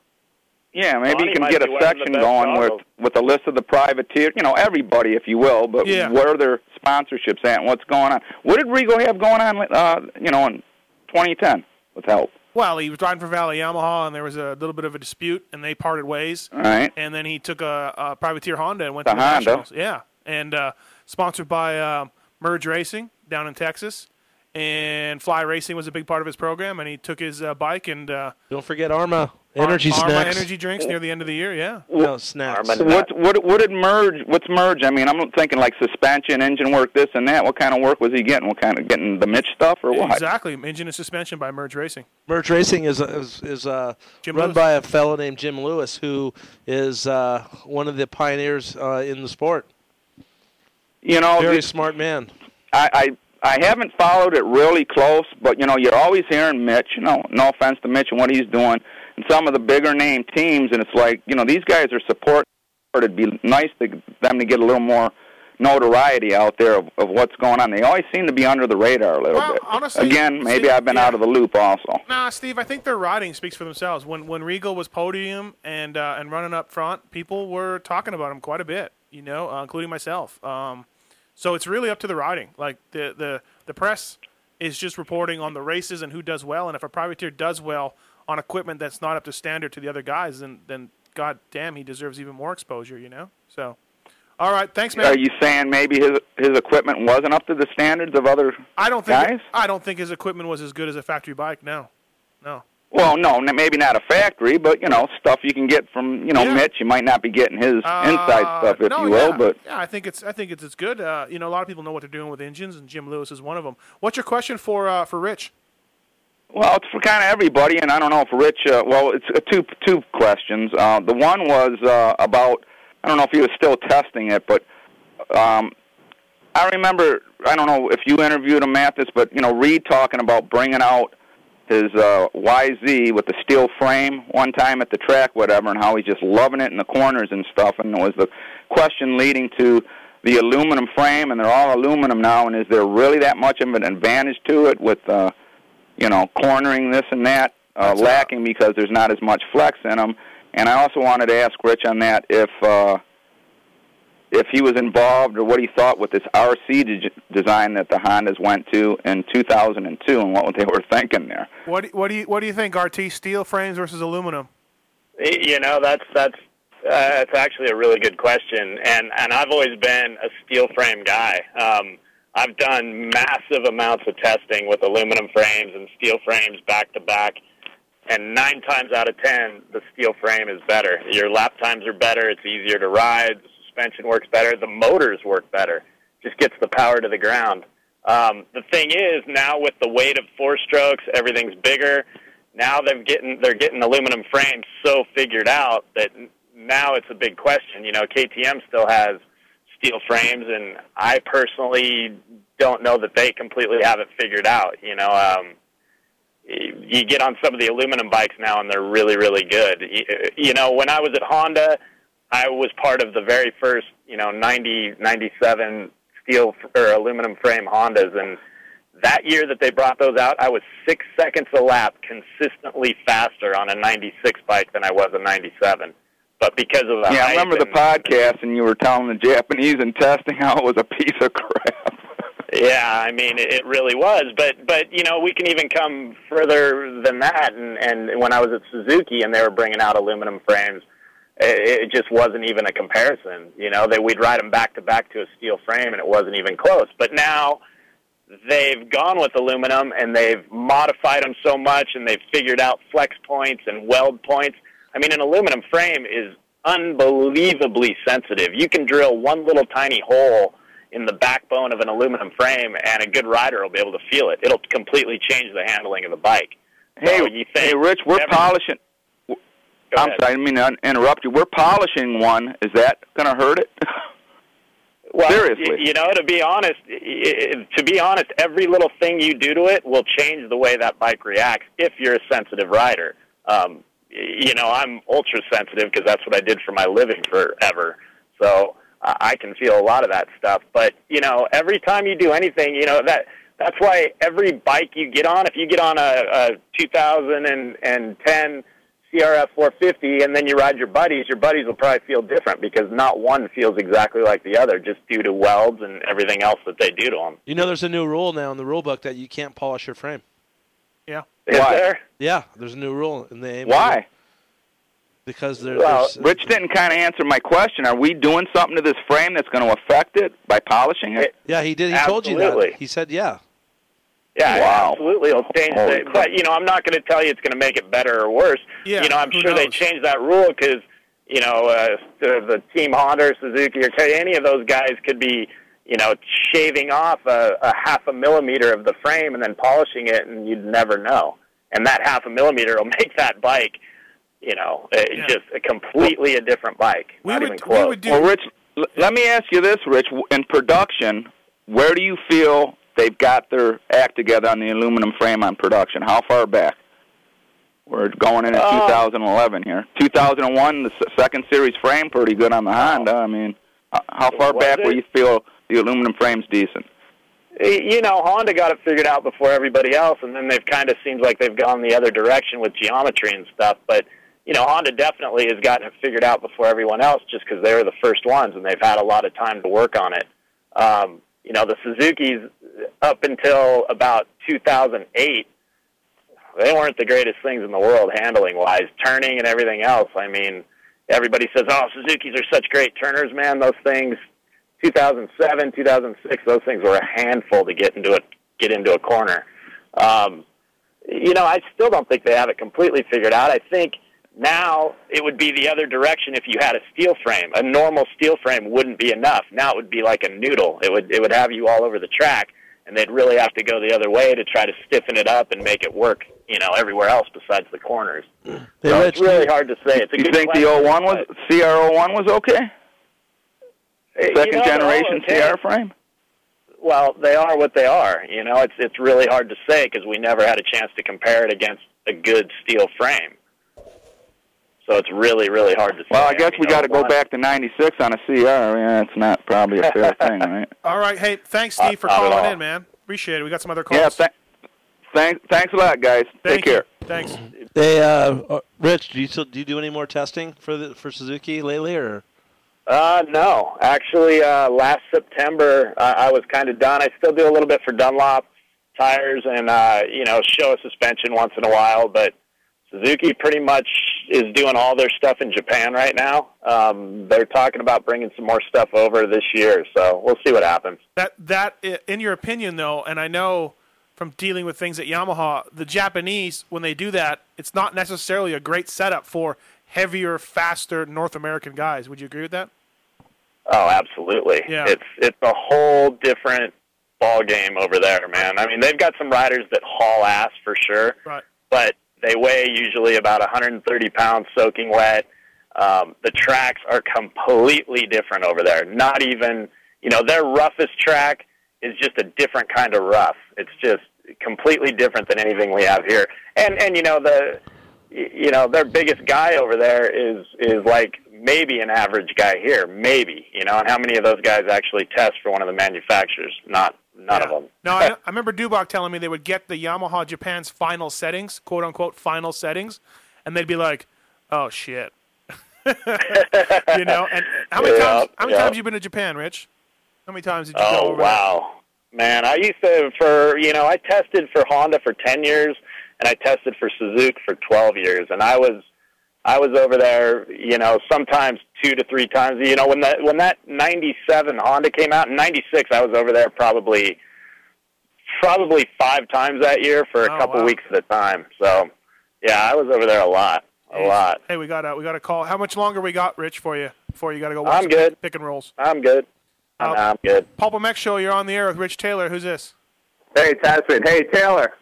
S16: yeah, maybe
S4: Ronnie
S16: you can
S4: might
S16: get
S4: be
S16: a
S4: one of the
S16: section
S4: best
S16: going with
S4: autos.
S16: with a list of the privateer, you know, everybody if you will, but
S4: Yeah.
S16: where their sponsorships at and what's going on. What did Regal have going on, uh, you know, in 2010 with help?
S4: Well, he was riding for Valley Yamaha, and there was a little bit of a dispute, and they parted ways.
S16: All right.
S4: And then he took a, a privateer Honda and went
S16: The
S4: to the
S16: Honda.
S4: uh, Nationals. Yeah, and uh, sponsored by um Merge Racing down in Texas, and fly racing was a big part of his program. And he took his uh, bike and uh,
S7: Don't forget Arma energy
S4: Arma
S7: snacks.
S4: energy drinks near the end of the year. Yeah,
S7: no snacks.
S16: So what what what did merge? What's merge? I mean, I'm thinking like suspension, engine work, this and that. What kind of work was he getting? What kind of getting the Mitch stuff or what?
S4: exactly. Engine and suspension by Merge Racing.
S7: Merge Racing is is, is uh,
S4: Jim
S7: run
S4: Lewis.
S7: by a fellow named Jim Lewis, who is uh, one of the pioneers uh, in the sport.
S16: You know,
S7: very
S16: the-
S7: smart man.
S16: I, I I haven't followed it really close, but you know, you're always hearing Mitch. You know, no offense to Mitch and what he's doing, and some of the bigger name teams, and it's like you know these guys are support. It'd be nice to them to get a little more notoriety out there of, of what's going on. They always seem to be under the radar a little bit.
S4: honestly,
S16: Again, maybe
S4: see,
S16: I've been out of the loop also.
S4: Nah, Steve, I think their riding speaks for themselves. When when Regal was podium and uh, and running up front, people were talking about him quite a bit, you know, uh, including myself. Um, so it's really up to the riding. Like the the the press is just reporting on the races and who does well. And if a privateer does well on equipment that's not up to standard to the other guys, then then god damn, he deserves even more exposure, you know. So, all right, thanks, man.
S16: Are you saying maybe his his equipment wasn't up to the standards of other
S4: I don't think
S16: guys?
S4: I don't think his equipment was as good as a factory bike. No, no.
S16: Well, no, n- maybe not a factory, but you know stuff you can get from you know
S4: Yeah.
S16: Mitch. You might not be getting his
S4: Uh,
S16: inside stuff, if
S4: no,
S16: you will,
S4: yeah.
S16: but
S4: yeah, I think it's I think it's as good. Uh, you know, a lot of people know what they're doing with engines, and Jim Lewis is one of them. What's your question for uh, for Rich?
S16: well, it's for kind of everybody. And I don't know if Rich. Uh, well, it's uh, two two questions. Uh, the one was uh, about I don't know if he was still testing it, but um, I remember I don't know if you interviewed him at this, but you know Reed talking about bringing out his uh, YZ with the steel frame one time at the track, whatever, and how he's just loving it in the corners and stuff. And it was the question leading to the aluminum frame, and they're all aluminum now. And is there really that much of an advantage to it with, uh, you know, cornering this and that uh,
S4: That's, uh,
S16: lacking because there's not as much flex in them? And I also wanted to ask Rich on that if uh, if he was involved or what he thought with this RC de- design that the Hondas went to in 2002 and what they were thinking there.
S4: What do- what do you what do you think? RT steel frames versus aluminum?
S15: You know, that's that's uh, that's actually a really good question, and and I've always been a steel frame guy. Um, I've done massive amounts of testing with aluminum frames and steel frames back to back, and nine times out of ten, the steel frame is better. Your lap times are better. It's easier to ride. The suspension works better. The motors work better. Just gets the power to the ground. Um, the thing is, now with the weight of four strokes, everything's bigger. Now they're getting they're getting aluminum frames so figured out that n- now it's a big question. You know, KTM still has steel frames, and I personally don't know that they completely have it figured out. You know, um, y- you get on some of the aluminum bikes now, and they're really really good. Y- You know, when I was at Honda, I was part of the very first you know ninety ninety seven steel f- or aluminum frame Hondas, and that year that they brought those out, I was six seconds a lap consistently faster on a 96 bike than I was a 97. But because of the
S16: yeah, I
S15: height
S16: remember the
S15: and-
S16: podcast and you were telling the Japanese and testing how it was a piece of crap.
S15: Yeah, I mean it it really was, but but you know we can even come further than that. And and when I was at Suzuki and they were bringing out aluminum frames, it, it just wasn't even a comparison. You know, that we'd ride them back to back to a steel frame, and it wasn't even close. But now they've gone with aluminum and they've modified them so much, and they've figured out flex points and weld points. I mean, an aluminum frame is unbelievably sensitive. You can drill one little tiny hole in the backbone of an aluminum frame, and a good rider will be able to feel it. It'll completely change the handling of the bike.
S16: Hey,
S15: so you think
S16: hey, Rich, we're polishing. I'm sorry, I didn't mean to un- interrupt you. We're polishing one. Is that going to hurt it?
S15: Well,
S16: Seriously.
S15: y- you know, to be honest, i- i- to be honest, every little thing you do to it will change the way that bike reacts if you're a sensitive rider. Um, y- you know, I'm ultra sensitive because that's what I did for my living forever. So I I can feel a lot of that stuff. But you know, every time you do anything, you know that that's why every bike you get on, if you get on a, a 2010 CRF 450 and then you ride your buddies, your buddies will probably feel different because not one feels exactly like the other just due to welds and everything else that they do to them.
S7: You know, there's a new rule now in the rule book that you can't polish your frame.
S4: Yeah.
S15: Is Why? there?
S7: Yeah, there's a new rule in the AMA.
S16: Why?
S7: Because there,
S16: Well,
S7: there's uh,
S16: Rich didn't kind of answer my question. Are we doing something to this frame that's going to affect it by polishing it?
S7: yeah, he did. He told you
S16: Absolutely.
S7: that. He said, yeah.
S15: Yeah, absolutely. It'll change the, but you know, I'm not going to tell you it's going to make it better or worse.
S4: Yeah,
S15: you know, I'm
S4: who
S15: sure they
S4: knows?
S15: changed that rule because you know uh, the, the team Honda or Suzuki or Toyota, any of those guys could be you know shaving off a, a half a millimeter of the frame and then polishing it, and you'd never know. And that half a millimeter will *laughs* make that bike, you know, uh just a completely a different bike. not even close.
S16: well, Rich, l- let me ask you this, Rich. W- In production, where do you feel they've got their act together on the aluminum frame on production? How far back? We're going into
S15: Uh,
S16: 2011 here. 2001, the s- second series frame, pretty good on the Honda. I mean, h- how far
S15: Oh. Was
S16: back
S15: it?
S16: where you feel the aluminum frame's decent?
S15: you know, Honda got it figured out before everybody else, and then they've kind of seems like they've gone the other direction with geometry and stuff. But you know, Honda definitely has gotten it figured out before everyone else, just because they were the first ones and they've had a lot of time to work on it. Um, you know, the Suzuki's up until about 2008, they weren't the greatest things in the world handling wise, turning and everything else. I mean, everybody says, "Oh, Suzuki's are such great turners, man." Those things 2007, 2006, those things were a handful to get into a get into a corner. Um, you know, I still don't think they have it completely figured out. I think now it would be the other direction if you had a steel frame. A normal steel frame wouldn't be enough. Now it would be like a noodle. It would it would have you all over the track, and they'd really have to go the other way to try to stiffen it up and make it work. You know, everywhere else besides the corners.
S16: Hey,
S15: so
S16: Rich,
S15: it's really hard to say. It's a
S16: you
S15: good
S16: think the
S15: question,
S16: 01 was CR01 was okay?
S15: Eh, You
S16: Second
S15: know, they're all
S16: generation
S15: okay.
S16: CR frame.
S15: Well, they are what they are. You know, it's it's really hard to say because we never had a chance to compare it against a good steel frame. So it's really really hard to say.
S16: Well, I guess we got to go
S15: one-
S16: back to '96 on a CR. Yeah, it's not probably a fair thing, right?
S4: All right. Hey, thanks, Steve, for
S16: Uh, Not at
S4: calling
S16: all.
S4: in, man. Appreciate it. We got some other calls.
S16: Yeah. Th- thanks. Thanks a lot, guys. Take
S4: Thank
S16: care.
S4: you. Thanks.
S7: They, uh, uh, Rich, do you still do you do any more testing for the for Suzuki lately, or
S15: Uh, no, actually, uh, last September uh, I was kind of done. I still do a little bit for Dunlop tires and uh, you know show a suspension once in a while, but Suzuki pretty much is doing all their stuff in Japan right now. Um, they're talking about bringing some more stuff over this year, so we'll see what happens.
S4: That that i- in your opinion though, and I know from dealing with things at Yamaha, the Japanese when they do that, it's not necessarily a great setup for heavier, faster North American guys. Would you agree with that?
S15: Oh, absolutely.
S4: Yeah.
S15: It's it's a whole different ball game over there, man. I mean, they've got some riders that haul ass for sure,
S4: Right.
S15: but they weigh usually about 130 pounds soaking wet. Um, the tracks are completely different over there. Not even, you know, their roughest track is just a different kind of rough. It's just completely different than anything we have here. And and you know the y- you know their biggest guy over there is is like maybe an average guy here, maybe you know. And how many of those guys actually test for one of the manufacturers? Not none of them.
S4: No, I, I remember Dubach telling me they would get the Yamaha Japan's final settings, quote unquote final settings, and they'd be like, "Oh shit," you know. And how many
S15: Yeah,
S4: times? How many
S15: yeah.
S4: times you been to Japan, Rich? How many times did you go
S15: Oh
S4: over?
S15: wow, man! I used to for you know I tested for Honda for ten years, and I tested for Suzuki for twelve years, and I was I was over there, you know, sometimes two to three times. You know, when that when that '97 Honda came out in '96, I was over there probably probably five times that year for a
S4: Oh,
S15: couple
S4: wow.
S15: weeks at a time. So, yeah, I was over there a lot, a lot.
S4: Hey, we got a we got a call. How much longer we got, Rich, for you before you got to go? Watch
S15: I'm
S4: some
S15: good.
S4: Pick and rolls.
S15: I'm good.
S4: Uh,
S15: I'm good.
S4: Pulp Mech Show, you're on the air with Rich Taylor. Who's this?
S11: Hey, Tasman. Hey, Taylor.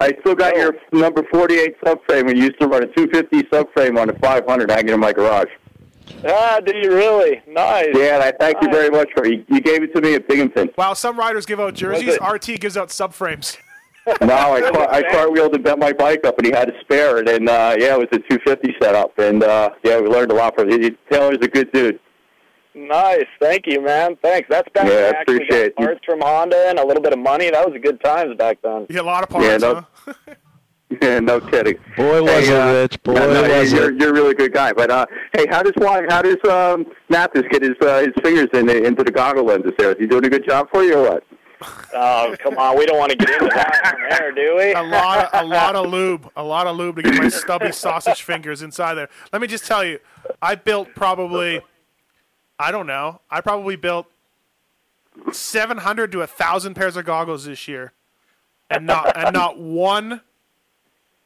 S11: I still got your number 48 subframe. We used to run a 250 subframe on a 500 hanging in my garage.
S15: Ah, do you really? Nice.
S11: Yeah, and I thank you very much for it. You- You gave it to me at Binghamton.
S4: Wow, some riders give out jerseys.
S11: it?
S4: RT gives out subframes.
S11: *laughs* No,
S15: *laughs*
S11: I, car- I cartwheeled and bent my bike up, and he had a spare. And then, uh, yeah, it was a 250 setup. And, uh, yeah, we learned a lot from it. Taylor's a good dude.
S15: Nice, thank you, man. Thanks. That's back
S11: Yeah,
S15: when
S11: I
S15: I actually
S11: appreciate
S15: got
S11: you.
S15: parts from Honda and a little bit of money. That was a good times back then.
S4: You had a lot of
S11: yeah, no, *laughs* yeah, no kidding.
S7: Boy, was
S11: hey,
S7: it,
S11: uh,
S7: Rich? Boy,
S11: no, no,
S7: was
S11: you're,
S7: it?
S11: you're a really good guy. But, uh, hey, how does Wy- how does um, Mathis get his uh, his fingers in the, into the goggle lenses there? Is he doing a good job for you or what?
S4: *laughs*
S15: Oh, come on, we don't want to get into that on air, do we?
S4: a lot, a lot
S15: *laughs*
S4: of lube, a lot of lube to get my stubby sausage fingers inside there. Let me just tell you, I built probably, I don't know, I probably built seven hundred to thousand pairs of goggles this year. and not and not one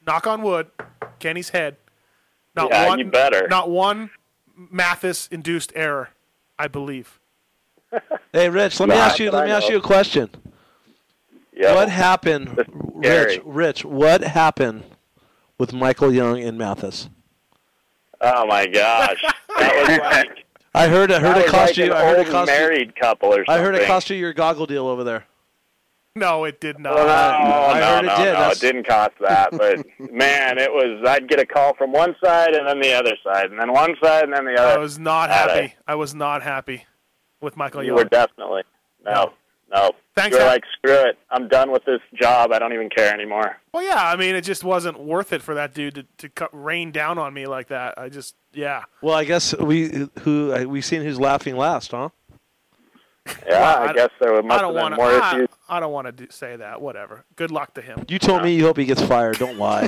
S4: knock on wood, Kenny's head. Not
S15: Yeah,
S4: one
S15: you better.
S4: not one Mathis induced error, I believe.
S7: Hey, Rich, let me
S4: Nah,
S7: ask you.
S4: but
S7: Let
S4: I
S7: me ask
S4: know.
S7: you a question. What happened,
S15: scary.
S7: Rich? Rich, what happened with Michael Young and Mathis?
S15: Oh my
S4: *laughs*
S15: gosh, that was like
S7: I heard. I heard
S15: that
S7: it
S15: was
S7: cost
S15: like
S7: you.
S15: An
S7: I heard
S15: old
S7: it cost you.
S15: married couple or something.
S7: I heard it cost you your goggle deal over there.
S4: No, it did not.
S15: Oh, no,
S7: I heard it
S15: no,
S7: did.
S15: no,
S7: That's-
S15: it didn't cost that. But *laughs* man, it was. I'd get a call from one side and then the other side, and then one side and then the other.
S4: I was not
S15: Had a-
S4: happy. I was not happy with Michael
S15: You
S4: Young.
S15: were definitely no, no.
S4: Thanks,
S15: you were
S4: Hap-
S15: like, screw it. I'm done with this job. I don't even care anymore.
S4: Well, yeah, I mean, it just wasn't worth it for that dude to, to cut, rain down on me like that. I just, yeah.
S7: Well, I guess we who we seen who's laughing last, huh?
S15: Yeah,
S4: Well,
S15: I, guess there must
S4: I don't
S15: have been
S4: want
S15: more
S4: to.
S15: issues.
S4: I, I don't want to say that. Whatever. Good luck to him. Uh,
S7: You told me you hope he gets fired.
S4: *laughs*
S7: Don't lie.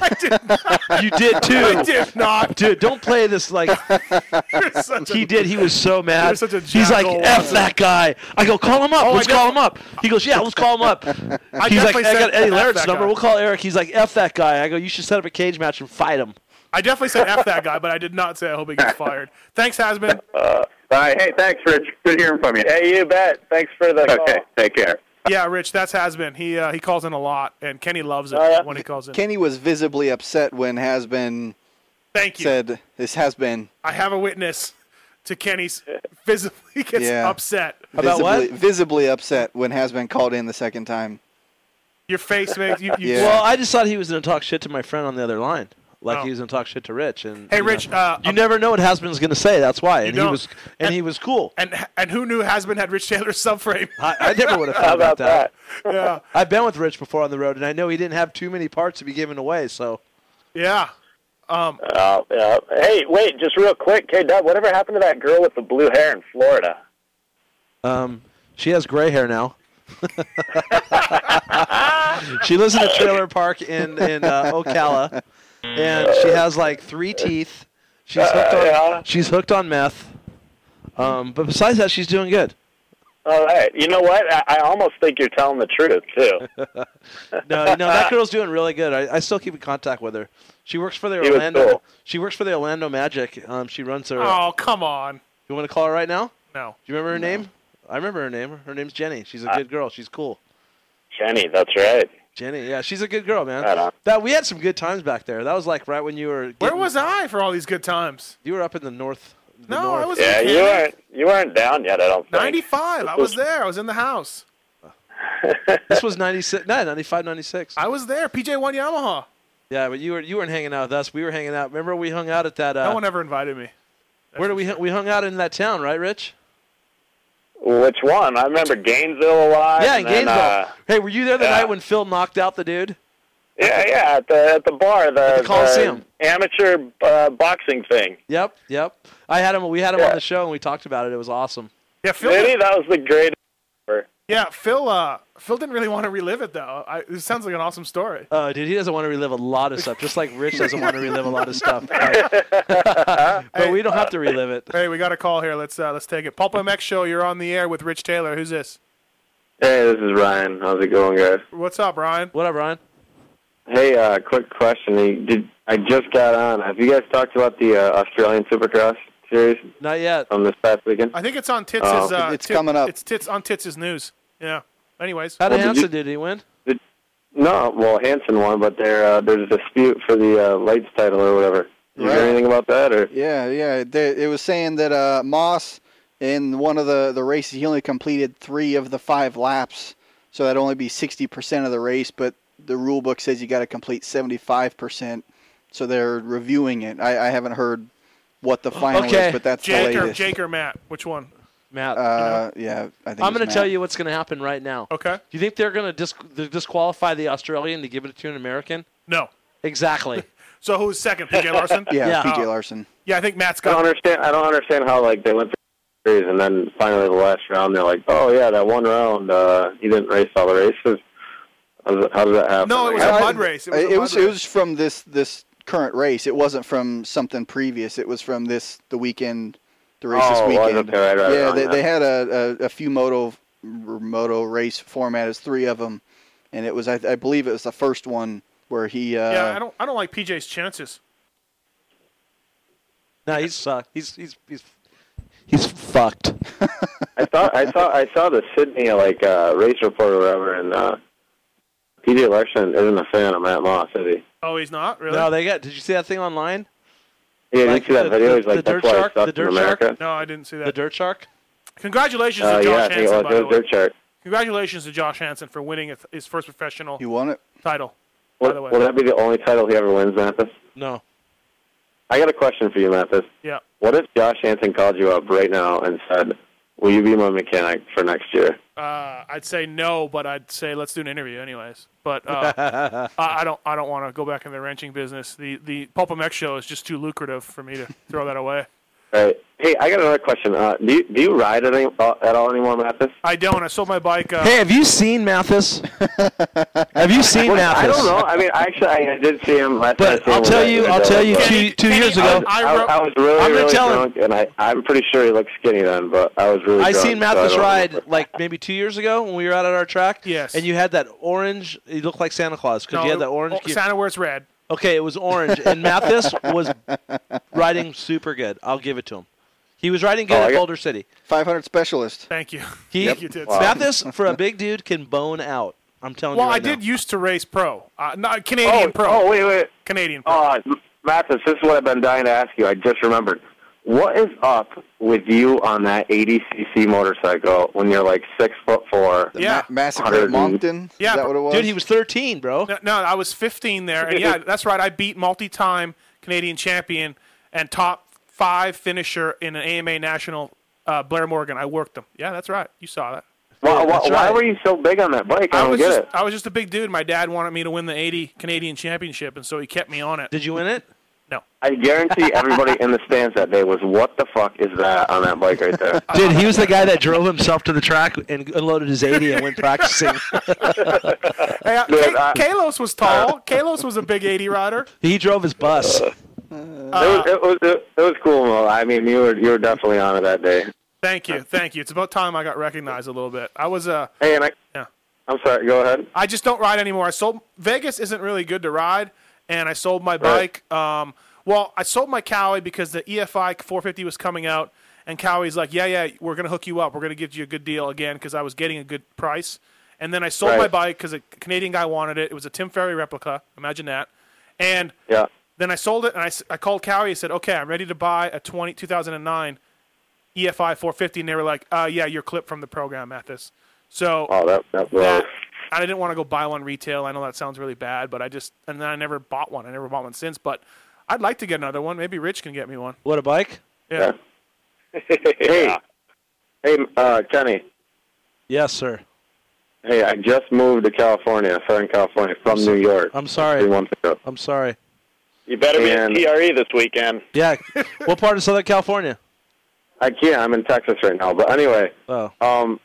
S7: you did too.
S4: I did not.
S7: Dude, don't play this like
S4: *laughs* such
S7: he
S4: a-
S7: did. He was so mad.
S4: you're such a
S7: He's like,
S4: jackal.
S7: "F that guy." I go, "Call him up.
S4: Oh, I
S7: let's call him up." He goes, "Yeah, let's call him up."
S4: *laughs* I
S7: He's like,
S4: definitely
S7: "I got
S4: said,
S7: Eddie
S4: "F
S7: Laird's
S4: that
S7: number.
S4: guy."
S7: We'll call Eric." He's like, "F that guy." I go, "You should set up a cage match and fight him."
S4: I definitely said F that guy, but I did not say I hope he gets fired.
S15: *laughs*
S4: Thanks, Hasbin.
S11: Uh, *laughs* all right. Hey, thanks, Rich. Good hearing from you.
S15: Hey, you bet. Thanks for the
S11: Okay. Take care.
S4: Yeah, Rich, that's Hasbin. He uh, he calls in a lot, and Kenny loves
S15: Oh,
S4: it when he calls in.
S5: Kenny was visibly upset when has been
S4: Thank you.
S5: said this has been
S4: I have a witness to Kenny's *laughs* visibly gets
S5: Yeah.
S4: upset.
S5: visibly, visibly upset when has been called in the second time.
S4: Your face makes you. you
S7: Well, I just thought he was going to talk shit to my friend on the other line, like
S4: Oh.
S7: he was going to talk shit to Rich. And
S4: Hey,
S7: you know,
S4: Rich, uh,
S7: you never know what Hasbin's going to say. That's why.
S4: You
S7: And he
S4: don't.
S7: was, and, he was cool.
S4: and and who knew Hasbin had Rich Taylor's subframe?
S7: I, I
S4: *laughs*
S7: never would have thought about that.
S4: *laughs* Yeah.
S7: I've been with Rich before on the road, and I know he didn't have too many parts to be given away. So
S4: Yeah. Um.
S15: Uh, yeah. Hey, wait, just real quick, K Dub, whatever happened to that girl with the blue hair in Florida?
S7: um, she has gray hair now. she lives in a trailer park in in uh, Ocala, and she has like three teeth. She's
S15: Uh,
S7: hooked on she's hooked on meth. Um, but besides that, she's doing good. *laughs*
S15: All right. You know what? I, I almost think you're telling the truth
S4: *laughs*
S15: too.
S7: No, no, that girl's doing really good. I, I still keep in contact with her. She works for the
S15: She was
S7: Orlando.
S15: cool.
S7: She works for the Orlando Magic. Um, she runs *laughs* her.
S4: Oh, come on.
S7: You want to call her right now?
S4: No.
S7: Do you remember her name? I remember her name. Her name's Jenny. She's a
S15: Ah.
S7: good girl. She's cool.
S15: Jenny, that's right.
S7: Jenny, yeah, she's a good girl, man.
S15: Right on.
S7: That we had some good times back there. That was like right when you were.
S4: Where was I for all these good times?
S7: You were up in the north.
S4: no, I was.
S15: yeah,
S4: in
S15: you weren't you weren't down yet. I don't think.
S4: Ninety-five. I was there. I was in the house.
S7: this was 96, no, 95, 96.
S4: I was there. PJ One Yamaha.
S7: Yeah, but you were you weren't hanging out with us. We were hanging out. Remember we hung out at that. Uh,
S4: no one ever invited me.
S7: where do we hung- we hung out in that town, right, Rich?
S15: Which one? I remember Gainesville a lot.
S7: yeah,
S15: and
S7: in
S15: then,
S7: Gainesville.
S15: uh,
S7: hey, were you there the
S15: yeah.
S7: night when Phil knocked out the dude?
S15: yeah, yeah, at the at the bar, the,
S7: the Coliseum.
S15: the amateur uh, boxing thing.
S7: Yep, yep. I had him. We had him
S15: Yeah.
S7: on the show and we talked about it. It was awesome.
S4: Yeah, Phil.
S15: Maybe that was the greatest. ever.
S4: Yeah, Phil. Uh, Phil didn't really want to relive it though. I, it sounds like an awesome story.
S7: Oh, dude, he doesn't want to relive a lot of stuff, just like Rich doesn't want to relive a lot of stuff.
S15: Uh,
S7: but we don't have to relive it.
S4: uh, Hey, we got a call here. Let's uh, let's take it. Pulp MX show. You're on the air with Rich Taylor. Who's this?
S18: Hey, this is Ryan. How's it going, guys?
S4: What's up, Ryan?
S7: What up, Ryan?
S18: Hey, uh, quick question. Hey, Did I just got on? Have you guys talked about the uh, Australian Supercross series
S7: Not yet.
S18: from this past weekend?
S4: I think it's on Tits.
S18: Oh.
S4: uh,
S18: It's
S4: Tit-
S18: coming up.
S4: It's Tits on Tits' news. Yeah. Anyways,
S18: How did Well, did Hanson you-
S7: did he win?
S18: No, well, Hanson won, but there uh, there's a dispute for the uh, lights title or whatever. You
S5: Right.
S18: hear anything about that? Or
S5: Yeah, yeah. They, it was saying that uh, Moss in one of the, the races he only completed three of the five laps, so that'd only be sixty percent of the race. But the rule book says you got to complete seventy five percent, so they're reviewing it. I, I haven't heard what the final
S7: Okay.
S5: is, but that's
S4: Jake
S5: the
S4: or
S5: latest.
S4: Jake or Matt? Which one?
S7: Matt.
S5: Uh, yeah, I think
S7: I'm
S5: it's
S7: going to tell
S5: Matt.
S7: you what's going to happen right now.
S4: Okay.
S7: Do you think they're going to dis- th- disqualify the Australian to give it to an American?
S4: No.
S7: Exactly.
S4: *laughs* So who's second? PJ
S5: *laughs*
S7: *laughs*
S4: Larson.
S18: Yeah,
S4: Oh.
S18: PJ
S5: Larson.
S4: Yeah, I think Matt's
S18: I
S4: got.
S18: don't understand. I don't understand how like they went through the series and then finally the last round they're like, oh yeah, that one round uh, he didn't race all the races. How does, how does that happen?
S4: No, it was a
S18: I-
S4: mud race. It was a
S5: Uh, it was,
S4: mud
S5: it was from this this current race. It wasn't from something previous. It was from this the weekend, the race
S18: Oh,
S5: this
S18: it was?
S5: weekend.
S18: Okay, right, right,
S5: yeah,
S18: right,
S5: they,
S18: right.
S5: they had a, a, a few moto moto race format as three of them, and it was I, I believe it was the first one where he uh,
S4: yeah, I don't. I don't like PJ's chances.
S7: No, he's sucked. Uh, He's he's he's he's fucked.
S18: I thought I saw I saw the Sydney like uh, race report or whatever, and uh, PJ Larson isn't a fan of Matt Moss, is he?
S4: Oh, he's not really.
S7: No, they got. Did you see that thing online?
S18: Yeah, did you see that video? He's like,
S7: the
S18: that's
S7: dirt
S18: why I
S7: shark.
S18: sucked
S7: The
S18: in
S7: dirt
S18: America.
S7: shark.
S4: No, I didn't see that.
S7: The dirt shark.
S4: Congratulations
S18: Uh,
S4: to
S18: yeah, I
S4: Josh
S18: think it
S4: Hansen.
S18: was.
S4: By
S18: It
S4: the
S18: was
S4: way.
S18: dirt shark.
S4: Congratulations to Josh Hansen for winning his- his first professional
S5: You won it.
S4: title. by the way, Mm.
S18: Will that be the only title he ever wins, Mathis?
S7: No.
S18: I got a question for you, Mathis.
S4: Yeah.
S18: What if Josh Hansen called you up right now and said, "Will you be my mechanic for next year?"
S4: Uh, I'd say no, but I'd say let's do an interview anyways. But
S7: *laughs*
S4: uh, I, I don't. I don't want to go back in the wrenching business. The the Pulp MX show is just too lucrative for me to throw that away. *laughs*
S18: Right. Hey, I got another question. Uh, do you, do you ride at, any, uh, at all anymore, Mathis?
S4: I don't. I sold my bike. Uh,
S7: Hey, have you seen Mathis? have you seen
S18: Well, *laughs*
S7: Mathis?
S18: I don't know. I mean, actually, I, I did see him last time I
S7: But
S18: seen
S7: I'll
S18: him
S7: tell
S18: was at
S7: you-
S18: the
S7: I'll
S18: Dell
S7: tell you
S18: Club.
S7: two- two years
S18: I was-
S7: ago-
S18: I, I was really,
S7: I'm gonna
S18: really
S7: tell him.
S18: drunk, and I, I'm pretty sure he looked skinny then, but I was really
S7: I
S18: drunk.
S7: seen
S18: so I
S7: Mathis
S18: don't
S7: ride
S18: remember.
S7: like maybe two years ago when we were out at our track.
S4: Yes.
S7: And you had that orange. You looked like Santa Claus because
S4: no,
S7: you had that orange.
S4: oh, Santa wears red.
S7: okay, it was orange, and Mathis was riding super good. I'll give it to him. He was riding good
S5: Oh, I
S7: at
S5: got-
S7: Boulder City.
S5: 500 specialist.
S4: Thank you.
S7: He
S5: Yep. You did. Wow.
S7: Mathis for a big dude can bone out. I'm telling
S4: Well,
S7: you.
S4: I
S7: right now.
S4: did used to race pro, uh, not Canadian
S18: Oh,
S4: pro. *laughs*
S18: oh, wait, wait.
S4: Canadian.
S18: Uh, Mathis, this is what I've been dying to ask you. I just remembered. What is up with you on that 80cc motorcycle when you're like six foot four?
S4: Yeah.
S5: Ma- massacre at
S18: 100 and-
S5: Moncton.
S4: Yeah,
S5: is that what it was?
S7: Dude, he was 13, bro.
S4: No, no, I was 15 there, and
S7: *laughs*
S4: yeah, that's right. I beat multi-time Canadian champion and top five finisher in an AMA national, uh, Blair Morgan. I worked him. Yeah, that's right. You saw that.
S18: Why, why,
S4: that's
S18: why
S4: right.
S18: were you so big on that bike? I,
S4: I
S18: don't
S4: was
S18: get
S4: just
S18: it.
S4: I was just a big dude. My dad wanted me to win the 80 Canadian championship, and so he kept me on it.
S7: Did you win it?
S18: I guarantee everybody in the stands that day was, what the fuck is that on that bike right there?
S7: Dude, he was the guy that drove himself to the track and unloaded his 80 and
S4: *laughs*
S7: went practicing.
S4: Hey, uh,
S18: Dude, I-
S4: Ka- Kalos
S18: *laughs*
S4: was tall. Kalos was a big 80 rider.
S7: he drove his bus.
S18: Uh,
S4: Uh,
S18: it, was, it, was, it was cool, Mo. I mean, you were you were definitely on it that day.
S4: Thank you, thank you. It's about time I got recognized a little bit. I was uh,
S18: Hey, and I,
S4: Yeah.
S18: I'm sorry. Go ahead.
S4: I just don't ride anymore. I sold Vegas isn't really good to ride, and I sold my
S18: Right.
S4: bike. Um, well, I sold my Cowie because the E EFI 450 was coming out, and Cowie's like, "Yeah, yeah, we're gonna hook you up. We're gonna give you a good deal again because I was getting a good price." And then I sold
S18: Right.
S4: my bike because a Canadian guy wanted it. It was a Tim Ferry replica. Imagine that. And
S18: Yeah.
S4: then I sold it, and I, s- I called Cowie and said, "Okay, I'm ready to buy a 20, 2009 EFI 450." And they were like, uh, "Yeah, your clip from the program at this." So
S18: Oh, that that was.
S4: that I didn't want to go buy one retail. I know that sounds really bad, but I just and then I never bought one. I never bought one since, but I'd like to get another one. Maybe Rich can get me one.
S7: What a bike?
S4: Yeah. *laughs*
S18: hey, hey, uh, Kenny.
S7: Yes, sir.
S18: Hey, I just moved to California, Southern California, from New York.
S7: I'm sorry.
S18: Three months ago.
S7: I'm sorry.
S15: You better be at
S18: And-
S15: TRE E this weekend.
S7: Yeah. what part of Southern California?
S18: I can't. I'm in Texas right now. But anyway,
S7: Oh.
S18: um,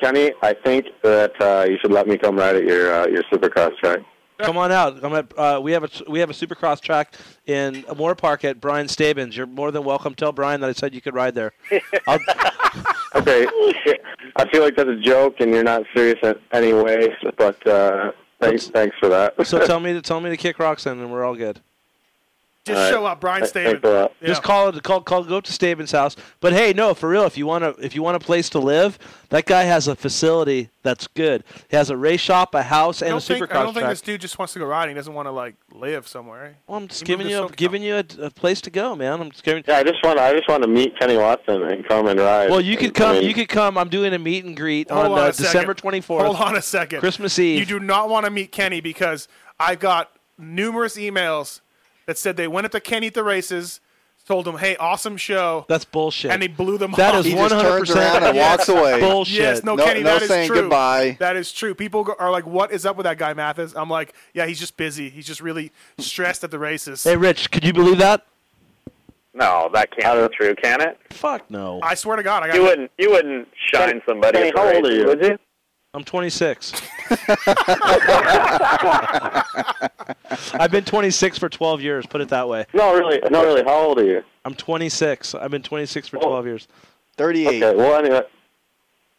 S18: Kenny, I think that uh, you should let me come ride at your uh, your Supercross track.
S7: Come on out. I'm at, uh, we have a we have a Supercross track in Moore Park at Brian Stabins. You're more than welcome. Tell Brian that I said you could ride there. I'll,
S18: Okay, I feel like that's a joke, and you're not serious in any way. But uh, thanks, thanks for that.
S7: so tell me to tell me to kick rocks in, and we're all good.
S4: Just
S18: All right.
S4: show up, Brian
S18: Th- thanks
S4: Stamen.
S18: a lot.
S4: Yeah.
S7: Just call it call call go up to Stabin's house. But hey, no, for real, if you want to if you want a place to live, that guy has a facility that's good. He has a race shop, a house,
S4: I
S7: and a
S4: don't, think, I
S7: supercross
S4: don't think
S7: track.
S4: this dude just wants to go riding. He doesn't want to like live somewhere.
S7: Well, I'm just giving you a, giving you a, a place to go, man. I'm just giving.
S18: Yeah, I just want I just want to meet Kenny Watson and come and ride.
S7: Well, you
S18: I
S7: could come.
S18: mean,
S7: You could come. I'm doing a meet and greet
S4: Hold
S7: on,
S4: on
S7: uh,
S4: a second.
S7: December 24th.
S4: Hold on a second.
S7: Christmas Eve.
S4: You do not want to meet Kenny because I got numerous emails that said they went up to Kenny at the races, told him, "Hey, awesome show,"
S7: That's bullshit.
S4: and he blew them
S7: That
S4: off.
S7: is He just 100% turns around and walks away. bullshit.
S4: Yes, no,
S7: No-
S4: Kenny,
S7: no
S4: that is
S7: saying
S4: true.
S7: goodbye.
S4: That is true. People go, are like, "What is up with that guy Mathis?" I'm like, "Yeah, he's just busy. He's just really stressed at the races."
S7: Hey, Rich, could you believe that?
S15: No, that can't be true, can it?
S7: Fuck no.
S4: I swear to God, I got
S15: You wouldn't. You wouldn't shine somebody.
S7: Kenny,
S15: at the
S7: how old
S15: race,
S7: are you?
S15: Would you?
S7: I'm 26.
S4: *laughs*
S7: I've been 26 for 12 years. Put it that way.
S18: No, really, no, really. How old are you?
S7: I'm 26. I've been 26 for 12 years.
S5: 38.
S18: Okay. Well, anyway,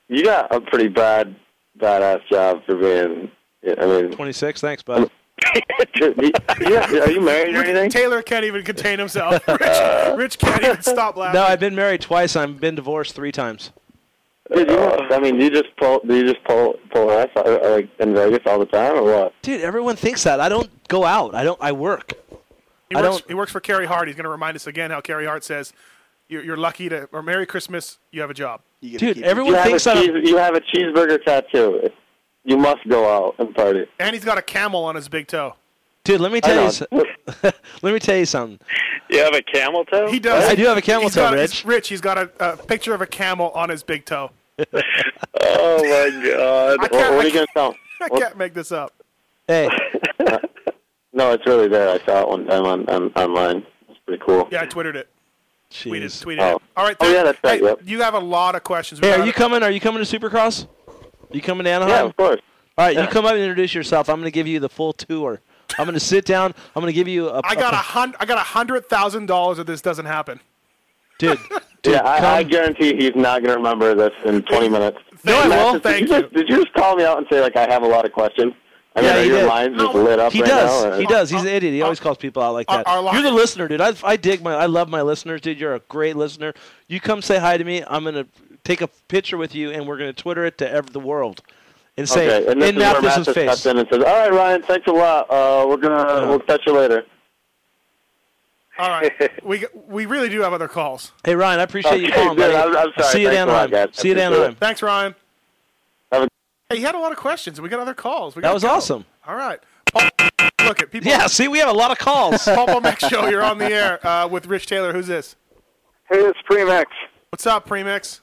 S18: you got a pretty bad badass job for being Yeah, I mean,
S4: *laughs*
S7: 26. Thanks, bud.
S18: yeah, are you married or anything?
S4: Taylor can't even contain himself. *laughs* Rich, Rich *laughs* can't even stop laughing.
S7: No, I've been married twice. I've been divorced three times.
S18: Dude, you know, I mean, you just pull, you just pull, pull ass uh, uh, like in Vegas all the time, or what?
S7: Dude, everyone thinks that. I don't go out. I don't. I work.
S4: He
S7: I
S4: works,
S7: don't.
S4: he works for Carrie Hart. He's going to remind us again how Carrie Hart says, "You're, you're lucky to, or Merry Christmas, you have a job."
S7: Dude, everyone
S18: you
S7: thinks
S18: have a
S7: I'm-
S18: cheese, you have a cheeseburger tattoo. You must go out and party.
S4: And he's got a camel on his big toe.
S7: Dude, let me
S4: I
S7: tell you.
S4: know.
S7: so- *laughs* let me tell you something.
S15: You have a camel toe?
S4: He does.
S7: I do have a camel
S4: He's
S7: toe,
S4: got a-
S7: Rich.
S4: he's- Rich, he's got a, a picture of a camel on his big
S7: *laughs*
S4: toe. *laughs*
S18: oh my God! What,
S4: can't-
S18: what are
S4: I
S18: you gonna tell? 'em?
S4: I
S18: What-
S4: can't make this up.
S7: Hey.
S18: no, it's really there. I saw it one time on, on online. It's pretty cool.
S4: Yeah, I twittered it. Tweeted, tweeted
S18: Oh.
S4: it. All right.
S18: Oh,
S4: thank-
S18: yeah, that's right,
S4: hey,
S18: yep.
S4: You have a lot of questions. We
S7: Hey, are
S4: got
S7: you
S4: it.
S7: coming? Are you coming to Supercross? You coming to Anaheim?
S4: Yeah, of
S18: course.
S7: All right, you
S4: Yeah.
S7: come up and introduce yourself. I'm going to give you the full tour. I'm going to sit down. I'm going to give you a.
S4: I got a
S7: a
S4: hun- I got a hundred thousand dollars if this doesn't happen.
S18: *laughs*
S7: dude.
S18: yeah, I, I guarantee he's not gonna remember this in 20 minutes.
S4: No, I
S18: Matt,
S4: will.
S18: Did,
S4: Thank
S18: you. Just, did you just call me out and say like I have a lot of questions? I
S7: Yeah,
S18: mean, are
S7: he
S18: your
S7: did.
S18: minds just lit up
S7: He
S18: right
S7: does.
S18: now. uh, or-
S7: He does.
S4: uh,
S7: He's an idiot. He always calls people out like that. You're the listener, dude. I, I dig my. I love my listeners, dude. You're a great listener. You come say hi to me. I'm gonna take a picture with you, and we're gonna Twitter it to ev- the world, and say
S18: okay, and this
S7: in
S18: is where
S7: Matheson's
S18: Matt just cuts
S7: face.
S18: in and says, "All right, Ryan, thanks a lot. Uh, we're gonna we'll catch you later."
S4: All right. *laughs* we we really do have other calls.
S7: Hey Ryan, I appreciate you
S4: Okay,
S7: calling,
S4: good.
S7: buddy.
S4: I'm- I'm sorry.
S7: See you at
S4: Thanks a lot,
S7: Anaheim.
S4: guys. I
S7: See you
S4: appreciate
S7: at Anaheim.
S4: it. Thanks, Ryan.
S18: Have a-
S4: Hey, you had a lot of questions. We got other calls. We
S7: That
S4: gotta
S7: was
S4: go.
S7: awesome.
S4: All
S7: *laughs*
S4: right. Paul, look at people.
S7: Yeah. See, we have a lot of calls. *laughs*
S4: Paul Pomek Show, you're on the air uh, with Rich Taylor. Who's this?
S19: Hey, it's Premix.
S4: What's up, Premix?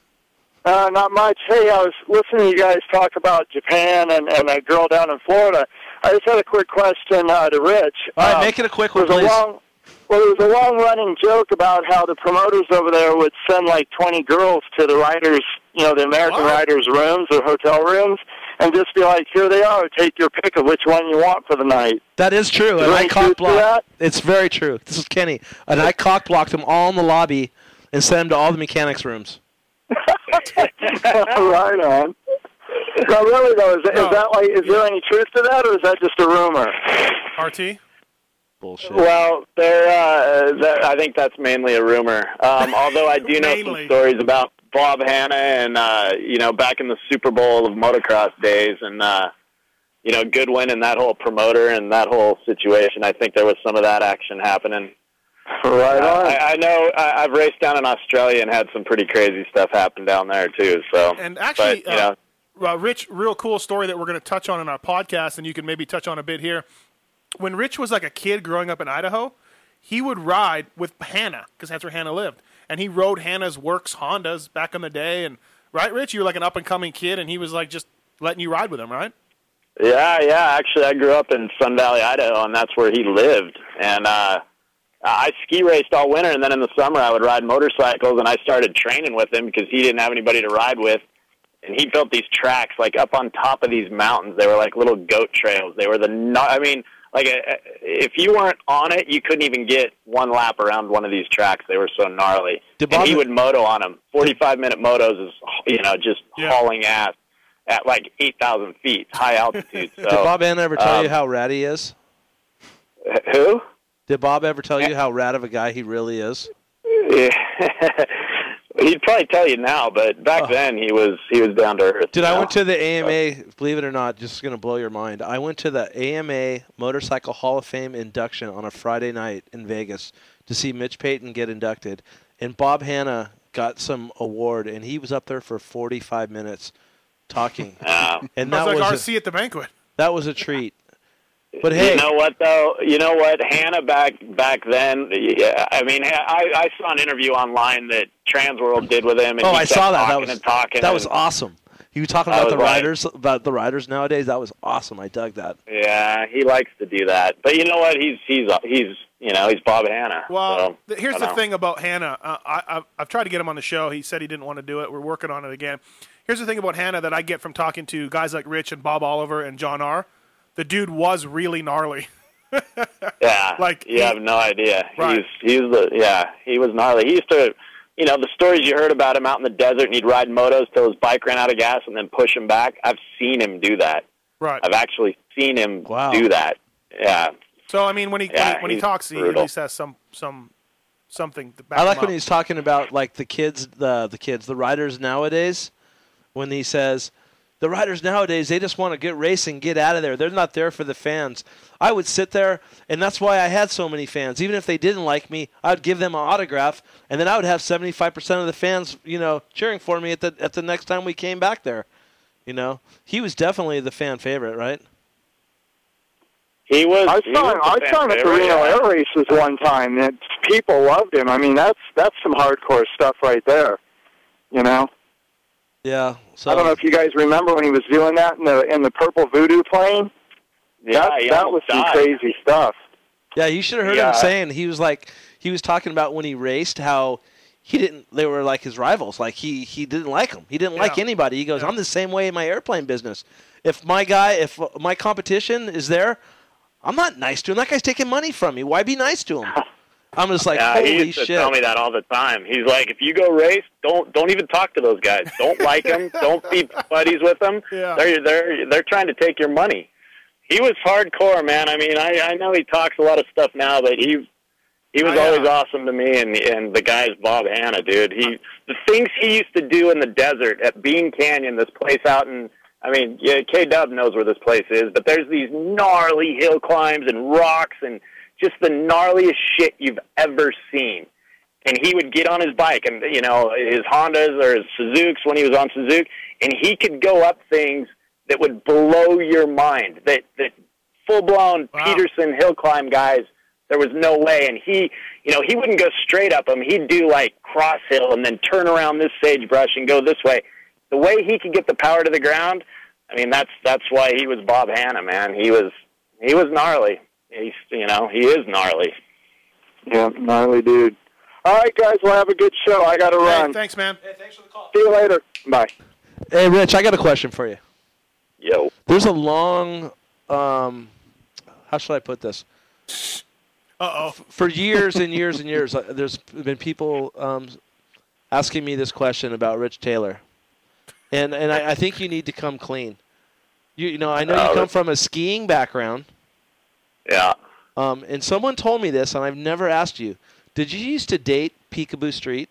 S19: Uh, not much. Hey, I was listening to you guys talk about Japan and, and that girl down in Florida. I just had a quick question uh, to Rich.
S7: All right,
S19: Um,
S7: make it a quick one,
S19: there's
S7: please.
S19: A long, well, there was a long-running joke about how the promoters over there would send like 20 girls to the writers, you know, the American writers' rooms or hotel rooms, and just be like, "Here they are. Take your pick of which one you want for the night." *laughs*
S7: That is true, and
S19: Really
S7: I
S19: true
S7: cock
S19: to that?
S7: blocked. It's very true. This is Kenny, and I cock blocked them all in the lobby and sent them to all the mechanics rooms.
S19: right on. No, really though, is, is that like, is there any truth to that, or is that just a rumor?
S4: RT?
S7: Bullshit.
S15: Well, there. Uh, that, I think that's mainly a rumor.
S4: *laughs*
S15: Um, although I do know some stories about Bob Hanna and uh, you know back in the Super Bowl of motocross days, and uh, you know Goodwin and that whole promoter and that whole situation. I think there was some of that action happening. Uh,
S19: Right on.
S15: I, I know. I, I've raced down in Australia and had some pretty crazy stuff happen down there too. So
S4: And actually,
S15: but, you know,
S4: uh, Rich, real cool story that we're going to touch on in our podcast, and you can maybe touch on a bit here. When Rich was like a kid growing up in Idaho, he would ride with Hannah because that's where Hannah lived, and he rode Hannah's works Hondas back in the day. And right, Rich, you were like an up and coming kid, and he was like just letting you ride with him, right?
S15: Yeah, yeah. Actually, I grew up in Sun Valley, Idaho, and that's where he lived. And uh, I ski raced all winter, and then in the summer I would ride motorcycles. And I started training with him because he didn't have anybody to ride with. And he built these tracks like up on top of these mountains. They were like little goat trails. They were the no- I mean, like uh, uh, if you weren't on it, you couldn't even get one lap around one of these tracks. They were so gnarly.
S7: Did
S15: and
S7: Bob-
S15: he would moto on them. Forty-five minute motos is you know just hauling ass at like eight thousand feet, high
S7: *laughs*
S15: altitude. So,
S7: Did Bob Hanna ever tell you
S15: um,
S7: how rad he is?
S15: Who?
S7: Did Bob ever tell you how rad of a guy he really is?
S15: Yeah. *laughs* He'd probably tell you now, but back then he was he was down to earth.
S7: Oh. Dude,
S15: you
S7: I
S15: know?
S7: went to the AMA, believe it or not, just going to blow your mind. I went to the AMA Motorcycle Hall of Fame induction on a Friday night in Vegas to see Mitch Payton get inducted. And Bob Hanna got some award, and he was up there for 45 minutes
S15: *laughs*
S7: talking. and that
S4: I was
S7: was,
S4: like
S7: a,
S4: RC at the banquet.
S7: that was a treat. But hey,
S15: you know what though? You know what? Hannah back back then. Yeah, I mean, I, I saw an interview online that Transworld did with him. And
S7: oh,
S15: he
S7: I
S15: kept
S7: saw that. That
S15: Talking
S7: was
S15: and talking.
S7: that was
S15: and-
S7: awesome. You were talking
S15: I
S7: about
S15: was
S7: the
S15: like-
S7: riders, about the riders nowadays. That was awesome. I dug that.
S15: Yeah, he likes to do that. But you know what? He's he's he's you know he's Bob Hanna.
S4: Well,
S15: so,
S4: th- here's
S15: I
S4: the
S15: don't know.
S4: thing about Hannah. Uh, I, I've, I've tried to get him on the show. He said he didn't want to do it. We're working on it again. Here's the thing about Hannah that I get from talking to guys like Rich and Bob Oliver and John R. The dude was really gnarly. *laughs*
S15: Yeah,
S4: Like,
S15: you have no idea.
S4: Right.
S15: He's he's the yeah he was gnarly. He used to, you know, the stories you heard about him out in the desert and he'd ride motos till his bike ran out of gas and then push him back. I've seen him do that.
S4: Right.
S15: I've actually seen him do that. Yeah.
S4: So I mean, when he when,
S15: Yeah,
S4: he, when he
S15: he's
S4: talks, he at
S15: brutal.
S4: least has some some something. To back
S7: I like
S4: him
S7: when
S4: up.
S7: he's talking about like the kids, the the kids, the riders nowadays. When he says, the riders nowadays, they just want to get racing, get out of there. They're not there for the fans. I would sit there, and that's why I had so many fans. Even if they didn't like me, I would give them an autograph, and then I would have seventy five percent of the fans, you know, cheering for me at the at the next time we came back there. You know, he was definitely the fan favorite, right?
S15: He was.
S19: I
S7: he
S19: saw
S7: was
S19: him.
S7: the
S19: I saw him
S7: best
S19: at the
S7: ever,
S19: Reno
S7: yeah.
S19: Air Races one time, and people loved him. I mean, that's that's some hardcore stuff right there. You know,
S7: Yeah. So
S19: I don't know if you guys remember when he was doing that in the in the purple voodoo plane.
S7: Yeah,
S19: that,
S7: he
S19: that was
S7: almost
S19: some
S7: died.
S19: crazy stuff.
S7: Yeah, you should have heard
S19: Yeah.
S7: him saying he was like he was talking about when he raced how he didn't they were like his rivals like he he didn't like them he didn't like anybody he goes I'm the same way in my airplane business if my guy if my competition is there I'm not nice to him that guy's taking money from me why be nice
S15: *laughs*
S7: to him I'm just like
S15: yeah, he
S7: holy
S15: used to
S7: shit
S15: tell me that all the time. He's like, if you go race, don't don't even talk to those guys.
S4: *laughs*
S15: Don't like them. Don't be buddies with them. They're they're they're trying to take your money. He was hardcore, man. I mean, I I know he talks a lot of stuff now, but he he was always awesome to me. And and the guy's Bob Hanna, dude. He the things he used to do in the desert at Bean Canyon, this place out in. I mean, yeah, K Dub knows where this place is, but there's these gnarly hill climbs and rocks and just the gnarliest shit you've ever seen. And he would get on his bike and, you know, his Hondas or his Suzukes when he was on Suzuki, and he could go up things that would blow your mind. That, that full blown Peterson hill climb guys, there was no way. And he, you know, he wouldn't go straight up them. He'd do like cross hill and then turn around this sagebrush and go this way. The way he could get the power to the ground, I mean, that's, that's why he was Bob Hanna, man. He was, he was gnarly. He's, you know, he is gnarly.
S19: Yeah, gnarly dude. All right, guys, we'll have a good show. I got to run.
S4: thanks, man.
S19: See you later. Bye.
S7: Hey, Rich, I got a question for you.
S15: Yo.
S7: There's a long, um, how should I put this?
S4: Uh oh.
S7: For years and years and
S9: *laughs*
S7: years, uh, there's been people um, asking me this question about Rich Taylor, and and I, I think you need to come clean. You, you know, I know
S15: Oh,
S7: you come
S15: that's-
S7: from a skiing background.
S15: Yeah.
S7: Um, and someone told me this, and I've never asked you. Did you used to date Peekaboo Street?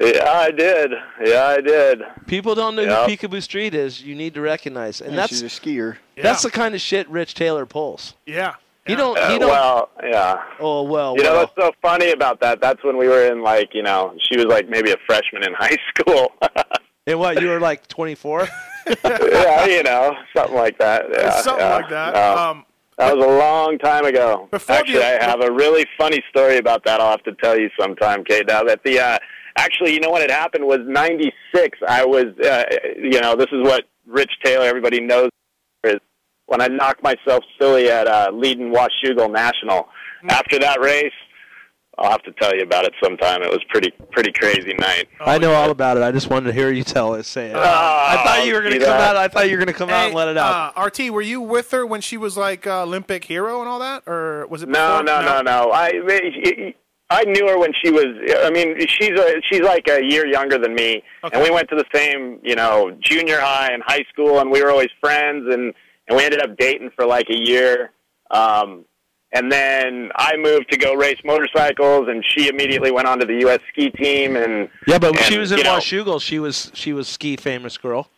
S15: Yeah, I did. Yeah, I did.
S7: People don't know
S15: Yep.
S7: who Peekaboo Street is. You need to recognize, and
S5: Yeah,
S7: that's
S5: she's a skier.
S7: That's the kind of shit Rich Taylor pulls.
S4: Yeah.
S7: He don't.
S15: Uh,
S7: He don't.
S15: well, yeah.
S7: oh well.
S15: you know
S7: well.
S15: what's so funny about that? That's when we were in like, you know, she was like maybe a freshman in high *laughs* school.
S7: And what? You were like 24.
S15: yeah, you know, something like that. Yeah,
S7: Something
S15: yeah.
S7: like that.
S15: No.
S4: Um,
S15: that was a long time ago.
S4: Before
S15: actually,
S4: the-
S15: I have a really funny story about that. I'll have to tell you sometime, Kate. Now that the uh, actually, you know what had happened was '96. I was, uh, you know, this is what Rich Taylor, everybody knows, is when I knocked myself silly at uh, Leading Washougal National.
S4: Mm.
S15: After that race, I'll have to tell you about it sometime. It was pretty pretty crazy night.
S7: I know all about it. I just wanted to hear you tell it.
S15: Oh.
S7: Say it. I thought you were going
S15: see
S7: to come
S15: that?
S7: out. I thought you were going to come out and let it out.
S4: Uh, RT, were you with her when she was like uh, Olympic hero and all that, or was it?
S15: No, no,
S4: before?
S15: no, no. I I knew her when she was. I mean, she's a, she's like a year younger than me, and we went to the same, you know, junior high and high school, and we were always friends, and and we ended up dating for like a year. Um, and then I moved to go race motorcycles, and she immediately went on to the U.S. ski team, and
S7: Yeah, but when she
S15: and,
S7: was in
S15: you know,
S7: Washougal, she was she was ski famous girl.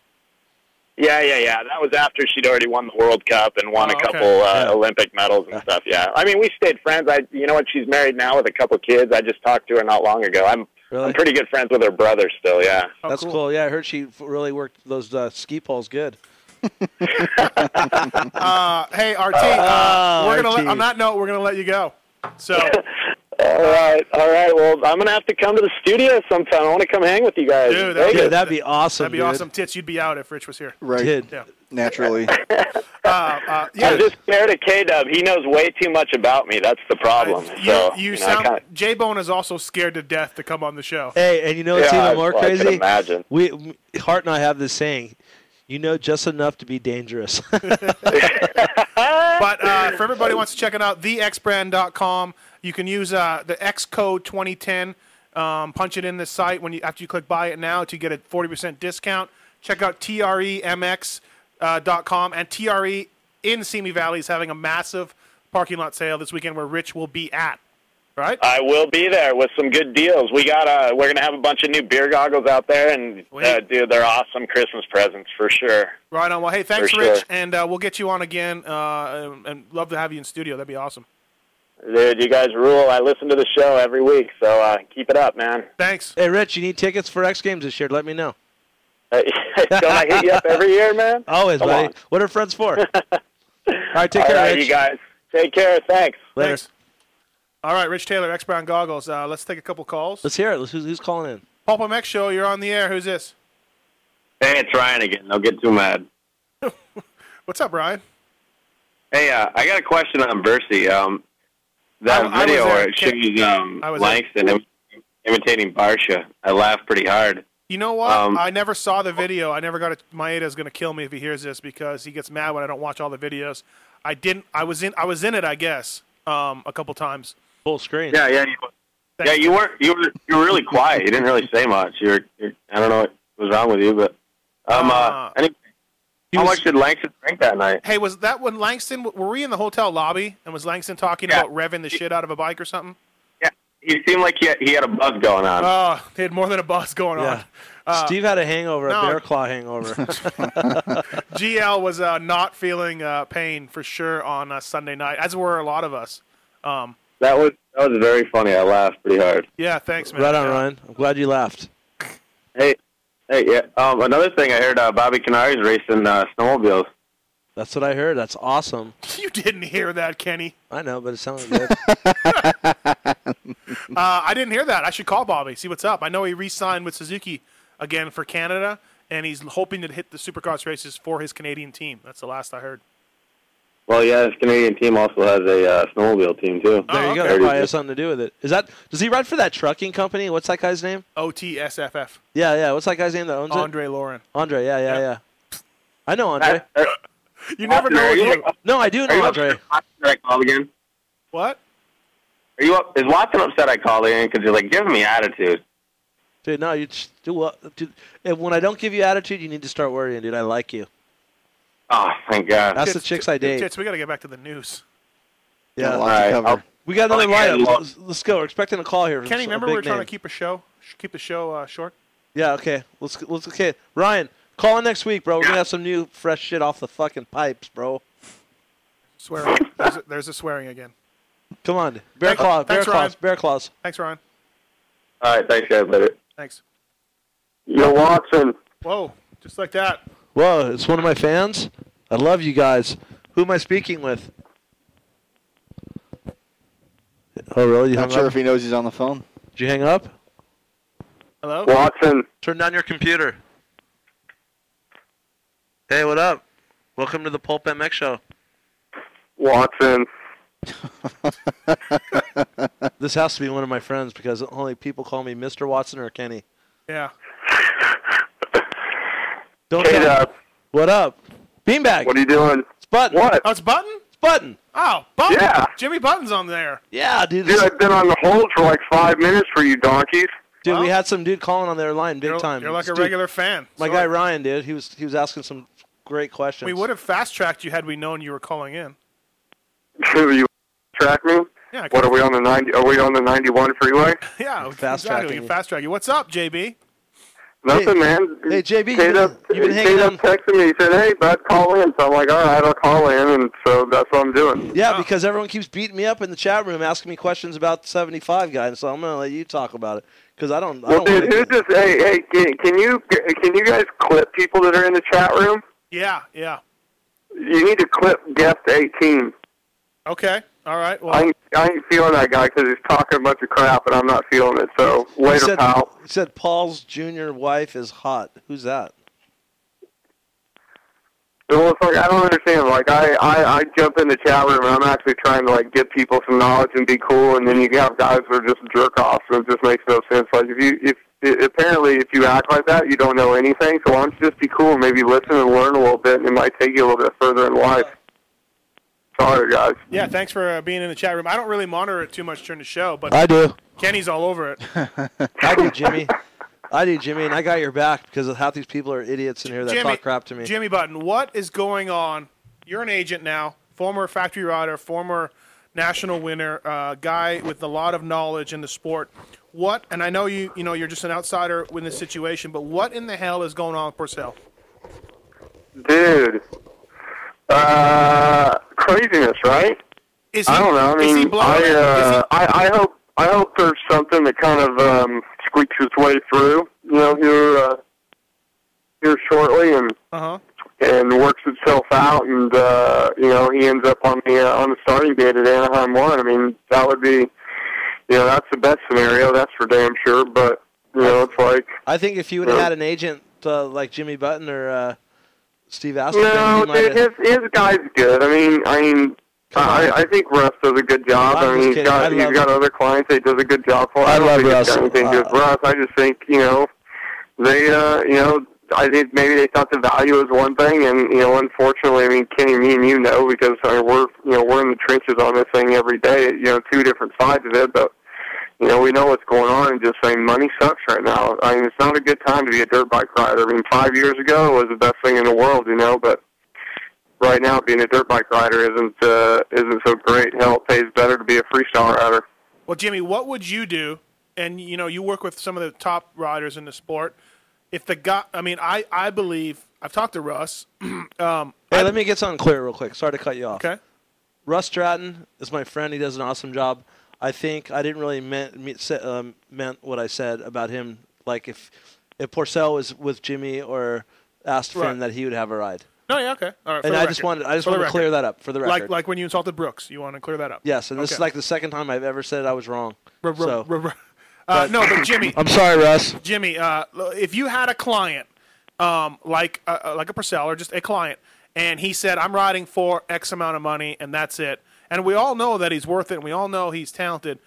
S15: Yeah, yeah, yeah. That was after she'd already won the World Cup and
S4: Oh,
S15: won a couple uh, Olympic medals and stuff. Yeah, I mean, we stayed friends. I, you know what? She's married now with a couple kids. I just talked to her not long ago. I'm, I'm pretty good friends with her brother still. Yeah.
S7: That's cool. Yeah, I heard she f- really worked those uh, ski poles good.
S4: Uh, hey, RT, uh,
S7: Ah,
S4: we're gonna let,
S7: RT.
S4: on that note, we're gonna let you go.
S18: *laughs*
S4: So,
S15: All right, all right. Well, I'm gonna have to come to the studio sometime. I want to come hang with you guys.
S4: dude, that'd,
S15: Vegas.
S7: awesome.
S4: That'd be
S15: dude.
S4: awesome. Tits, you'd be out if Rich was here.
S5: Right.
S7: Did.
S4: Yeah. *laughs*
S5: Naturally.
S4: Uh, uh,
S15: I'm just scared of K Dub. He knows way too much about me. That's the problem.
S4: you,
S15: so
S4: you
S15: know, I
S4: sound.
S15: kinda-
S4: J Bone is also scared to death to come on the show.
S7: Hey, and you know what's even more crazy?
S15: imagine.
S7: We m- Hart and I have this saying. You know just enough to be dangerous. *laughs*
S4: but uh, for everybody who wants to check it out, thexbrand.com. You can use uh, the X code 2010. Um, punch it in the site when you after you click buy it now to get a 40% discount. Check out TREMX. E uh, dot .com and TRE in Simi Valley is having a massive parking lot sale this weekend where Rich will be at. Right?
S15: I will be there with some good deals. We got uh, we're gonna have a bunch of new beer goggles out there, and uh, dude, they're awesome Christmas presents for sure.
S4: Right on. Well, hey, thanks,
S15: For
S4: Rich,
S15: sure.
S4: and uh, we'll get you on again. Uh, and, and love to have you in studio. That'd be awesome.
S15: Dude, you guys rule. I listen to the show every week, so uh, keep it up, man.
S4: Thanks.
S7: Hey, Rich, you need tickets for X Games this year? Let me know.
S15: *laughs* Don't I hit you up
S7: *laughs*
S15: every year, man?
S7: Always,
S15: Come
S7: buddy.
S15: on.
S7: What are
S15: *laughs*
S7: friends for? All right, take care,
S15: All right,
S7: Rich.
S15: you guys. Take care. Thanks.
S7: Later.
S4: All right, Rich Taylor, X Brown Goggles. Uh, let's take a couple calls.
S7: Let's hear it. Let's, who's, who's calling in?
S4: Paul Pomek Show, you're on the air. Who's this?
S18: Hey, it's Ryan again. Don't get too mad.
S4: What's up, Ryan?
S18: Hey, uh, I got a question on Versi. Um, that
S4: I was
S18: video
S4: there.
S18: where it shows um,
S4: I was there.
S18: Langston im- imitating Barsha, I laughed pretty hard.
S4: You know what?
S18: Um,
S4: I never saw the video. I never got it. Maeda's going to kill me if he hears this because he gets mad when I don't watch all the videos. I didn't. I was in. I was in it. I guess um, a couple times.
S7: Full screen.
S18: Yeah, yeah, you- yeah. You weren't. You were. You were really quiet. You didn't really say much. You were. You're, I don't know what was wrong with you, but um. Uh, anyway, how much did Langston drink that night?
S4: Hey, was that when Langston? Were we in the hotel lobby and was Langston talking about revving the shit out of a bike or something?
S18: He seemed like he had, he had a buzz going on.
S7: uh,
S4: Oh, he had more than a buzz going
S7: Yeah.
S4: on. Uh,
S7: Steve had a hangover,
S4: no.
S7: a bear
S4: *laughs*
S7: claw hangover. *laughs*
S4: GL was uh, not feeling uh, pain for sure on uh, Sunday night, as were a lot of us. Um,
S18: That was that was very funny. I laughed pretty hard.
S4: yeah, thanks, man. *laughs*
S7: right on, Ryan. I'm glad you laughed.
S18: Hey, hey, yeah. Um, another thing I heard uh, Bobby Canary's racing uh, snowmobiles.
S7: That's what I heard. That's
S18: *laughs*
S7: awesome.
S4: You didn't hear that, Kenny.
S7: I know, but it sounded good.
S4: *laughs* Uh, I didn't hear that. I should call Bobby, see what's up. I know he re signed with Suzuki again for Canada, and he's hoping to hit the supercross races for his Canadian team. That's the last I heard.
S18: Well, yeah, this Canadian team also has a uh, snowmobile team too.
S7: There you go. That probably has something to do with it. Is that? Does he ride for that trucking company? What's that guy's name?
S4: OTSFF.
S7: Yeah, yeah. What's that guy's name that owns
S4: Andre Lauren.
S7: it? Andre. Yeah, yeah, yeah. I know Andre.
S4: You never know.
S18: Are
S4: with
S18: you
S4: you.
S7: No, I do
S18: Are
S7: know
S18: you
S7: Andre.
S18: I called again.
S4: What?
S18: Are you up? Is Watson upset I called again because you're like giving me attitude?
S7: Dude, no, you just do what? Dude, if, when I don't give you attitude, you need to start worrying, dude. I like you.
S18: Oh, thank God.
S7: That's the chicks I date.
S4: Tits, we got to get back to the news.
S18: lot
S7: Yeah,
S18: to All right, cover. I'll-
S7: We got another
S18: I'll let you
S7: lineup.
S18: know.
S7: Let's, let's go. We're expecting a call here. from
S4: Kenny,
S7: s- a
S4: remember
S7: big
S4: we were trying
S7: name.
S4: to keep a show, sh- keep the show uh, short.
S7: Yeah, okay. Let's let's okay. Ryan, call in next week, bro. We're gonna have some new fresh shit off the fucking pipes, bro.
S11: *laughs*
S4: Swearing. there's, a, there's a swearing again.
S7: Come on, bear
S4: Thank-
S7: claws, bear
S4: thanks, Ryan.
S7: claws, bear claws.
S4: Thanks, Ryan.
S18: All right, thanks guys. Later.
S4: Thanks.
S18: Yo, Watson.
S4: Whoa, just like that.
S7: Whoa, it's one of my fans. I love you guys. Who am I speaking with? Oh, really? You
S5: Not
S7: hung
S5: sure
S7: up?
S5: if he knows he's on the phone.
S7: Did you hang up?
S4: Hello?
S5: Watson.
S7: Turn down your computer. Hey, what up? Welcome to the Pulp
S5: *laughs*
S7: MX show.
S19: *laughs*
S11: Watson.
S7: This has to be one of my friends because only people call me Mr. Watson or Kenny.
S4: Yeah.
S7: Don't tell me. What up? Beanbag. What
S11: uh, are you doing?
S7: It's Button.
S11: What?
S4: Oh, it's Button? It's
S7: Button.
S4: Oh, Button.
S11: Yeah.
S4: Jimmy Button's on there.
S7: Yeah, dude.
S11: Dude, I've been on the hold for like five minutes for you donkeys.
S7: Dude, we had some dude calling on their line big
S4: You're,
S7: time.
S4: you're like a
S7: Dude,
S4: regular fan.
S7: My
S4: So
S7: guy Ryan, dude, he was he was asking some great questions.
S4: We would have fast tracked you had we known you were calling in. *laughs*
S11: Are you track me?
S4: Yeah, I
S11: What
S4: can-
S11: are we on the ninety? Are we on the ninety-one freeway?
S4: Yeah,
S7: Fast
S4: exactly. We
S7: tracking
S4: can fast track you. What's up, JB?
S11: Nothing, man.
S7: Hey, JB, you've
S11: Tate
S7: been-
S11: up,
S7: you've been
S11: Tate
S7: hanging
S11: up texted me. He said, "Hey, bud, call in." So I'm like, "All right, I'll call in," and so that's what I'm doing.
S4: Oh.
S7: Yeah, because everyone keeps beating me up in the chat room asking me questions about the 75 guy, and so I'm gonna let you talk about it because I don't. I
S11: Well,
S7: don't
S11: dude,
S7: wanna-
S11: who's this? Hey, hey, can, can you can you guys clip people that are in the chat room?
S4: Yeah, yeah.
S11: You need to clip guest 18.
S4: Okay. All right. Well,
S11: I ain't, I ain't feeling that guy because he's talking a bunch of crap, and I'm not feeling it. So
S7: he
S11: later,
S7: said,
S11: pal.
S7: He said Paul's junior wife is hot. Who's that?
S11: Well, it's like I don't understand. Like I, I, I jump in the chat room and I'm actually trying to like give people some knowledge and be cool, and then you have guys that are just jerk offs, and it just makes no sense. Like if you, if apparently if you act like that, you don't know anything. So why don't you just be cool and maybe listen and learn a little bit, and it might take you a little bit further in life. Sorry, guys.
S4: yeah, thanks for uh, being in the chat room. I don't really monitor it too much during the show, but
S7: *laughs* I do.
S4: *laughs* Kenny's all over it.
S7: I do, Jimmy. I do, Jimmy, and I got your back because half these people are idiots in here that
S4: Jimmy,
S7: talk crap to me.
S4: Jimmy Button, what is going on? You're an agent now, former factory rider, former national winner, uh, guy with a lot of knowledge in the sport. What? And I know you, you know, you're just an outsider in this situation, but what in the hell is going on with Purcell?
S11: dude. Uh, craziness, right?
S4: Is
S11: I don't know. I
S4: is
S11: mean,
S4: he blowing
S11: I,
S4: it?
S11: uh, I, I hope, I hope there's something that kind of um, squeaks its way through. You know, here, uh, here shortly, and
S4: uh-huh.
S11: and works itself out, and uh, you know, he ends up on the uh, on the starting gate at Anaheim one. I mean, that would be, you know, that's the best scenario. That's for damn sure. But you know, it's like
S7: I think if you would have had an agent uh, like Jimmy Button or uh, Steve Asselman,
S11: No,
S7: he might
S11: dude,
S7: have.
S11: his his guy's good. I mean, I mean, I, I think Russ does a good job.
S7: I'm
S11: I
S7: just
S11: mean, he's
S7: kidding. I
S11: got he's
S7: love
S11: got
S7: him.
S11: other clients that he does a good job for.
S7: I
S11: don't
S7: love Uh,
S11: think it's
S7: Russ.
S11: got anything to do with Russ. I just think you know they uh you know I think maybe they thought the value was one thing, and you know, unfortunately, I mean, Kenny, me and you know because I mean, we're you know we're in the trenches on this thing every day. You know, two different sides of it, but. You know, we know what's going on, and just saying money sucks right now. I mean, it's not a good time to be a dirt bike rider. I mean, five years ago was the best thing in the world, you know, but right now being a dirt bike rider isn't uh, isn't so great. Hell, it pays better to be a freestyle rider.
S4: Well, Jimmy, what would you do? And you know, you work with some of the top riders in the sport. If the guy, I mean, I, I believe I've talked to Russ. *clears throat* um,
S7: Hey, let me get something clear real quick. Sorry to cut you off.
S4: Okay.
S7: Russ Stratton is my friend. He does an awesome job. I think I didn't really meant me- sa- um, meant what I said about him. Like if if Porcel was with Jimmy or asked for
S4: Right.
S7: him that he would have a ride.
S4: no, yeah, okay, all right. for
S7: and
S4: the
S7: I just
S4: record.
S7: wanted I just
S4: For the
S7: want to
S4: record.
S7: clear that up for the record.
S4: Like like when you insulted Brooks, you want to clear that up.
S7: yes, and this is
S4: Okay.
S7: like the second time I've ever said I was wrong.
S4: R- r-
S7: so,
S4: r- r- uh, no, but Jimmy,
S7: I'm sorry, Russ.
S4: Jimmy, uh, l- if you had a client, um, like uh, uh, like a Purcell or just a client, and he said, "I'm riding for X amount of money, and that's it," and we all know that he's worth it, and we all know he's talented.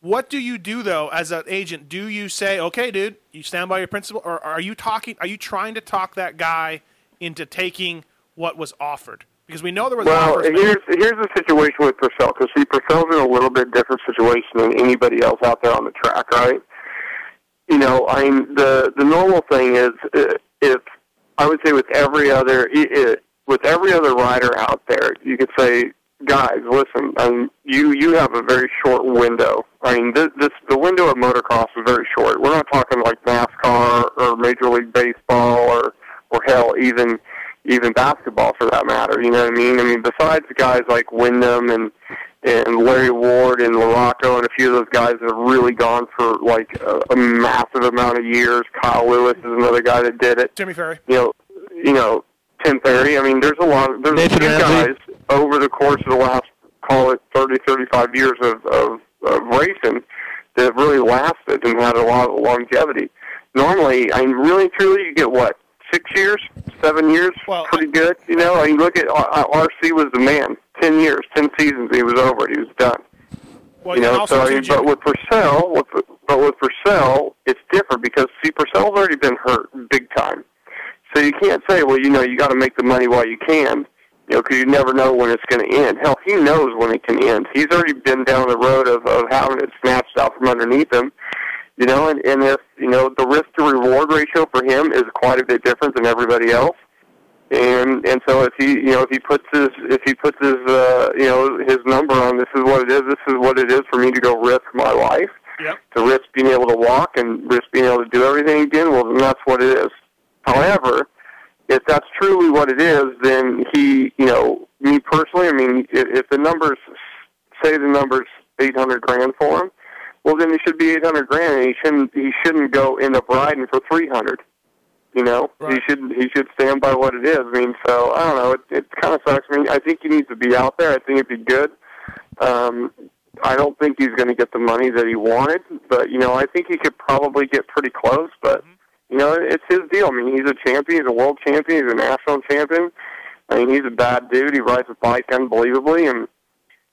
S4: What do you do though, as an agent? Do you say, "Okay, dude, you stand by your principle," or are you talking? Are you trying to talk that guy into taking what was offered? Because we know there was
S11: Well,
S4: offers made.
S11: here's here's the situation with Purcell because see, Purcell's in a little bit different situation than anybody else out there on the track, right? You know, I mean, the the normal thing is uh, if I would say with every other i i with every other rider out there, you could say, guys, listen, I mean, you you have a very short window. I mean, this, this the window of motocross is very short. We're not talking like NASCAR or Major League Baseball or or hell even even basketball for that matter. You know what I mean? I mean, besides guys like Wyndham and and Larry Ward and LaRocco and a few of those guys that have really gone for like a, a massive amount of years. Kyle Lewis is another guy that did it.
S4: Jimmy Ferry.
S11: You know, you know Tim Ferry. I mean, there's a lot. There's a few guys over the course of the last call it 30, 35 years of, of, of racing that really lasted and had a lot of longevity. Normally, I mean, really, truly, you get what six years, seven years, pretty good. You know, I mean, look at R- R- RC was the man. Ten years, ten seasons, he was over. He was done.
S4: Well,
S11: you
S4: yeah,
S11: know,
S4: also
S11: so I
S4: too,
S11: mean,
S4: Jim-
S11: but with Purcell, with, but with Purcell, it's different because see, Purcell's already been hurt big time. So you can't say, well, you know, you got to make the money while you can, you know, because you never know when it's going to end. Hell, he knows when it can end. He's already been down the road of, of having it snatched out from underneath him, you know, and, and if, you know, the risk to reward ratio for him is quite a bit different than everybody else. And and so if he you know if he puts his if he puts his uh, you know his number on this is what it is this is what it is for me to go risk my life
S4: Yep.
S11: to risk being able to walk and risk being able to do everything again, well, then that's what it is. However, if that's truly what it is, then he, you know, me personally, I mean, if, if the numbers, say the numbers 800 grand for him, well, then he should be 800 grand and he shouldn't, he shouldn't go end up riding for 300. You know, he should he should stand by what it is. I mean, so I don't know. It it kind of sucks. I mean, I think he needs to be out there. I think it'd be good. Um, I don't think he's going to get the money that he wanted, but you know, I think he could probably get pretty close. But you know, it's his deal. I mean, he's a champion. He's a world champion. He's a national champion. I mean, he's a bad dude. He rides a bike unbelievably, and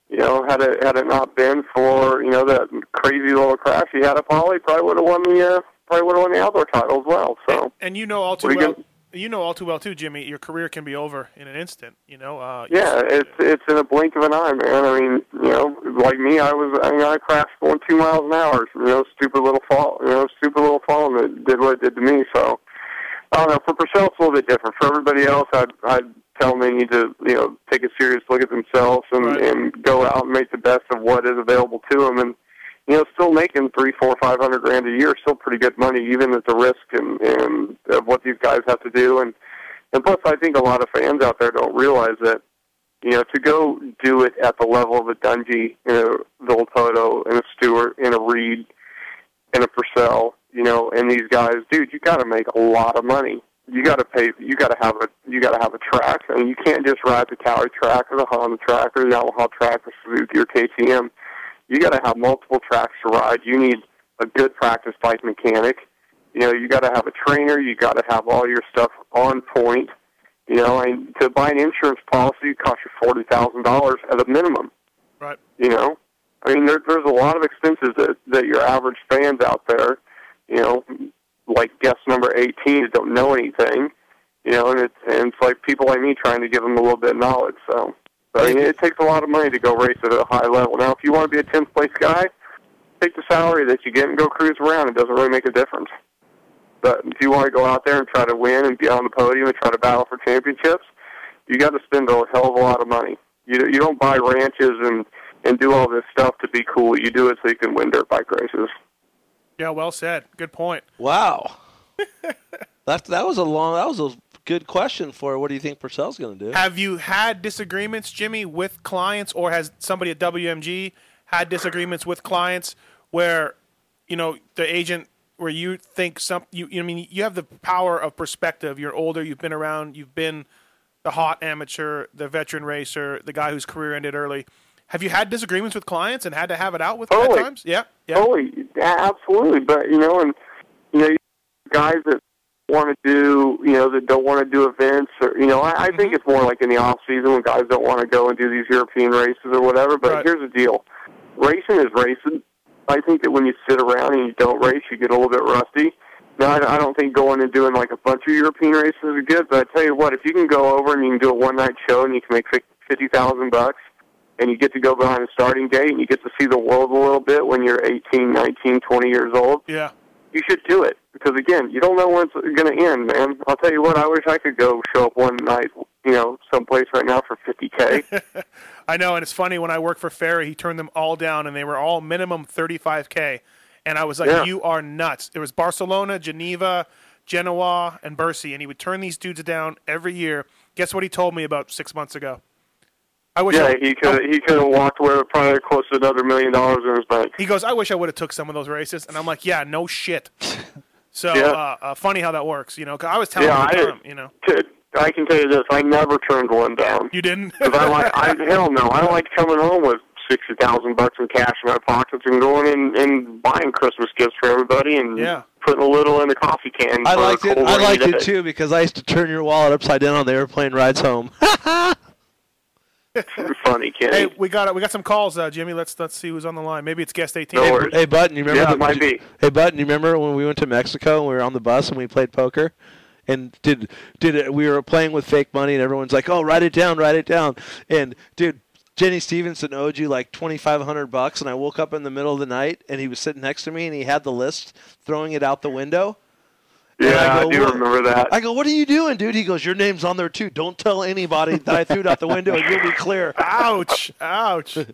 S11: you know, had it had it not been for you know that crazy little crash he had at Poly, probably would have won the uh, probably would have won the outdoor title as well. So
S4: and you know all too
S11: What are you
S4: well. you know all too well too, Jimmy. Your career can be over in an instant. You know. Uh, you-
S11: Yeah, it's it's in a blink of an eye, man. I mean, you know, like me, I was I mean, I crashed going two miles an hour. You know, stupid little fall. You know, stupid little fall that did what it did to me. So I don't know. For Purcell's a little bit different. For everybody else, I'd I'd tell them they need to you know take a serious look at themselves and and go out and make the best of what is available to them. And you know, still making three, four, five hundred grand a year, is still pretty good money, even at the risk and and of what these guys have to do. And and plus, I think a lot of fans out there don't realize that you know, to go do it at the level of a Dungy and a Viltoto and a Stewart and a Reed and a Purcell, you know, and these guys, dude, you got to make a lot of money. You got to pay. You got to have a. You got to have a track, and you can't just ride the Tower track or the Honda track or the Yamaha track or Suzuki or KTM. You got to have multiple tracks to ride. You need a good practice bike mechanic. You know, you got to have a trainer. You got to have all your stuff on point. You know, and to buy an insurance policy costs you forty thousand dollars at a minimum.
S4: Right.
S11: You know, I mean, there, there's a lot of expenses that that your average fans out there, you know, like guest number eighteen that don't know anything. You know, and it's and it's like people like me trying to give them a little bit of knowledge. So, but, I mean, it takes a lot of money to go race at a high level. Now, if you want to be a tenth place guy, take the salary that you get and go cruise around. It doesn't really make a difference. But if you want to go out there and try to win and be on the podium and try to battle for championships, you got to spend a hell of a lot of money. You you don't buy ranches and and do all this stuff to be cool. You do it so you can win dirt bike races.
S4: yeah. Well said. Good point.
S7: Wow. that that was a long. That was a good question for. What do you think Purcell's going to do?
S4: Have you had disagreements, Jimmy, with clients, or has somebody at WMG had disagreements with clients where, you know, the agent where you think some you, you I mean you have the power of perspective. You're older. You've been around. You've been the hot amateur, the veteran racer, the guy whose career ended early. Have you had disagreements with clients and had to have it out with them at
S11: Totally.
S4: times? Yeah.
S11: Totally, a- absolutely. But you know, and you know, you guys that want to do, you know, that don't want to do events, or you know, I, I think
S4: Mm-hmm.
S11: it's more like in the off season when guys don't want to go and do these European races or whatever. But here's the deal: racing is racing. I think that when you sit around and you don't race, you get a little bit rusty. Now, I I don't think going and doing like a bunch of European races is good, but I tell you what, if you can go over and you can do a one night show and you can make fif- fifty thousand bucks, and you get to go behind the starting gate and you get to see the world a little bit when you're 18, 19, 20 years old,
S4: Yeah.
S11: you should do it because again, you don't know when it's going to end, man. I'll tell you what, I wish I could go show up one night, you know, someplace right now for 50k.
S4: I know, and it's funny when I worked for Ferry, he turned them all down, and they were all minimum 35k, and I was like,
S11: Yeah.
S4: "You are nuts!" It was Barcelona, Geneva, Genoa, and Bercy, and he would turn these dudes down every year. Guess what he told me about six months ago? *laughs* I wish
S11: yeah,
S4: I-
S11: he could he could have walked away with probably close to another million dollars in his bank.
S4: He goes, "I wish I would have took some of those races," and I'm like, "Yeah, no shit." So
S11: Yeah.
S4: uh, uh, funny how that works, you know? 'cause I was telling
S11: Yeah,
S4: him,
S11: I-
S4: the time, you know,
S11: Dude, I can tell you this: I never turned one down.
S4: You
S11: *laughs*
S4: didn't?
S11: Because I like, I hell no, I like coming home with sixty thousand bucks in cash in my pockets and going in and buying Christmas gifts for everybody and
S7: Yeah.
S11: putting a little in the coffee can.
S7: I
S11: for a
S7: liked it.
S11: cold
S7: I
S11: rainy
S7: liked
S11: day.
S7: it too because I used to turn your wallet upside down on the airplane rides home.
S11: Funny kid.
S4: hey, we got we got some calls, uh, Jimmy. Let's let's see who's on the line. Maybe it's guest 18.
S7: hey, hey, Button, you remember?
S4: Yeah,
S7: the,
S4: it might
S7: be. Hey, Button, you remember when we went to Mexico and we were on the bus and we played poker? And did did it, we were playing with fake money and everyone's like, "Oh, write it down, write it down." And dude, Jenny Stevenson owed you like twenty five hundred bucks, and I woke up in the middle of the night and he was sitting next to me and he had the list, throwing it out the window.
S11: Yeah, I,
S7: go,
S11: do
S7: "What?"
S11: remember that.
S7: I go, "What are you doing, dude?" He goes, "Your name's on there too. Don't tell anybody that I threw it out the window, and you'll be clear."
S4: Ouch! Ouch!
S7: *laughs*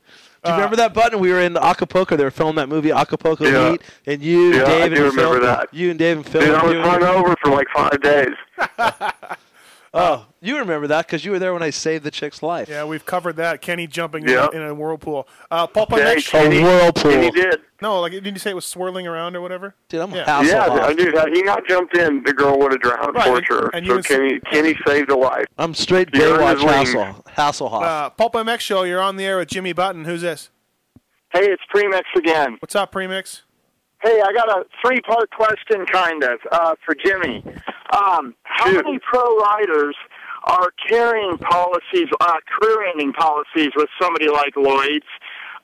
S4: Do you
S7: remember that button? We were in Acapulco. They were filming that movie Acapulco
S11: Yeah.
S7: Heat, and you,
S11: Yeah, I
S7: Dave,
S11: do
S7: and Phil,
S11: remember that.
S7: you and Dave and Phil.
S11: Dude,
S7: were
S11: I was
S7: doing-
S11: hung over for like five days.
S7: *laughs*
S11: *laughs*
S7: Oh, you remember that because you were there when I saved the chick's life.
S4: Yeah, we've covered that. Kenny jumping
S7: Yeah.
S4: in, in a whirlpool. Uh, Paul
S7: Yeah,
S4: Panex-
S7: Kenny- A whirlpool. Kenny
S11: did.
S4: No, like didn't you say it was swirling around or whatever?
S7: Dude, I'm
S11: yeah, I dude, had he not jumped in, the girl would have drowned
S4: Right,
S11: for sure.
S4: and you
S11: so
S4: would-
S11: Kenny, Kenny saved a life.
S7: I'm straight
S11: You're in
S7: Baywatch
S11: his lane.
S7: Hassel Hasselhoff.
S4: Uh, Pulp MX show. You're on the air with Jimmy Button. Who's this?
S19: Hey, it's Premix again.
S4: What's up, Premix?
S19: Hey, I got a three-part question, kind of, uh, for Jimmy. Um, how many pro riders are carrying policies, uh, career-ending policies with somebody like Lloyd's?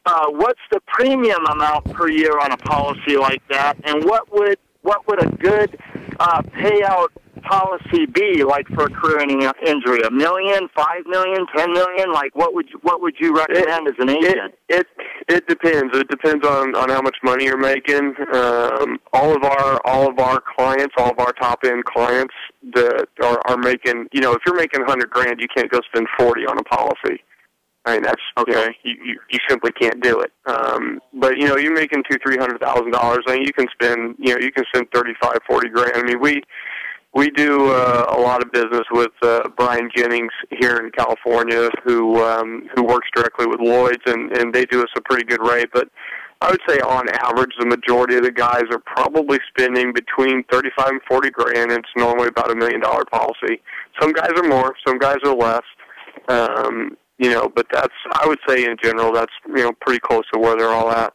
S19: Uh, what's the premium amount per year on a policy like that, and what would what would a good uh, payout
S12: policy be like for a career in- uh, injury? A million, five million, ten million? Like what would you, what would you recommend as an agent?
S11: It it depends. It depends on on how much money you're making. Um, all of our all of our clients, all of our top end clients that are are making. You know, if you're making a hundred grand, you can't go spend forty on a policy. I mean, that's okay. You, know, you, you you simply can't do it. Um, but you know, you're making two three hundred thousand dollars. I mean, you can spend. You know, you can spend thirty five, forty grand. I mean, we we do uh, a lot of business with uh, Brian Jennings here in California, who um, who works directly with Lloyd's, and and they do us a pretty good rate. But I would say, on average, the majority of the guys are probably spending between thirty-five and forty grand. And it's normally about a million-dollar policy. Some guys are more, some guys are less. Um, you know, but that's I would say in general, that's you know pretty close to where they're all at.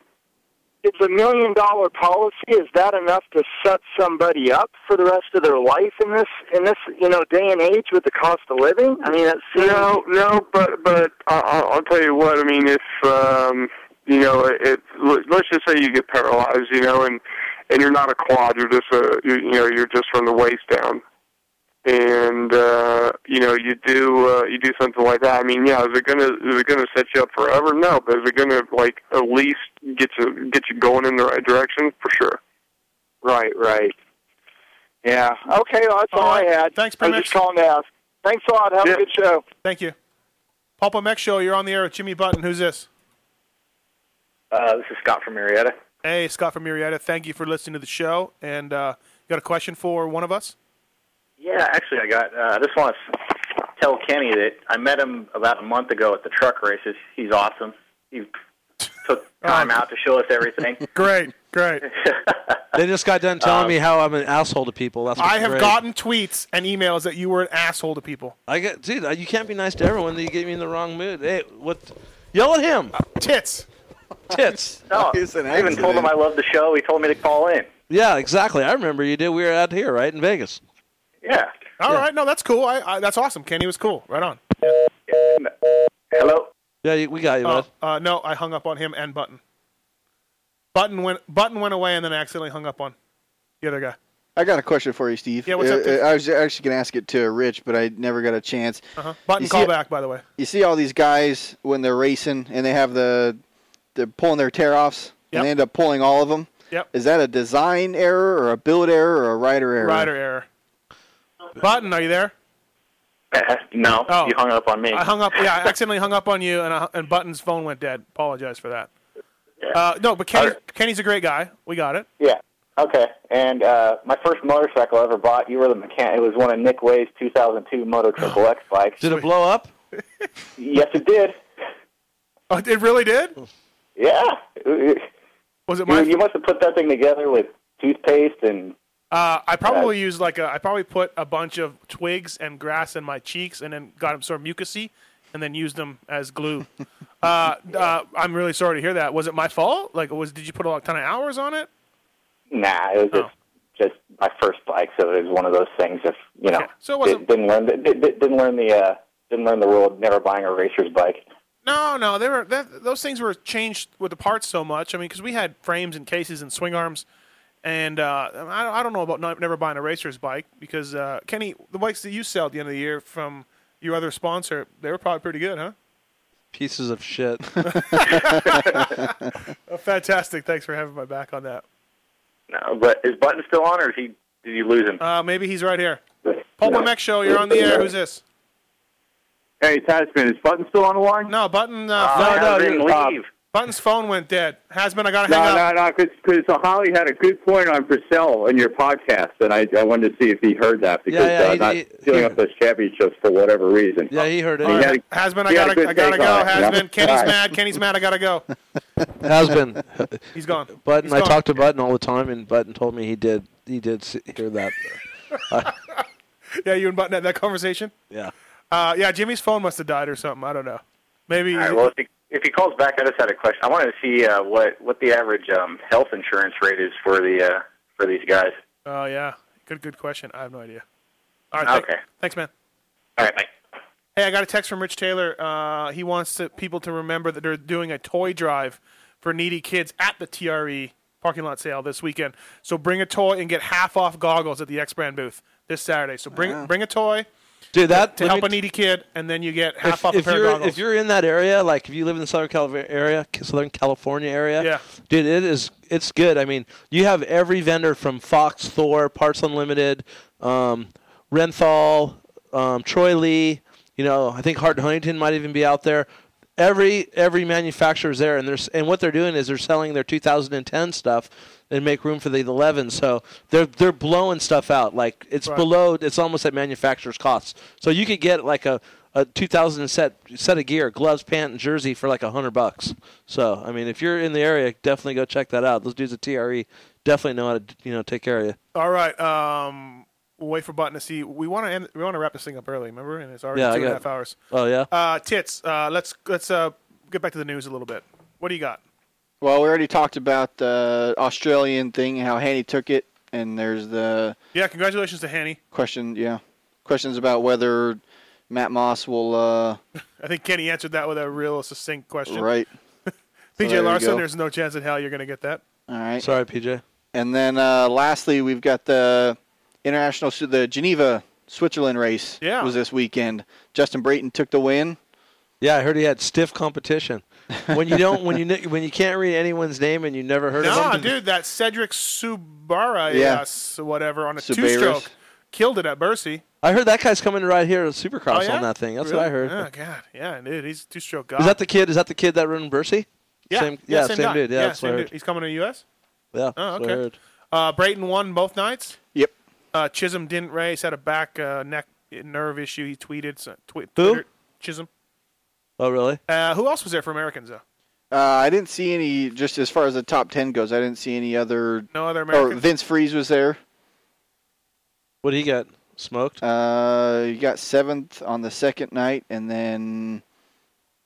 S12: Is a million dollar policy is that enough to set somebody up for the rest of their life in this in this you know day and age with the cost of living? I mean, it seems
S11: No, no, but but I- I'll, I'll tell you what. I mean, if um, you know, it, let- let's just say you get paralyzed, you know, and and you're not a quad, you're just a you, you know, you're just from the waist down, and uh, you know, you do uh, you do something like that. I mean, yeah, is it gonna is it gonna set you up forever? No, but is it gonna like at least get you get you going in the right direction for sure?
S12: Right, right. Yeah. Okay, well, that's all, I had.
S4: Thanks,
S12: I'm just calling to ask. Thanks a lot. Have a good show.
S4: Thank you. Pulp MX Show, you're on the air with Jimmy Button. Who's this?
S18: Uh, this is Scott from Marietta.
S4: Hey, Scott from Marietta. Thank you for listening to the show. And uh, you got a question for one of us?
S18: Yeah, actually, I got. Uh, I just want to tell Kenny that I met him about a month ago at the truck races. He's awesome. He took time out to show us everything.
S4: *laughs* Great, great.
S11: Uh,
S7: They just got done telling
S4: Um,
S7: me how I'm an asshole to people. That's what's
S4: I have
S7: great.
S4: gotten tweets and emails that you were an asshole to people.
S7: I get, dude. uh, You can't be nice to everyone. You get me in the wrong mood. Hey, what? Yell at him.
S4: tits.
S7: Tits.
S18: No, I even told him I love the show. He told me to call in.
S7: Yeah, exactly. I remember you did. We were out here, right in Vegas.
S18: Yeah.
S4: All right, no, that's cool. I, I that's awesome. Kenny was cool. Right on.
S18: Hello.
S7: Yeah, you- we got you,
S4: Uh,
S7: bud.
S4: uh, no, I hung up on him and Button. Button went Button went away, and then I accidentally hung up on the other guy.
S5: I got a question for you, Steve.
S4: Yeah, what's up,
S5: Uh,
S4: Steve?
S5: I was actually going to ask it to Rich, but I never got a chance.
S4: Uh-huh. Button
S5: You see-
S4: call back, by the way.
S5: You see all these guys when they're racing and they have the they're pulling their tear offs
S4: Yep.
S5: and they end up pulling all of them.
S4: Yep.
S5: Is that a design error or a build error or a rider error?
S4: Rider error. Button, are you there?
S18: *laughs* no,
S4: Oh.
S18: you hung up on me.
S4: I hung up. Yeah, I accidentally hung up on you, and I, and Button's phone went dead. Apologize for that. Uh, no, but Kenny, Kenny's a great guy. We got it.
S18: Yeah. Okay. And uh, my first motorcycle I ever bought, you were the mechanic. It was one of Nick Way's 2002 Moto Triple X bikes.
S7: Did it blow up?
S18: *laughs* Yes, it did.
S4: Oh, it really did.
S18: Yeah.
S4: Was it
S18: my? You, you must have put that thing together with toothpaste and.
S4: Uh, I probably used like a, I probably put a bunch of twigs and grass in my cheeks, and then got them sort of mucousy, and then used them
S18: *laughs*
S4: as glue. uh, uh, I'm really sorry to hear that. Was it my fault? Like, was did you put a lot- ton of hours on it?
S18: Nah, it was
S4: Oh.
S18: just just my first bike, so it was one of those things. If you know,
S4: So it wasn't-
S18: did, didn't learn the, did, did- didn't learn the uh, didn't learn the rule of never buying a racer's bike.
S4: No, no, they were that, those things were changed with the parts so much. I mean, because we had frames and cases and swing arms, and uh, I, don't- I don't know about not, never buying a racer's bike because uh, Kenny, the bikes that you sell at the end of the year from your other sponsor, they were probably pretty good, huh?
S7: Pieces
S4: *laughs*
S7: of shit.
S4: Uh, Fantastic. Thanks for having my back on that.
S18: No, but is Button still on, or is he? Did you lose him?
S4: Uh, maybe he's right here. Paul Mamek Show, you're on the air. Who's this?
S20: Hey, Tasman, is Button still on the line?
S4: No, Button. Uh,
S20: Ah,
S4: phone-
S20: Hasbin,
S4: uh,
S20: leave.
S4: Button's phone went dead. Has been. I gotta hang
S20: No,
S4: up.
S20: no, no, because Holly had a good point on Purcell in your podcast, and I, I wanted to see if he heard that because
S4: Yeah, yeah,
S20: uh,
S4: he-
S20: not
S4: he-
S20: stealing up those championships for whatever reason.
S7: Yeah, he heard it.
S20: He had a-
S4: Has been. I
S20: he had a
S4: gotta.
S20: good
S4: I gotta
S20: take
S4: go.
S20: on it, you know?
S4: Has been. Kenny's
S20: All right.
S4: mad. Kenny's mad. I
S20: *laughs*
S4: gotta go.
S7: Has been.
S4: He's gone.
S7: Button.
S4: He's
S7: I
S4: gone.
S7: talked to Button all the time, and Button told me he did. He did s- hear that. I-
S4: Yeah, you and Button had that conversation.
S7: yeah.
S4: Uh, yeah, Jimmy's phone must have died or something. I don't know. Maybe.
S18: All right, well, if he, if he calls back, I just had a question. I wanted to see uh, what what the average um, health insurance rate is for the uh, for these guys.
S4: Oh yeah, good good question. I have no idea. All right, thank-
S18: Okay.
S4: thanks, man.
S18: All right, bye.
S4: Hey, I got a text from Rich Taylor. Uh, he wants to, people to remember that they're doing a toy drive for needy kids at the E TRE parking lot sale this weekend. So bring a toy and get half off goggles at the X Brand booth. this Saturday. So bring bring a toy.
S7: Dude, that-
S4: to
S7: let me
S4: help a needy kid, and then you get half
S7: if,
S4: off
S7: if
S4: a pair
S7: you're
S4: of goggles.
S7: if you're in that area, like if you live in the Southern California area, Southern California area, yeah, dude, it is it's good. I mean, you have every vendor from Fox, Thor, Parts Unlimited, um, Renthal, um, Troy Lee. You know, I think Hart Huntington might even be out there. Every every manufacturer's there, and there's and what they're doing is they're selling their 2010 stuff and make room for the 11. So they're they're blowing stuff out. Like it's
S4: Right.
S7: below, it's almost at manufacturer's costs. So you could get like a a 2000 set set of gear, gloves, pant, and jersey for like a hundred bucks. So I mean, if you're in the area, definitely go check that out. Those dudes at TRE definitely know how to you know take care of you.
S4: All right. Um, we'll wait for Button to see. We want to end. We want to wrap this thing up early. Remember, and it's already two
S7: yeah, I
S4: and a half
S7: got-
S4: hours.
S7: Oh yeah.
S4: Uh, tits. Uh, let's let's uh, get back to the news a little bit. What do you got?
S5: Well, we already talked about the Australian thing, how Hanny took it, and there's the
S4: Yeah, congratulations to Hanny.
S5: question. Yeah, questions about whether Matt Moss will. Uh,
S4: I think Kenny answered that with a real succinct question. *laughs*
S5: right. So there
S4: PJ
S5: you
S4: Larson,
S5: go.
S4: there's no chance in hell you're going to get that.
S5: All right.
S7: Sorry, PJ.
S5: And then uh, lastly, we've got the international, the Geneva, Switzerland race.
S7: Yeah.
S5: Was this weekend? Justin Brayton took the win.
S7: Yeah, I heard he had stiff competition. When you don't, when you ne- when you can't read anyone's name and you never heard of
S4: Nah,
S7: them,
S4: dude, that Cedric Subara,
S7: Yeah.
S4: yes, whatever, on a
S7: Subaris.
S4: two-stroke, killed it at Bercy.
S7: I heard that guy's coming right here at Supercross
S4: oh, yeah?
S7: on that thing. That's
S4: Really?
S7: what I heard.
S4: Oh, God. Yeah, dude, he's a two-stroke guy.
S7: Is that the kid? Is that the kid that ruined Bursey?
S4: yeah,
S7: same,
S4: yeah,
S7: yeah, same,
S4: guy.
S7: dude. Yeah, that's
S4: same
S7: what I
S4: dude.
S7: heard.
S4: He's coming to the U.S.?
S7: Yeah,
S4: Oh,
S7: that's what I
S4: okay.
S7: heard.
S4: Uh, Brayton won both nights.
S5: Yep.
S4: Uh, Chisholm didn't race, had a back uh, neck nerve issue. He tweeted. So, twi-
S5: Who?
S4: Twittered. Chisholm.
S7: Oh, really?
S4: Uh, who else was there for Americans though?
S5: Uh, I didn't see any. Just as far as the top ten goes, I didn't see any other.
S4: No other
S5: Or
S4: Americans?
S5: Vince Freeze was there.
S7: What did he get? Smoked.
S5: Uh, he got seventh on the second night, and then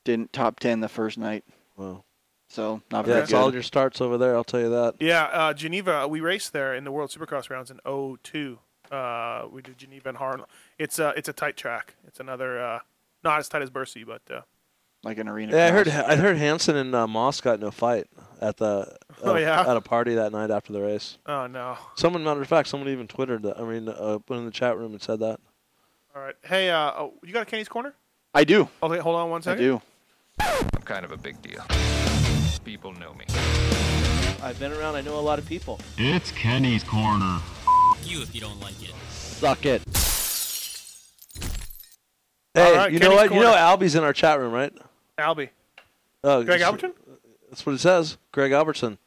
S5: didn't top ten the first night.
S7: Wow.
S5: So not
S7: yeah,
S5: very
S7: it's
S5: good.
S7: all your starts over there. I'll tell you that.
S4: Yeah, uh, Geneva. We raced there in the World Supercross rounds in 02. Uh, we did Geneva and Harlem. It's a it's a tight track. It's another uh, not as tight as Bercy, but uh,
S5: like an arena.
S7: Yeah, I heard.
S5: cross.
S7: I heard Hansen and uh, Moss got into a fight at the.
S4: Oh,
S7: at a-
S4: yeah?
S7: At a party that night after the race.
S4: oh no.
S7: Someone, matter of fact, someone even twittered that. I mean, uh, put in the chat room and said that.
S4: All right. Hey, uh, oh, you got a Kenny's corner?
S5: I do.
S4: Okay, hold on Oh, one second.
S21: I'm kind of a big deal. People know me.
S7: I've been around. I know a lot of people.
S2: It's Kenny's corner.
S7: You if you don't like it. Suck it.
S4: All
S7: Hey,
S4: right,
S7: you know
S4: Kenny's
S7: what? You know
S4: corner.
S7: Albie's in our chat room, right?
S4: Albie.
S7: Oh,
S4: Greg
S7: it's-
S4: Albertson?
S7: That's what it says. Greg Albertson.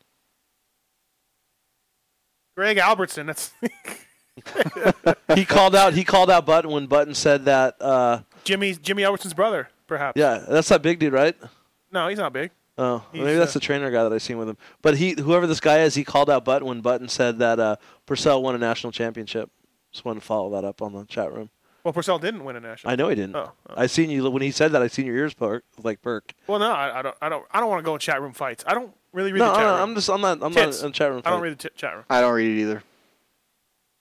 S7: *laughs*
S4: Greg Albertson. That's *laughs*
S7: he called out. He called out Button when Button said that. Uh,
S4: Jimmy Jimmy Albertson's brother, perhaps.
S7: yeah, that's that big dude, right?
S4: No, he's not big.
S7: Oh,
S4: He's,
S7: maybe that's
S4: uh,
S7: the trainer guy that I seen with him. But he, whoever this guy is, he called out Button when Button said that uh, Purcell won a national championship. Just wanted to follow that up on the chat room.
S4: Well, Purcell didn't win a national.
S7: I know he didn't.
S4: Oh.
S7: I seen you when he said that. I seen your ears perk like perk.
S4: Well, no, I, I don't. I don't. I don't want to go in chat room fights. I don't really read
S7: No,
S4: the chat
S7: I don't-
S4: room.
S7: I'm just- I'm not- I'm not
S4: Tits.
S7: in chat room
S4: I don't
S7: fight.
S4: read the t- chat room.
S5: I don't read it either.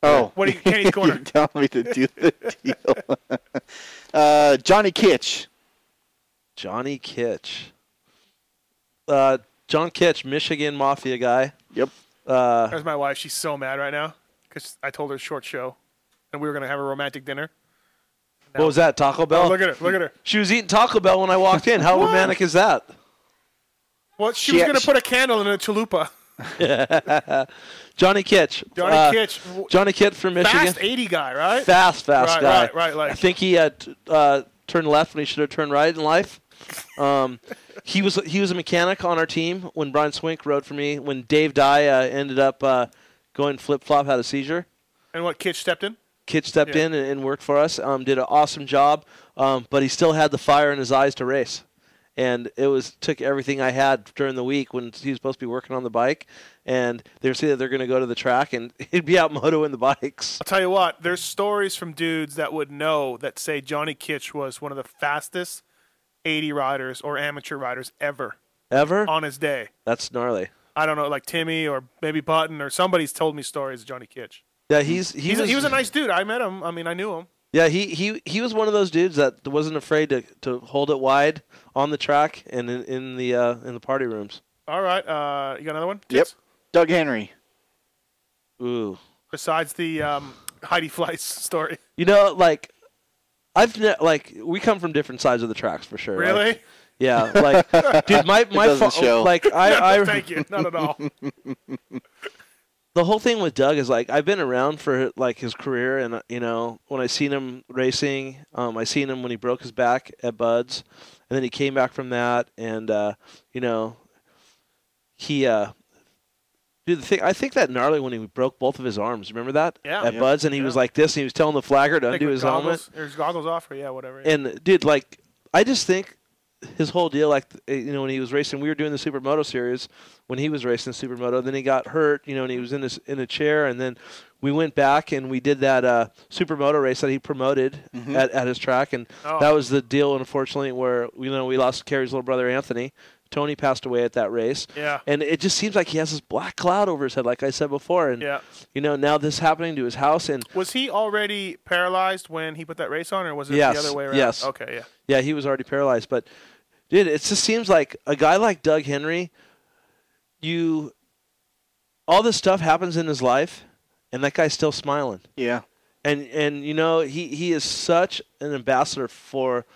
S5: Oh,
S4: What do you-
S5: *laughs*
S4: Kenny's corner.
S5: You're telling me to do
S4: *laughs*
S5: the deal. *laughs* uh, Johnny Kitch.
S7: Johnny Kitch. Uh, John Kitch, Michigan mafia guy.
S5: Yep.
S7: Uh,
S4: There's my wife. She's so mad right now because I told her short show, and we were gonna have a romantic dinner.
S7: what was that? Taco Bell.
S4: Oh, look at her, look at her.
S7: She was eating Taco Bell when I walked in. How
S4: What?
S7: romantic
S4: *laughs*
S7: is that?
S4: Well, she,
S7: She
S4: was
S7: had-
S4: gonna put a candle in a chalupa.
S7: Johnny Kitch.
S4: Johnny
S7: Uh,
S4: Kitch.
S7: Johnny Kitch from Michigan.
S4: Fast 80 guy, right?
S7: Fast, fast
S4: right,
S7: guy.
S4: Right, right, like
S7: I think he uh, t- uh, turned left when he should have turned right in life. Um, he was he was a mechanic on our team when Brian Swink rode for me. When Dave Dye uh, ended up uh, going flip flop, had a seizure.
S4: And what Kitch stepped in?
S7: Kid stepped
S4: Yeah.
S7: in and, and worked for us. Um, did an awesome job, um, but he still had the fire in his eyes to race, and it was took everything I had during the week when he was supposed to be working on the bike, and they were saying that they're going to go to the track and *laughs* he'd be out motoing the bikes.
S4: I'll tell you what. There's stories from dudes that would know that say Johnny Kitch was one of the fastest 80 riders or amateur riders ever
S7: Ever?
S4: on his day.
S7: That's gnarly.
S4: I don't know, like Timmy or maybe Button or somebody's told me stories of Johnny Kitch.
S7: Yeah, he's he
S4: He's a-
S7: was,
S4: he was a nice dude. I met him. I mean, I knew him.
S7: Yeah, he, he he was one of those dudes that wasn't afraid to, to hold it wide on the track and in, in the uh, in the party rooms.
S4: All right. Uh, you got another one?
S5: Yep. Doug Henry.
S7: Ooh.
S4: Besides the um, Heidi Fleiss *laughs* story.
S7: You know, like I've ne- like we come from different sides of the tracks for sure.
S4: Really?
S7: Like, yeah, like dude,
S4: *laughs*
S7: my
S4: It
S7: my
S4: doesn't
S7: fa-
S4: show.
S7: like I,
S4: No,
S7: I
S4: thank you. Not at all.
S7: *laughs* the whole thing with Doug is like I've been around for like his career, and uh, you know when I seen him racing, um, I seen him when he broke his back at Buds, and then he came back from that, and uh, you know he uh, dude the thing I think that gnarly when he broke both of his arms. Remember that?
S4: Yeah.
S7: At
S4: Yeah.
S7: Buds, and he was like this, and he was telling the flagger to
S4: Like
S7: undo
S4: with
S7: his helmet.
S4: goggles, or his goggles off, or yeah, whatever.
S7: And dude, like, I just think his whole deal, like, th- you know, when he was racing, we were doing the Supermoto series when he was racing Supermoto. Then he got hurt, you know, and he was in this in a chair. And then we went back and we did that uh, Supermoto race that he promoted
S1: Mhm.
S7: at, at his track, and
S1: Oh.
S7: that was the deal, unfortunately, where you know we lost Kerry's little brother Anthony. Tony passed away at that race.
S1: Yeah.
S7: And it just seems like he has this black cloud over his head, like I said before. And
S4: Yeah.
S7: you know, now this happening to his house and
S4: Was he already paralyzed when he put that race on, or was it
S7: yes,
S4: the other way around?
S7: Yes.
S4: Okay, yeah.
S7: Yeah, he was already paralyzed. But dude, it just seems like a guy like Doug Henry, you all this stuff happens in his life and that guy's still smiling.
S5: Yeah.
S7: And and you know, he, he is such an ambassador for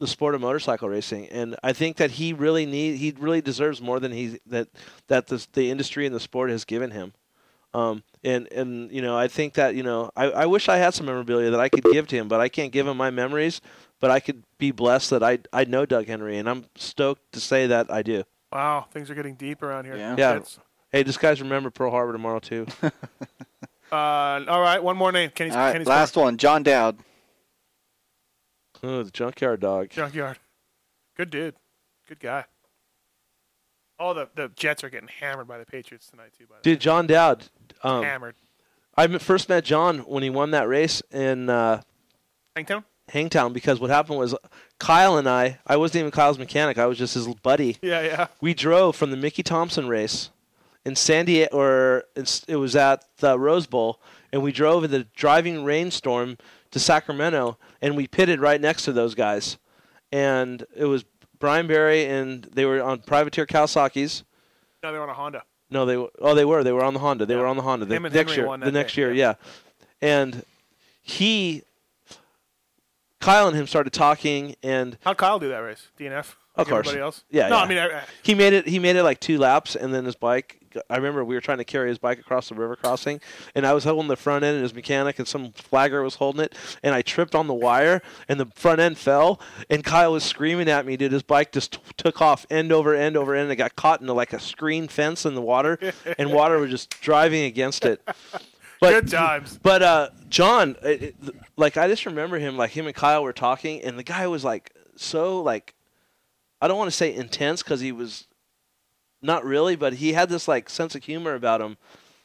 S7: the sport of motorcycle racing and I think that he really need he really deserves more than he that that the the industry and the sport has given him. Um, and and you know, I think that you know, I, I wish I had some memorabilia that I could give to him, but I can't give him my memories. But I could be blessed that I I know Doug Henry, and I'm stoked to say that I do.
S4: Wow, things are getting deep around here.
S7: Yeah.
S4: It's-
S7: Hey, just guys, remember Pearl Harbor tomorrow too.
S4: uh, all right, one more name. Kenny's,
S5: All right,
S4: Kenny's
S5: last one, John Dowd.
S7: oh, the junkyard dog.
S4: Junkyard. Good dude. Good guy. All the, the Jets are getting hammered by the Patriots tonight, too, by the
S7: Dude, John Dowd. Um,
S4: Hammered.
S7: I m- first met John when he won that race in uh,
S4: Hangtown?
S7: Hangtown because what happened was Kyle and I, I wasn't even Kyle's mechanic, I was just his buddy.
S4: Yeah, yeah.
S7: We drove from the Mickey Thompson race in San Diego, or it's- it was at the Rose Bowl, and we drove in the driving rainstorm to Sacramento, and we pitted right next to those guys. And it was Brian Barry, and they were on privateer Kawasaki's.
S4: No, they were on a Honda.
S7: No, they were. Oh, they were. They were on the Honda. They were on the Honda. The
S4: Him and
S7: next
S4: Henry
S7: year.
S4: won
S7: the
S4: that
S7: next
S4: day,
S7: year, yeah. And he, Kyle and him started talking, and
S4: How'd Kyle do that race? DNF? Like
S7: of course,
S4: Everybody else?
S7: Yeah.
S4: No,
S7: yeah.
S4: I mean, I, I-
S7: he made it. He made it like two laps, and then his bike. I remember we were trying to carry his bike across the river crossing, and I was holding the front end, and his mechanic and some flagger was holding it, and I tripped on the wire, and the front end fell, and Kyle was screaming at me, dude. His bike just t- took off end over end over end, and it got caught into like a screen fence in
S4: *laughs*
S7: the water, and water was just driving against it. But, Good
S4: times.
S7: But uh, John, it, it, like I just remember him, like him and Kyle were talking, and the guy was like so like I don't want to say intense because he was not really, but he had this like sense of humor about him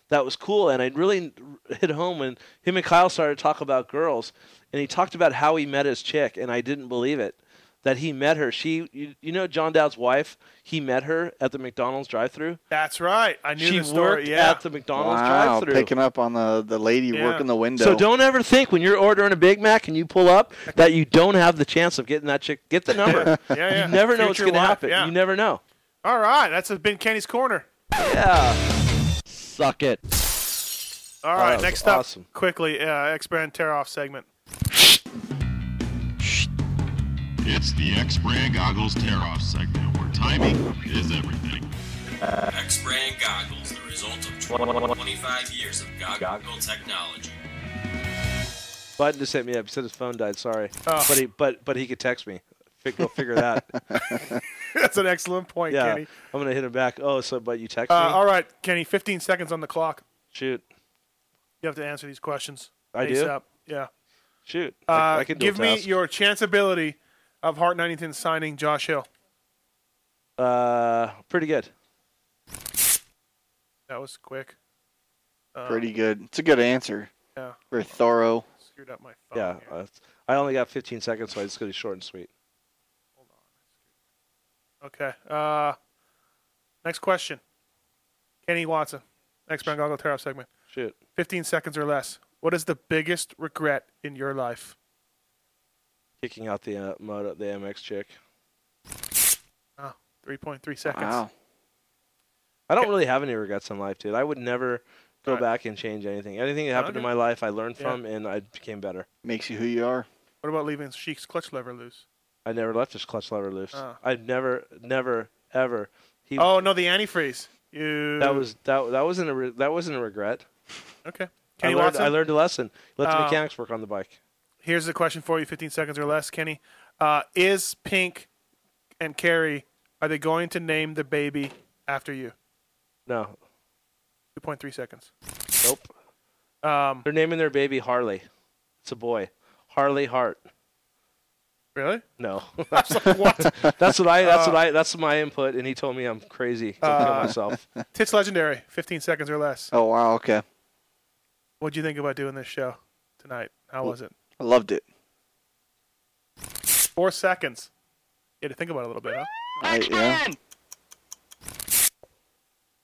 S7: that was cool, and I really hit home when him and Kyle started to talk about girls, and he talked about how he met his chick, and I didn't believe it that he met her. She, you, you know, John Dowd's wife, he met her at the McDonald's drive-through.
S4: that's right. I knew
S7: She
S4: the story.
S7: worked
S4: yeah.
S7: at the McDonald's
S5: wow,
S7: drive-through.
S5: picking up on the the lady
S7: Yeah.
S5: working the window.
S7: So don't ever think when you're ordering a Big Mac and you pull up that you don't have the chance of getting that chick. Get the number.
S4: *laughs* Yeah, yeah.
S7: You never know what's
S4: Future
S7: going
S4: wife,
S7: to happen.
S4: yeah.
S7: You never know.
S4: All right, that's been Kenny's Corner.
S7: Suck it.
S4: All
S7: Oh,
S4: right,
S7: that's
S4: next up,
S7: awesome.
S4: quickly, uh, X Brand tear off segment. *laughs*
S22: It's the X Brand Goggles Tear Off segment where timing is everything.
S23: X brand goggles, the result of 25 years of goggle technology.
S7: Button just hit me up. He said his phone died. Sorry,
S4: Oh.
S7: but he but but he could text me. Fi- Go
S4: *laughs*
S7: figure that.
S4: That's an excellent point,
S7: *laughs* yeah,
S4: Kenny.
S7: I'm gonna hit him back. Oh, so but you text
S4: Uh,
S7: me.
S4: all right, Kenny, 15 seconds on the clock.
S7: Shoot,
S4: You have to answer these questions.
S7: I do?
S4: ASAP. Yeah.
S7: shoot.
S4: Uh,
S7: I, I can do a
S4: give me
S7: task.
S4: your chance ability of Hart 19 signing Josh Hill.
S7: Uh, pretty good.
S4: That was quick. Uh,
S5: Pretty good. It's a good answer.
S4: Yeah.
S5: Very thorough.
S4: Screwed up my phone.
S7: Yeah, uh, I only got 15 seconds, so I just go to short and sweet.
S4: Okay. Uh, next question. Kenny Watson. Next round goggle tear off segment.
S7: Shoot.
S4: 15 seconds or less. What is the biggest regret in your life?
S7: Kicking out the uh, moto, the MX chick.
S4: Oh, 3.3 seconds.
S7: I don't really have any regrets in life, dude. I would never go back and change anything. Anything that happened in my life, I learned
S4: Yeah.
S7: from, and I became better.
S5: Makes you who you are.
S4: What about leaving Sheik's clutch lever loose?
S7: I never left his clutch lever loose.
S4: Oh.
S7: I've never, never, ever. He,
S4: oh no, the antifreeze. You.
S7: that was that. That wasn't a re, that wasn't a regret.
S4: okay.
S7: I
S4: Kenny
S7: learned,
S4: Watson?
S7: I learned a lesson. Let the
S4: Uh,
S7: mechanics work on the bike.
S4: Here's a question for you, 15 seconds or less, Kenny. Uh, is Pink and Carrie are they going to name the baby after you?
S7: No,
S4: 2.3 seconds.
S7: nope.
S4: Um,
S7: They're naming their baby Harley. It's a boy, Harley Hart.
S4: Really?
S7: No.
S4: *laughs* That's what?
S7: *laughs* That's what I. That's
S4: Uh,
S7: what I. That's my input, and he told me I'm crazy to kill
S4: Uh,
S7: myself.
S4: Tits legendary, 15 seconds or less.
S5: Oh wow, okay.
S4: What'd you think about doing this show tonight? How was it?
S5: I loved it.
S4: Four seconds. You had to think about it a little bit, huh?
S5: I, yeah.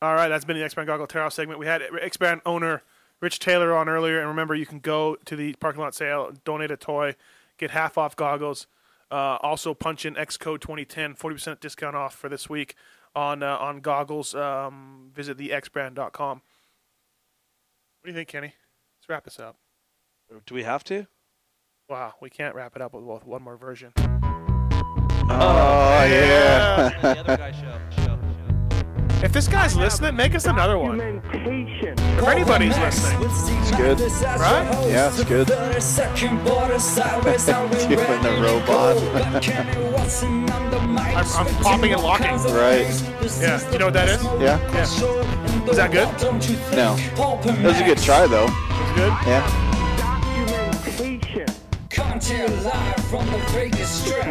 S4: All right, that's been the X-Men Goggle Tear Off segment. We had X-Men owner Rich Taylor on earlier, and remember, you can go to the parking lot sale, donate a toy, get half off goggles. Uh, also, punch in Xcode 2010, 40% discount off for this week on uh, on goggles. Um, visit thexbrand.com. What do you think, Kenny? Let's wrap this up.
S7: Do we have to?
S4: Wow, we can't wrap it up with with one more version.
S5: Oh yeah.
S4: *laughs* If this guy's listening, make us another one. If anybody's listening.
S9: It's
S5: good.
S9: Right?
S5: Yeah, it's good. *laughs* Doing the robot.
S4: I'm, I'm popping and locking.
S5: Right.
S4: Yeah. You know what that is?
S5: Yeah.
S4: Yeah. Is that good?
S5: *laughs* No. That was a good try though.
S4: good.
S5: Yeah.
S9: Come to you live from the Vegas Strip.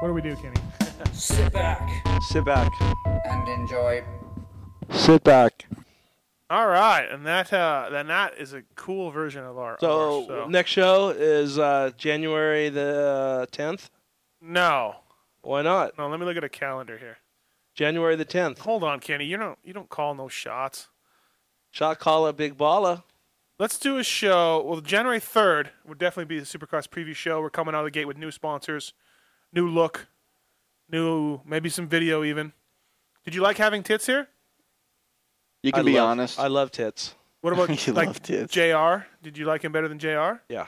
S4: What do we do, Kenny?
S9: Sit back
S7: Sit back.
S9: and enjoy.
S7: Sit back.
S4: All right, and that uh, then that is a cool version of our.
S7: So,
S4: ours, so.
S7: next show is uh, January the uh, tenth.
S4: No.
S7: Why not?
S4: No, let me look at a calendar here.
S7: January the tenth.
S4: Hold on, Kenny. You don't you don't call no shots.
S7: Shot caller, big baller.
S4: Let's do a show. Well, January third would definitely be the Supercross preview show. We're coming out of the gate with new sponsors, new look, new maybe some video even. Did you like having tits here?
S5: You can
S7: I
S5: be
S7: love-
S5: honest.
S7: I love tits.
S5: *laughs*
S4: What
S7: *laughs*
S4: about
S5: You
S4: like
S5: love tits.
S4: Jr? Did you like him better than Jr?
S7: Yeah.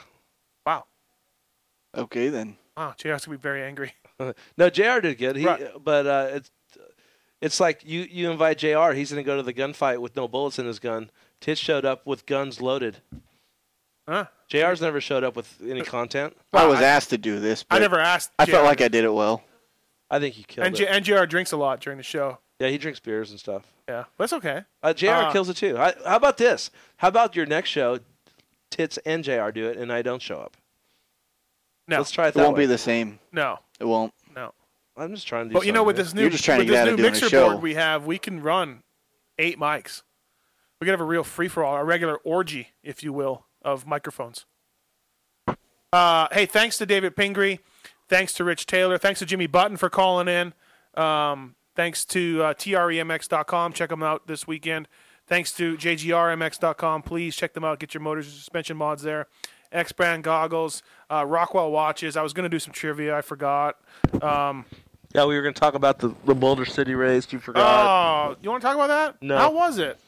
S4: Wow. Ah,
S5: Okay then.
S4: Wow. Jr's gonna be very angry.
S7: *laughs* no, Jr. did good. He,
S4: Right.
S7: but uh, it's it's like you you invite Jr. He's gonna go to the gunfight with no bullets in his gun. Tits showed up with guns loaded.
S4: Huh?
S7: Jr.'s never showed up with any content.
S5: I was asked to do this.
S4: I
S5: but
S4: never asked
S5: I felt
S4: Jared.
S5: like I did it well.
S7: I think he killed
S4: And,
S7: it.
S4: J- and Jr drinks a lot during the show.
S7: yeah, he drinks beers and stuff.
S4: Yeah, that's okay.
S7: Uh, Jr.
S4: Uh,
S7: kills it too. I, how about this? How about your next show, Tits and Jr. do it, and I don't show up.
S4: No,
S7: let's try it.
S5: It
S7: That
S5: won't
S7: way.
S5: be the same.
S4: No,
S5: It won't.
S4: no.
S7: I'm just trying to. Do
S4: But you know,
S7: something
S4: with
S7: new.
S4: this new,
S5: You're just trying to
S4: with
S5: get out
S4: this
S5: of
S4: new
S5: doing a
S4: mixer
S5: show.
S4: board we have, we can run eight mics. We could have a real free for all, a regular orgy, if you will, of microphones. Uh, hey, thanks to David Pingree. Thanks to Rich Taylor. Thanks to Jimmy Button for calling in. Um, thanks to uh, TREMX.com. Check them out this weekend. Thanks to JGRMX.com. Please check them out. Get your motors and suspension mods there. X brand goggles, uh, Rockwell watches. I was going to do some trivia. I forgot. Um,
S7: Yeah, we were going to talk about the, the Boulder City race. You forgot.
S4: Oh, you want to talk about that?
S7: No.
S4: How was it?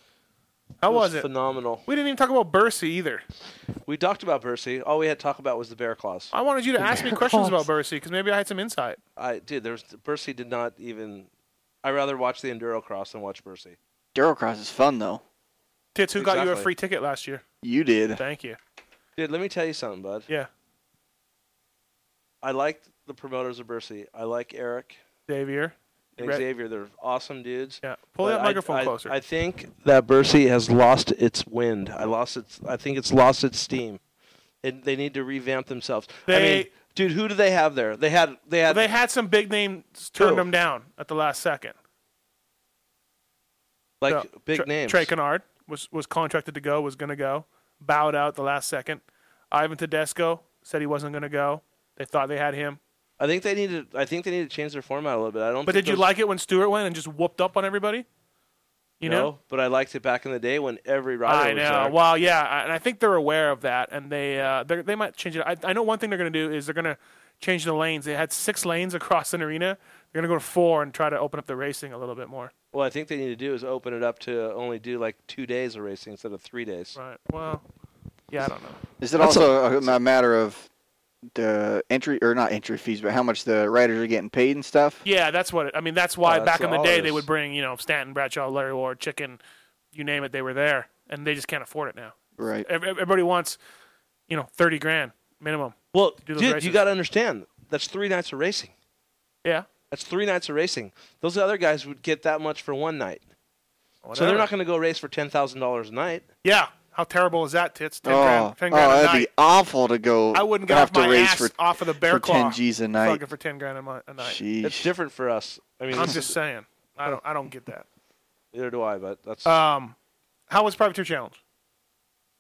S4: How
S7: It
S4: was, it?
S7: Phenomenal.
S4: We didn't even talk about Bercy either.
S7: Uh, We talked about Percy. All we had to talk about was the bear claws.
S4: I wanted you to ask me questions about Bercy because maybe I had some insight.
S7: I dude, there's Percy did not even. I rather watch the enduro cross than watch Percy.
S5: Durocross is fun though.
S4: Tits, who got you a
S7: Exactly.
S4: free ticket last year?
S5: You did.
S4: Thank you.
S7: Dude, let me tell you something, bud.
S4: Yeah.
S7: I like the promoters of Percy. I like Eric
S4: Xavier.
S7: and
S4: Right.
S7: Xavier. They're awesome dudes.
S4: Yeah. Pull that microphone closer.
S7: I think that Bercy has lost its wind. I lost its. I think it's lost its steam, and they need to revamp themselves. I mean,
S4: They-
S7: dude, who do they have there? They had. They had.
S4: they had some big names turned
S7: Who?
S4: them down at the last second.
S7: like
S4: So,
S7: big
S4: Tre-
S7: names.
S4: Trey Kennard was was contracted to go, was going to go, bowed out the last second. Ivan Tedesco said he wasn't going to go. They thought they had him.
S7: I think they need to. I think they need to change their format a little bit. I don't.
S4: But
S7: think
S4: did you
S7: those-
S4: like it when Stewart went and just whooped up on everybody? You
S7: no,
S4: know?
S7: But I liked it back in the day when every rider
S4: I
S7: was
S4: know.
S7: there.
S4: Well, yeah, I- and I think they're aware of that, and they uh, they're- they might change it. I, I know one thing they're going to do is they're going to change the lanes. They had six lanes across an arena. They're going to go to four and try to open up the racing a little bit more.
S7: What I think they need to do is open it up to only do like two days of racing instead of three days.
S4: Right. Well, yeah, I don't know.
S5: Is it also a, a matter of the entry or not entry fees, but how much the riders are getting paid and stuff?
S4: Yeah, that's what it, I mean. That's why
S5: Oh,
S4: back
S5: that's
S4: in the
S5: all
S4: day
S5: it
S4: they
S5: is.
S4: would bring you know Stanton, Bradshaw, Larry Ward, Chicken, you name it, they were there, and they just can't afford it now.
S5: Right.
S4: Ev- Everybody wants you know thirty grand minimum.
S7: Well,
S4: to do those
S7: dude,
S4: races.
S7: you got to understand that's three nights of racing.
S4: Yeah.
S7: That's three nights of racing. Those other guys would get that much for one night. So
S4: Whatever.
S7: they're not going to go race for ten thousand dollars a night.
S4: Yeah. How terrible is that, tits? Ten
S5: Oh,
S4: grand.
S5: oh,
S4: Ten grand a
S5: that'd
S4: night.
S5: be awful to go.
S4: I wouldn't get
S5: have
S4: off my
S5: to race
S4: ass
S5: for,
S4: off of the bear
S5: for
S4: claw.
S5: ten G's a night.
S4: Fucking for ten grand a, mon- a night.
S5: Sheesh.
S7: It's different for us. I mean,
S4: I'm
S7: this
S4: just
S7: is-
S4: saying. I don't. I don't get that.
S7: Neither do I, but that's
S4: Um, how was Privateer Challenge?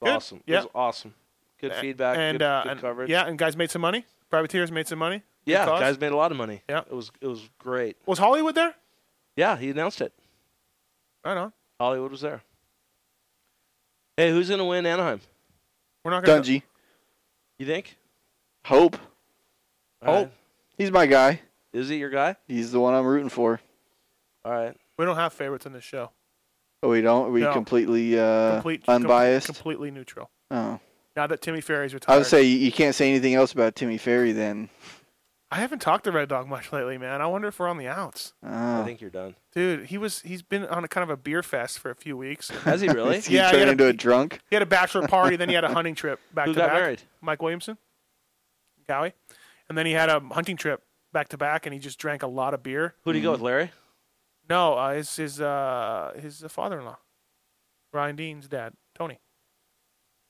S4: good.
S7: awesome.
S4: Yeah.
S7: It was awesome. Good
S4: A-
S7: feedback.
S4: and,
S7: good,
S4: uh,
S7: good
S4: and-
S7: coverage.
S4: Yeah, and guys made some money. Privateers made some money. Good
S7: yeah.
S4: cause.
S7: Guys made a lot of money.
S4: Yeah.
S7: It was it was great.
S4: Was Hollywood there?
S7: Yeah, he announced it.
S4: Right on.
S7: Hollywood was there. Hey, who's gonna win Anaheim?
S4: We're not
S7: gonna-
S5: Dungy.
S7: You think?
S5: Hope.
S7: All right.
S5: He's my guy.
S7: Is he your guy?
S5: He's the one I'm rooting for.
S7: All right.
S4: We don't have favorites in this show.
S5: Oh, we don't. We
S4: No.
S5: completely uh,
S4: Complete- com-
S5: unbiased.
S4: completely neutral.
S5: Oh,
S4: Now that Timmy Ferry's retired,
S5: I would say you, you can't say anything else about Timmy Ferry then.
S4: I haven't talked to Red Dog much lately, man. I wonder if we're on the outs.
S5: Oh.
S7: I think you're done.
S4: Dude, he was he's been on a kind of a beer fest for a few weeks.
S7: Has he
S5: *laughs*
S7: really?
S5: Is he
S4: yeah, he
S5: turned
S4: had, a,
S5: into a drunk?
S4: he had a bachelor party, then he had a hunting trip back
S7: Who
S4: to
S7: got
S4: back.
S7: married?
S4: Mike Williamson, Gowie, and then he had a hunting trip back to back, and he just drank a lot of beer.
S7: Who'd he go with, Larry?
S4: No, uh, his his uh, his father-in-law, Ryan Dean's dad, Tony,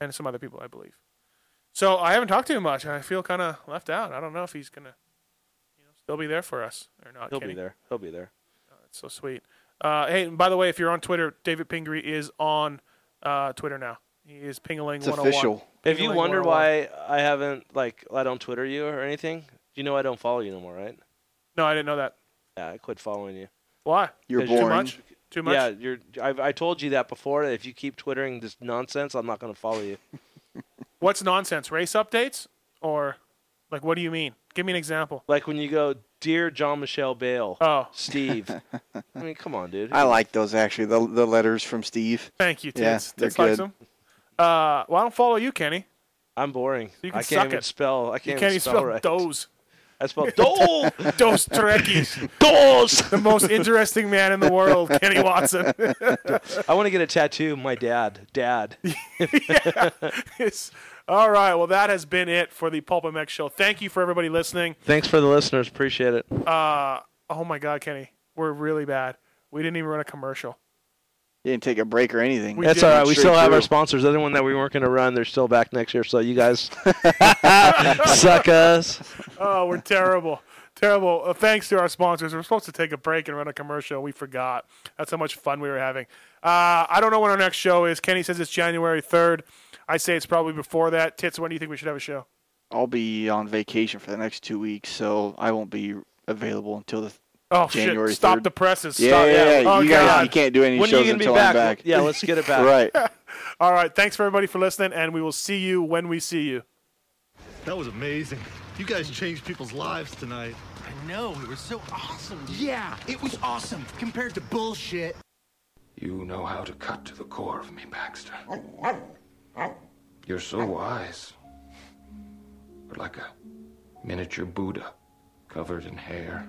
S4: and some other people, I believe. So I haven't talked to him much. and I feel kind of left out. I don't know if he's gonna, you know, still be there for us or not.
S7: He'll
S4: Kenny.
S7: be there. He'll be there.
S4: Oh, that's so sweet. Uh, hey, and by the way, if you're on Twitter, David Pingree is on uh, Twitter now. He is Pingaling. oh
S5: It's official.
S7: If you wonder why I haven't like I don't Twitter you or anything, you know I don't follow you no more, right?
S4: No, I didn't know that.
S7: Yeah, I quit following you.
S4: Why?
S5: You're
S7: 'Cause
S5: boring.
S4: Too much. Too much.
S7: Yeah, you're. I've, I told you that before. If you keep twittering this nonsense, I'm not going to
S5: *laughs*
S7: follow you.
S4: What's nonsense? Race updates or like what do you mean? Give me an example.
S7: like when you go, dear John Michelle Bale.
S4: Oh,
S5: *laughs*
S7: Steve. I mean, come on, dude.
S5: I like those actually. The the letters from Steve.
S4: Thank you, Tits.
S5: Yeah, they're
S4: Tits likes
S5: good.
S4: them. Uh, well, I don't follow you, Kenny.
S7: I'm boring.
S4: You can
S7: I
S4: suck
S7: can't even
S4: it.
S7: spell. I
S4: you
S7: can't,
S4: can't even spell
S7: right.
S4: Doze.
S7: I spell
S5: *laughs*
S7: dole.
S4: Dos Trekkies.
S7: Dos.
S4: *laughs* The
S7: *laughs*
S4: most interesting man in the world, Kenny Watson. *laughs*
S7: I want to get a tattoo. My dad.
S4: *laughs*
S7: Dad.
S4: Yes. All right. Well, that has been it for the Pulp MX show. Thank you for everybody listening.
S7: Thanks for the listeners. Appreciate it.
S4: Uh, oh my God, Kenny, we're really bad. We didn't even run a commercial. *laughs*
S5: You didn't take a break or anything.
S4: We
S7: That's
S4: did.
S7: all right. We
S4: Straight
S7: still have our
S4: through.
S7: sponsors. The other one that we weren't going to run, they're still back next year. So you guys *laughs* suck us.
S4: Oh, we're terrible. Terrible. Uh, thanks to our sponsors. We're supposed to take a break and run a commercial. We forgot. That's how much fun we were having. Uh, I don't know when our next show is. Kenny says it's January 3rd. I say it's probably before that. Tits, when do you think we should have a show?
S5: I'll be on vacation for the next two weeks, so I won't be available until the
S4: Oh, shit.
S5: January
S4: Stop
S5: 3rd.
S4: the presses.
S5: Yeah,
S4: Stop-
S5: yeah, yeah.
S4: Oh,
S5: you guys,
S4: God.
S5: you can't do any
S7: When are you
S5: shows
S7: gonna be
S5: until I'm
S7: back?
S5: back.
S7: Yeah, let's get it back.
S5: *laughs* right.
S4: *laughs* All right. Thanks for everybody for listening, and we will see you when we see you.
S1: That was amazing. You guys changed people's lives tonight. I know, it was so awesome. Yeah, it was awesome compared to bullshit.
S6: You know how to cut to the core of me, Baxter. You're so wise. You're like a miniature Buddha, covered in hair.